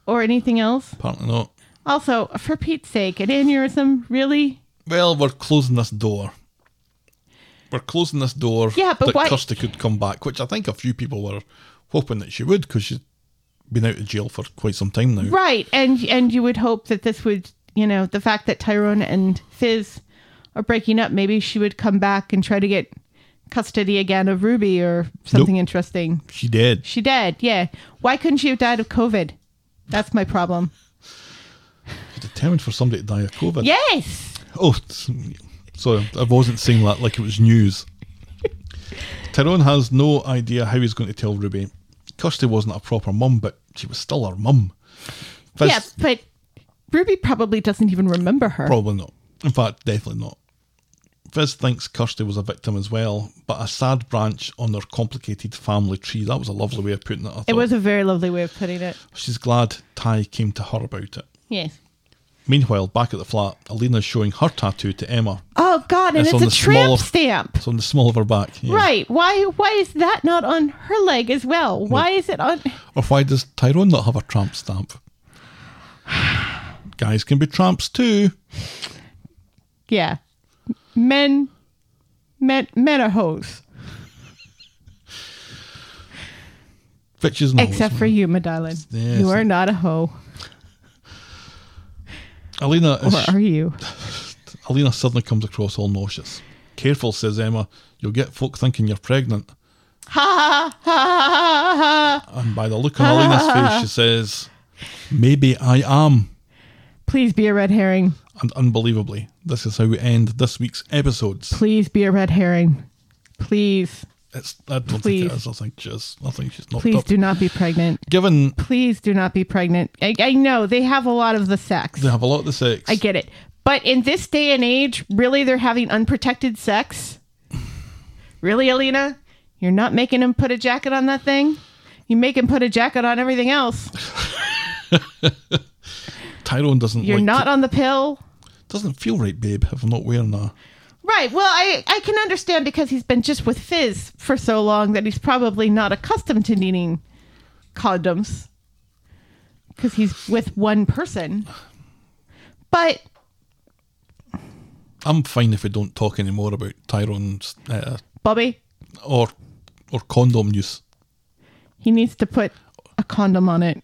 S6: or anything else.
S5: Apparently not.
S6: Also, for Pete's sake, an aneurysm, really?
S5: Well, we're closing this door. We're closing this door
S6: Yeah, but
S5: that
S6: why-
S5: Kirsty could come back, which I think a few people were hoping that she would because she's been out of jail for quite some time now.
S6: Right, and and you would hope that this would, you know, the fact that Tyrone and Fizz are breaking up, maybe she would come back and try to get custody again of Ruby or something
S5: Nope.
S6: interesting.
S5: She did.
S6: She did, yeah. Why couldn't she have died of COVID? That's my problem.
S5: She's determined for somebody to die of COVID.
S6: Yes,
S5: Oh, t- sorry, I wasn't saying that like it was
S6: (laughs)
S5: news. Tyrone has no idea how he's going to tell Ruby. Kirsty wasn't a proper mum, but she was still her mum. Fizz-
S6: yeah, but Ruby probably doesn't even remember her.
S5: Probably not. In fact, definitely not. Fizz thinks Kirsty was a victim as well, but a sad branch on their complicated family tree. That was a lovely way of putting it. I
S6: it
S5: thought.
S6: was a very lovely way of putting it.
S5: She's glad Ty came to her about it.
S6: Yes.
S5: Meanwhile, back at the flat, Alina's showing her tattoo to Emma.
S6: Oh God, and
S5: It's
S6: it's,
S5: on
S6: a
S5: the
S6: tramp
S5: smaller-
S6: stamp.
S5: It's on the small of her back. yeah.
S6: Right. Why why is that not on her leg as well? Why is it on
S5: Or why does Tyrone not have a tramp stamp? (sighs) Guys can be tramps too.
S6: Yeah. Men men men are hoes.
S5: Bitches and hoes,
S6: Except for
S5: man.
S6: you, my darling.
S5: Yes.
S6: You are not a hoe.
S5: Alina
S6: Or
S5: is
S6: are you?
S5: Alina suddenly comes across all nauseous. Careful, says Emma. You'll get folk thinking you're
S6: (laughs)
S5: pregnant.
S6: Ha ha ha ha.
S5: And by the look on Alina's face, she says, Maybe I am.
S6: Please be a red herring.
S5: And unbelievably, this is how we end this week's episodes.
S6: Please be a red herring. Please,
S5: It's, I don't think
S6: Please.
S5: it is. I think she's, I think she's knocked
S6: please
S5: up.
S6: do not be pregnant.
S5: Given
S6: Please do not be pregnant. I, I know they have a lot of the sex.
S5: they have a lot of the sex,
S6: I get it. But in this day and age, really, they're having unprotected sex? Really, Alina? You're not making him put a jacket on that thing? You make him put a jacket on everything else.
S5: Tyrone doesn't
S6: You're
S5: like
S6: not on the pill.
S5: doesn't feel right, babe, if I'm not wearing a
S6: Right. Well, I, I can understand because he's been just with Fizz for so long that he's probably not accustomed to needing condoms because he's with one person. But
S5: I'm fine if we don't talk anymore about Tyrone's uh,
S6: Bobby,
S5: or or condom use.
S6: He needs to put a condom on it.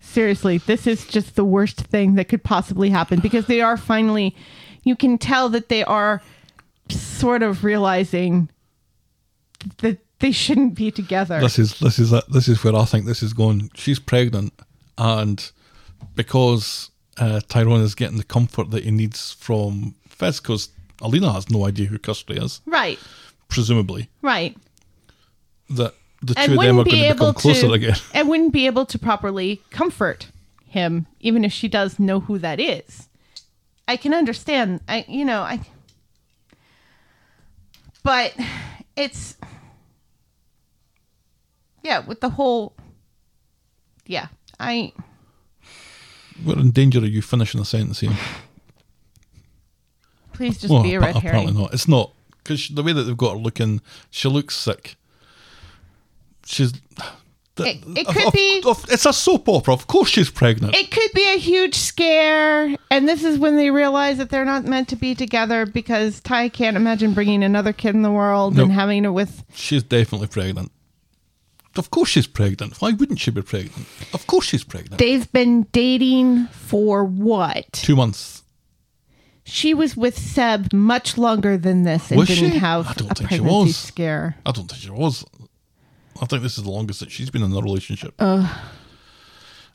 S6: Seriously, this is just the worst thing that could possibly happen because they are finally, you can tell that they are sort of realizing that they shouldn't be together.
S5: This is this is it. This is where I think this is going. She's pregnant, and because uh, Tyrone is getting the comfort that he needs from Fizz, because Alina has no idea who Custody is,
S6: right,
S5: presumably
S6: right.
S5: that the two
S6: And
S5: of them are
S6: wouldn't
S5: going
S6: be
S5: to
S6: able
S5: become closer
S6: to,
S5: again.
S6: and wouldn't be able to properly comfort him, even if she does know who that is. I can understand. I, you know, I, but it's, yeah, with the whole, yeah, I,
S5: (laughs) We're in danger of you finishing a sentence here.
S6: please just
S5: Well,
S6: be a
S5: appa-
S6: red
S5: apparently
S6: herring.
S5: not. It's not because the way that they've got her looking, she looks sick. She's. (sighs)
S6: It- it
S5: of-
S6: could
S5: of-
S6: be-
S5: of- it's a soap opera. Of course, she's pregnant.
S6: It could be a huge scare, and this is when they realize that they're not meant to be together because Ty can't imagine bringing another kid in the world
S5: Nope.
S6: and having it with
S5: she's definitely pregnant. Of course, she's pregnant. Why wouldn't she be pregnant? Of course, she's pregnant.
S6: They've been dating for what?
S5: Two months.
S6: She was with Seb much longer than this and
S5: Was
S6: didn't
S5: she?
S6: have
S5: I don't
S6: a
S5: think she
S6: pregnancy
S5: was.
S6: scare.
S5: I don't think she was. I think this is the longest that she's been in a relationship.
S6: Uh.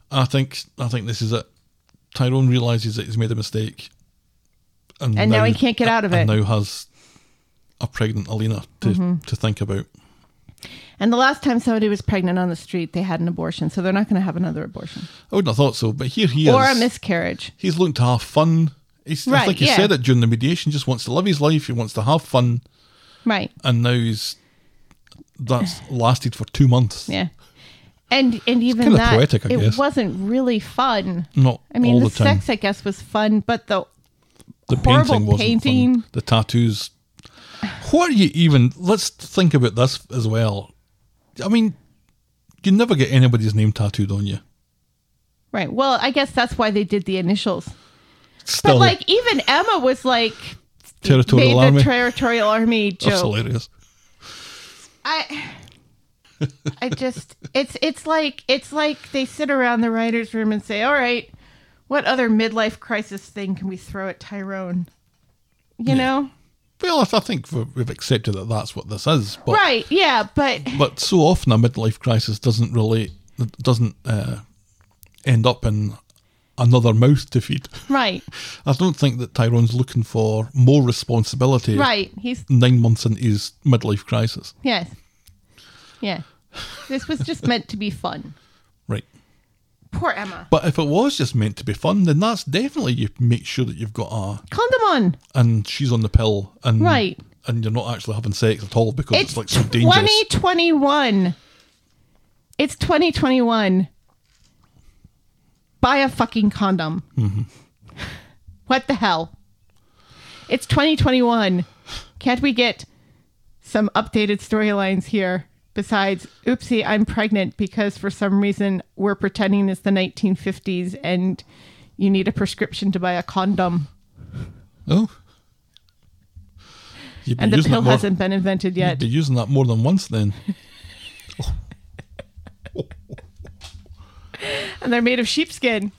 S5: I think. I think this is it. Tyrone realizes that he's made a mistake,
S6: And now he can't get out of
S5: and
S6: it. Mm-hmm.
S5: Now has a pregnant Alina to to think about.
S6: And the last time somebody was pregnant on the street, they had an abortion, so they're not going to have another abortion
S5: I wouldn't have thought so, but here he
S6: or a
S5: is.
S6: miscarriage.
S5: he's looking to have fun. He's, I
S6: Right,
S5: think he
S6: yeah.
S5: said it during the mediation. Just wants to live his life. He wants to have fun,
S6: Right.
S5: and now he's
S6: (sighs)
S5: that's lasted for two months.
S6: Yeah. And and even
S5: kinda
S6: that
S5: poetic, I
S6: it
S5: guess.
S6: wasn't really fun.
S5: Not
S6: I mean,
S5: all
S6: the,
S5: the, time.
S6: sex I guess was fun, but the
S5: the
S6: horrible
S5: painting wasn't
S6: painting.
S5: fun. The tattoos. What are you even? Let's think about this as well. I mean, you never get anybody's name tattooed on you.
S6: right. Well, I guess that's why they did the initials.
S5: Still,
S6: But like even Emma was like
S5: territorial
S6: made
S5: army.
S6: the territorial army
S5: That's
S6: joke.
S5: hilarious.
S6: I I just it's it's like it's like they sit around the writers room and say, "All right, what other midlife crisis thing can we throw at Tyrone?" You know?
S5: Well, I think we- we've accepted that that's what this is. But
S6: Right. Yeah, but
S5: but so often a midlife crisis doesn't really doesn't uh, end up in another mouth to feed. (laughs)
S6: right.
S5: I don't think that Tyrone's looking for more responsibility.
S6: Right. He's
S5: Nine months into his midlife crisis.
S6: yes. Yeah. This was just meant to be fun.
S5: Right.
S6: Poor Emma.
S5: But if it was just meant to be fun, then that's definitely you make sure that you've got a
S6: Condom on.
S5: and she's on the pill and
S6: Right.
S5: and you're not actually having sex at all because it's,
S6: It's
S5: like so dangerous.
S6: 2021. It's 2021. Buy a fucking condom.
S5: Mm-hmm.
S6: What the hell? It's 2021. Can't we get some updated storylines here besides, oopsie, I'm pregnant because for some reason we're pretending it's the 1950s and you need a prescription to buy a condom
S5: Oh. You'd be
S6: and the
S5: using it
S6: pill
S5: more-
S6: hasn't been invented
S5: You'd
S6: yet?
S5: be using that more than once
S6: (laughs)
S5: then.
S6: And they're made of sheepskin.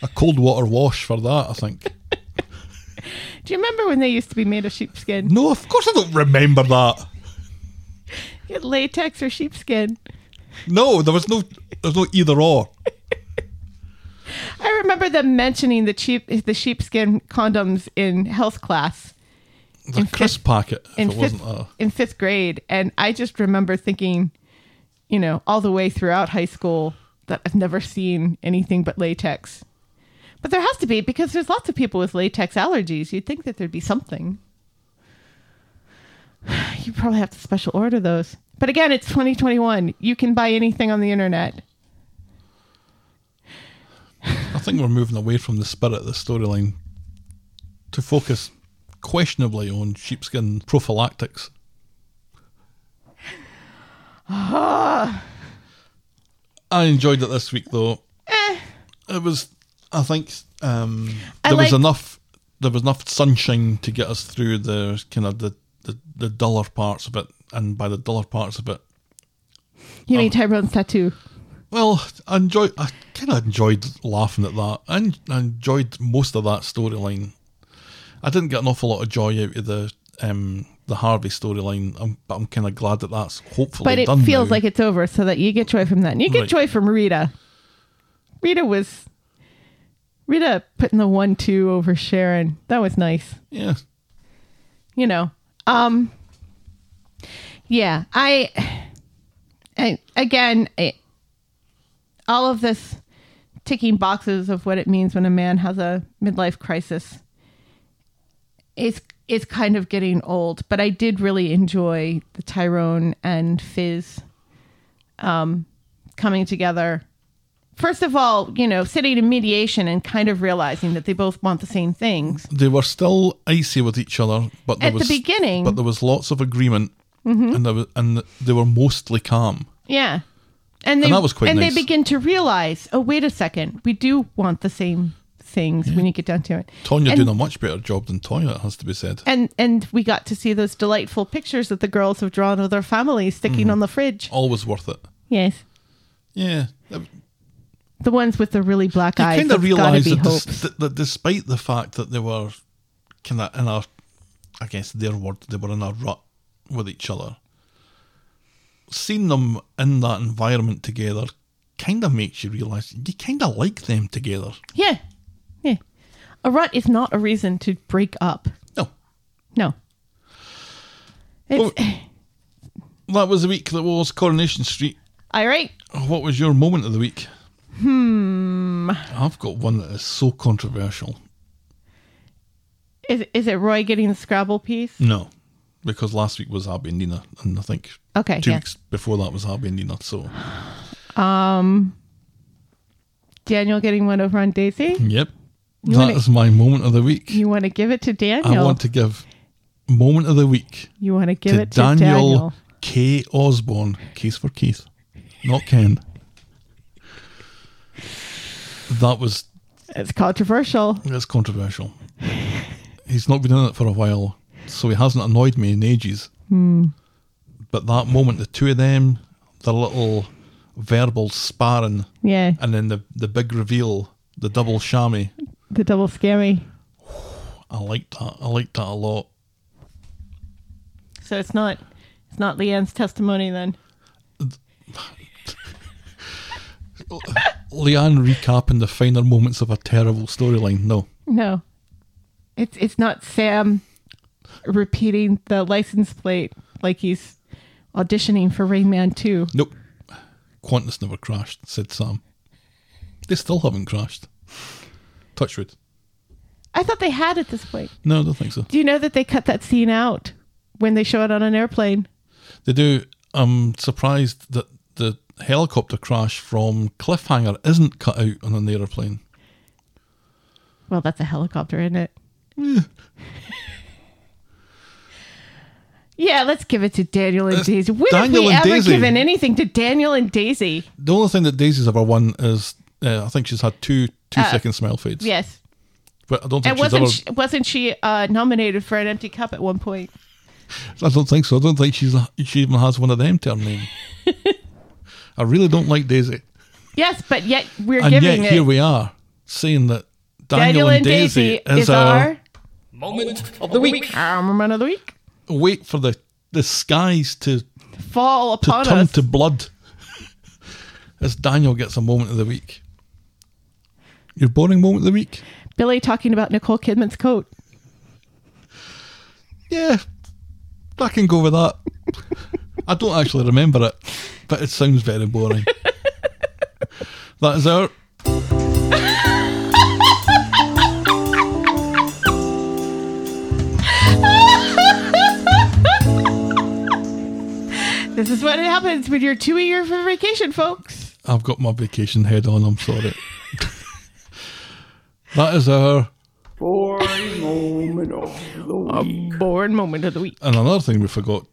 S5: a cold water wash for that, I think.
S6: Do you remember when they used to be made of sheepskin?
S5: No, of course I don't remember that.
S6: Get Latex or sheepskin?
S5: No, there was no there's no either or.
S6: I remember them mentioning the cheap the sheepskin condoms in health class
S5: The crisp packet, if
S6: in
S5: it wasn't uh,
S6: fifth,
S5: a
S6: in fifth grade, and I just remember thinking, you know, all the way throughout high school that I've never seen anything but latex. But there has to be because there's lots of people with latex allergies. You'd think that there'd be something. (sighs) You probably have to special order those. But again, it's 2021. You can buy anything on the internet.
S5: I think we're moving away from the spirit of the storyline to focus questionably on sheepskin prophylactics. I enjoyed it this week though. It was, I think, um,
S6: I
S5: there was
S6: liked-
S5: enough. There was enough sunshine to get us through the kind of the, the, the duller parts of it, and by the duller parts of it,
S6: You mean Tyrone's tattoo?
S5: well, I enjoyed. I kind of enjoyed laughing at that. I, en- I enjoyed most of that storyline. I didn't get an awful lot of joy out of the um, the Harvey storyline, um, but I'm kind of glad that that's hopefully
S6: but it
S5: done
S6: feels
S5: now.
S6: like it's over so that you get joy from that and you get
S5: Right.
S6: joy from rita rita was rita putting the one two over sharon that was nice
S5: yeah,
S6: you know um yeah i, I again I, all of this ticking boxes of what it means when a man has a midlife crisis is is kind of getting old but i did really enjoy the tyrone and fizz um coming together first of all you know sitting in mediation and kind of realizing that they both want the same things
S5: they were still icy with each other, but there
S6: At the
S5: was
S6: beginning. Mm-hmm.
S5: but there was lots of agreement, and there was, and they were mostly calm.
S6: Yeah. And they
S5: that was quite
S6: and
S5: nice.
S6: they begin to realize, oh wait a second, we do want the same things when you get down to it.
S5: Tonya
S6: and,
S5: doing a much better job than Tonya, it has to be said.
S6: and and we got to see those delightful pictures that the girls have drawn of their families sticking
S5: Mm.
S6: on the fridge.
S5: Always worth it.
S6: Yes.
S5: Yeah, it-
S6: The ones with the really black eyes.
S5: You kind of
S6: That's gotta
S5: realise
S6: be
S5: that,
S6: hopes.
S5: dis- that, that despite the fact that they were kind of in a, I guess their word, they were in a rut with each other. Seeing them in that environment together kind of makes you realise you kind of like them together.
S6: yeah. Yeah. A rut is not a reason to break up.
S5: No,
S6: No. It's
S5: that was the week that was Coronation Street.
S6: (sighs) all right.
S5: What was your moment of the week? Hmm. I've got one that is so controversial.
S6: Is is it Roy getting the Scrabble piece?
S5: No, because last week was Abby and Nina, and I think
S6: Okay,
S5: two
S6: yeah.
S5: weeks before that was Abby and Nina. So
S6: Daniel getting one over on Daisy?
S5: Yep. that is my
S6: wanna-
S5: moment of the week.
S6: You want to give it to Daniel?
S5: I want to give moment of the week
S6: You want to give
S5: to
S6: it to Daniel.
S5: Daniel K. Osborne. Case for Keith, not Ken. that was
S6: It's controversial.
S5: that's controversial. He's not been in it for a while, so he hasn't annoyed me in ages.
S6: Hmm.
S5: But that moment, the two of them, their little verbal sparring,
S6: Yeah,
S5: and then the the big reveal, the double chamois.
S6: the double scammy.
S5: I liked that. I liked that a lot.
S6: So it's not, it's not Leanne's testimony then.
S5: Leanne recapping the finer moments of a terrible storyline. No,
S6: No, it's it's not Sam repeating the license plate like he's auditioning for Rain Man Two.
S5: nope. Qantas never crashed, said Sam. They still haven't crashed. Touch wood.
S6: I thought they had at this point.
S5: No, I don't think so.
S6: Do you know that they cut that scene out when they show it on an airplane?
S5: They do. I'm surprised that the helicopter crash from Cliffhanger isn't cut out on an aeroplane.
S6: Well, that's a helicopter, isn't it? yeah, let's give it to Daniel and
S5: That's
S6: Daisy. When
S5: Daniel
S6: have we
S5: and
S6: ever
S5: Daisy.
S6: given anything to Daniel and Daisy?
S5: The only thing that Daisy's ever won is uh, I think she's had two two second smile fades.
S6: Yes,
S5: but I don't think
S6: and
S5: she's
S6: wasn't
S5: ever.
S6: she, wasn't she uh, nominated for an empty cup at one point?
S5: I don't think so. I don't think she's she even has one of them to her name. I really don't like Daisy,
S6: Yes, but yet we're
S5: and
S6: giving
S5: yet
S6: it.
S5: here we are. saying that Daniel, and Daisy, is, our
S7: Moment of the week.
S6: our moment of the week.
S5: wait for the the skies to
S6: Fall
S5: to
S6: upon
S5: turn
S6: us.
S5: to blood. (laughs) As Daniel gets a moment of the week. Your boring moment of the week?
S6: Billy talking about Nicole Kidman's coat.
S5: Yeah, I can go with that. (laughs) I don't actually remember it, but it sounds very boring. (laughs) that is our.
S6: This is what happens when you're two a year for vacation, folks.
S5: I've got my vacation head on, I'm sorry. (laughs) that is our.
S6: A boring moment of the week.
S5: And another thing we forgot.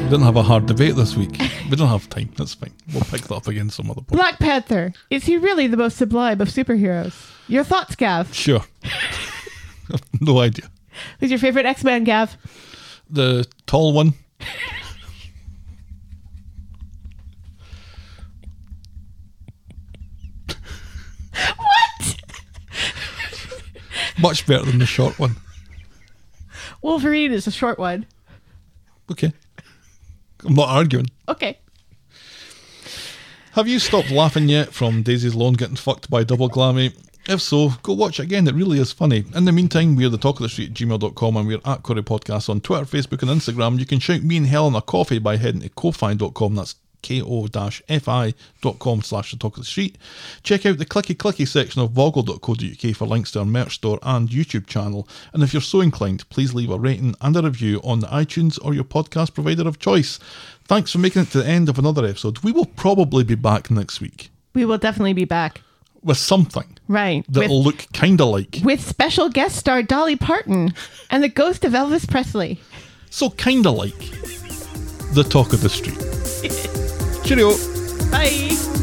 S5: We didn't have a hard debate this week. We don't have time. That's fine. We'll pick that up again some other point.
S6: Black Panther. Is he really the most sublime of superheroes? Your thoughts, Gav.
S5: Sure. (laughs) no idea.
S6: Who's your favorite X Man, Gav?
S5: The tall one.
S6: What?
S5: Much better than the short one.
S6: Wolverine is a short one.
S5: Okay. I'm not arguing.
S6: Okay.
S5: Have you stopped laughing yet from Daisy's Lawn getting fucked by double glammy? If so, go watch it again. It really is funny. In the meantime, we're the talk of the street at gmail.com and we're at Corey Podcast on Twitter, Facebook, and Instagram. You can shout me and Helen a coffee by heading to ko-fi.com. That's ko-fi.com slash the talk of the street. Check out the clicky clicky section of vogle.co.uk for links to our merch store and YouTube channel. And if you're so inclined, please leave a rating and a review on the iTunes or your podcast provider of choice. Thanks for making it to the end of another episode. We will probably be back next week
S6: We will definitely be back.
S5: with something
S6: Right. With,
S5: that'll look kind of like.
S6: with special guest star Dolly Parton and the ghost of Elvis Presley.
S5: So, kind of like the talk of the street. Cheerio.
S6: Bye.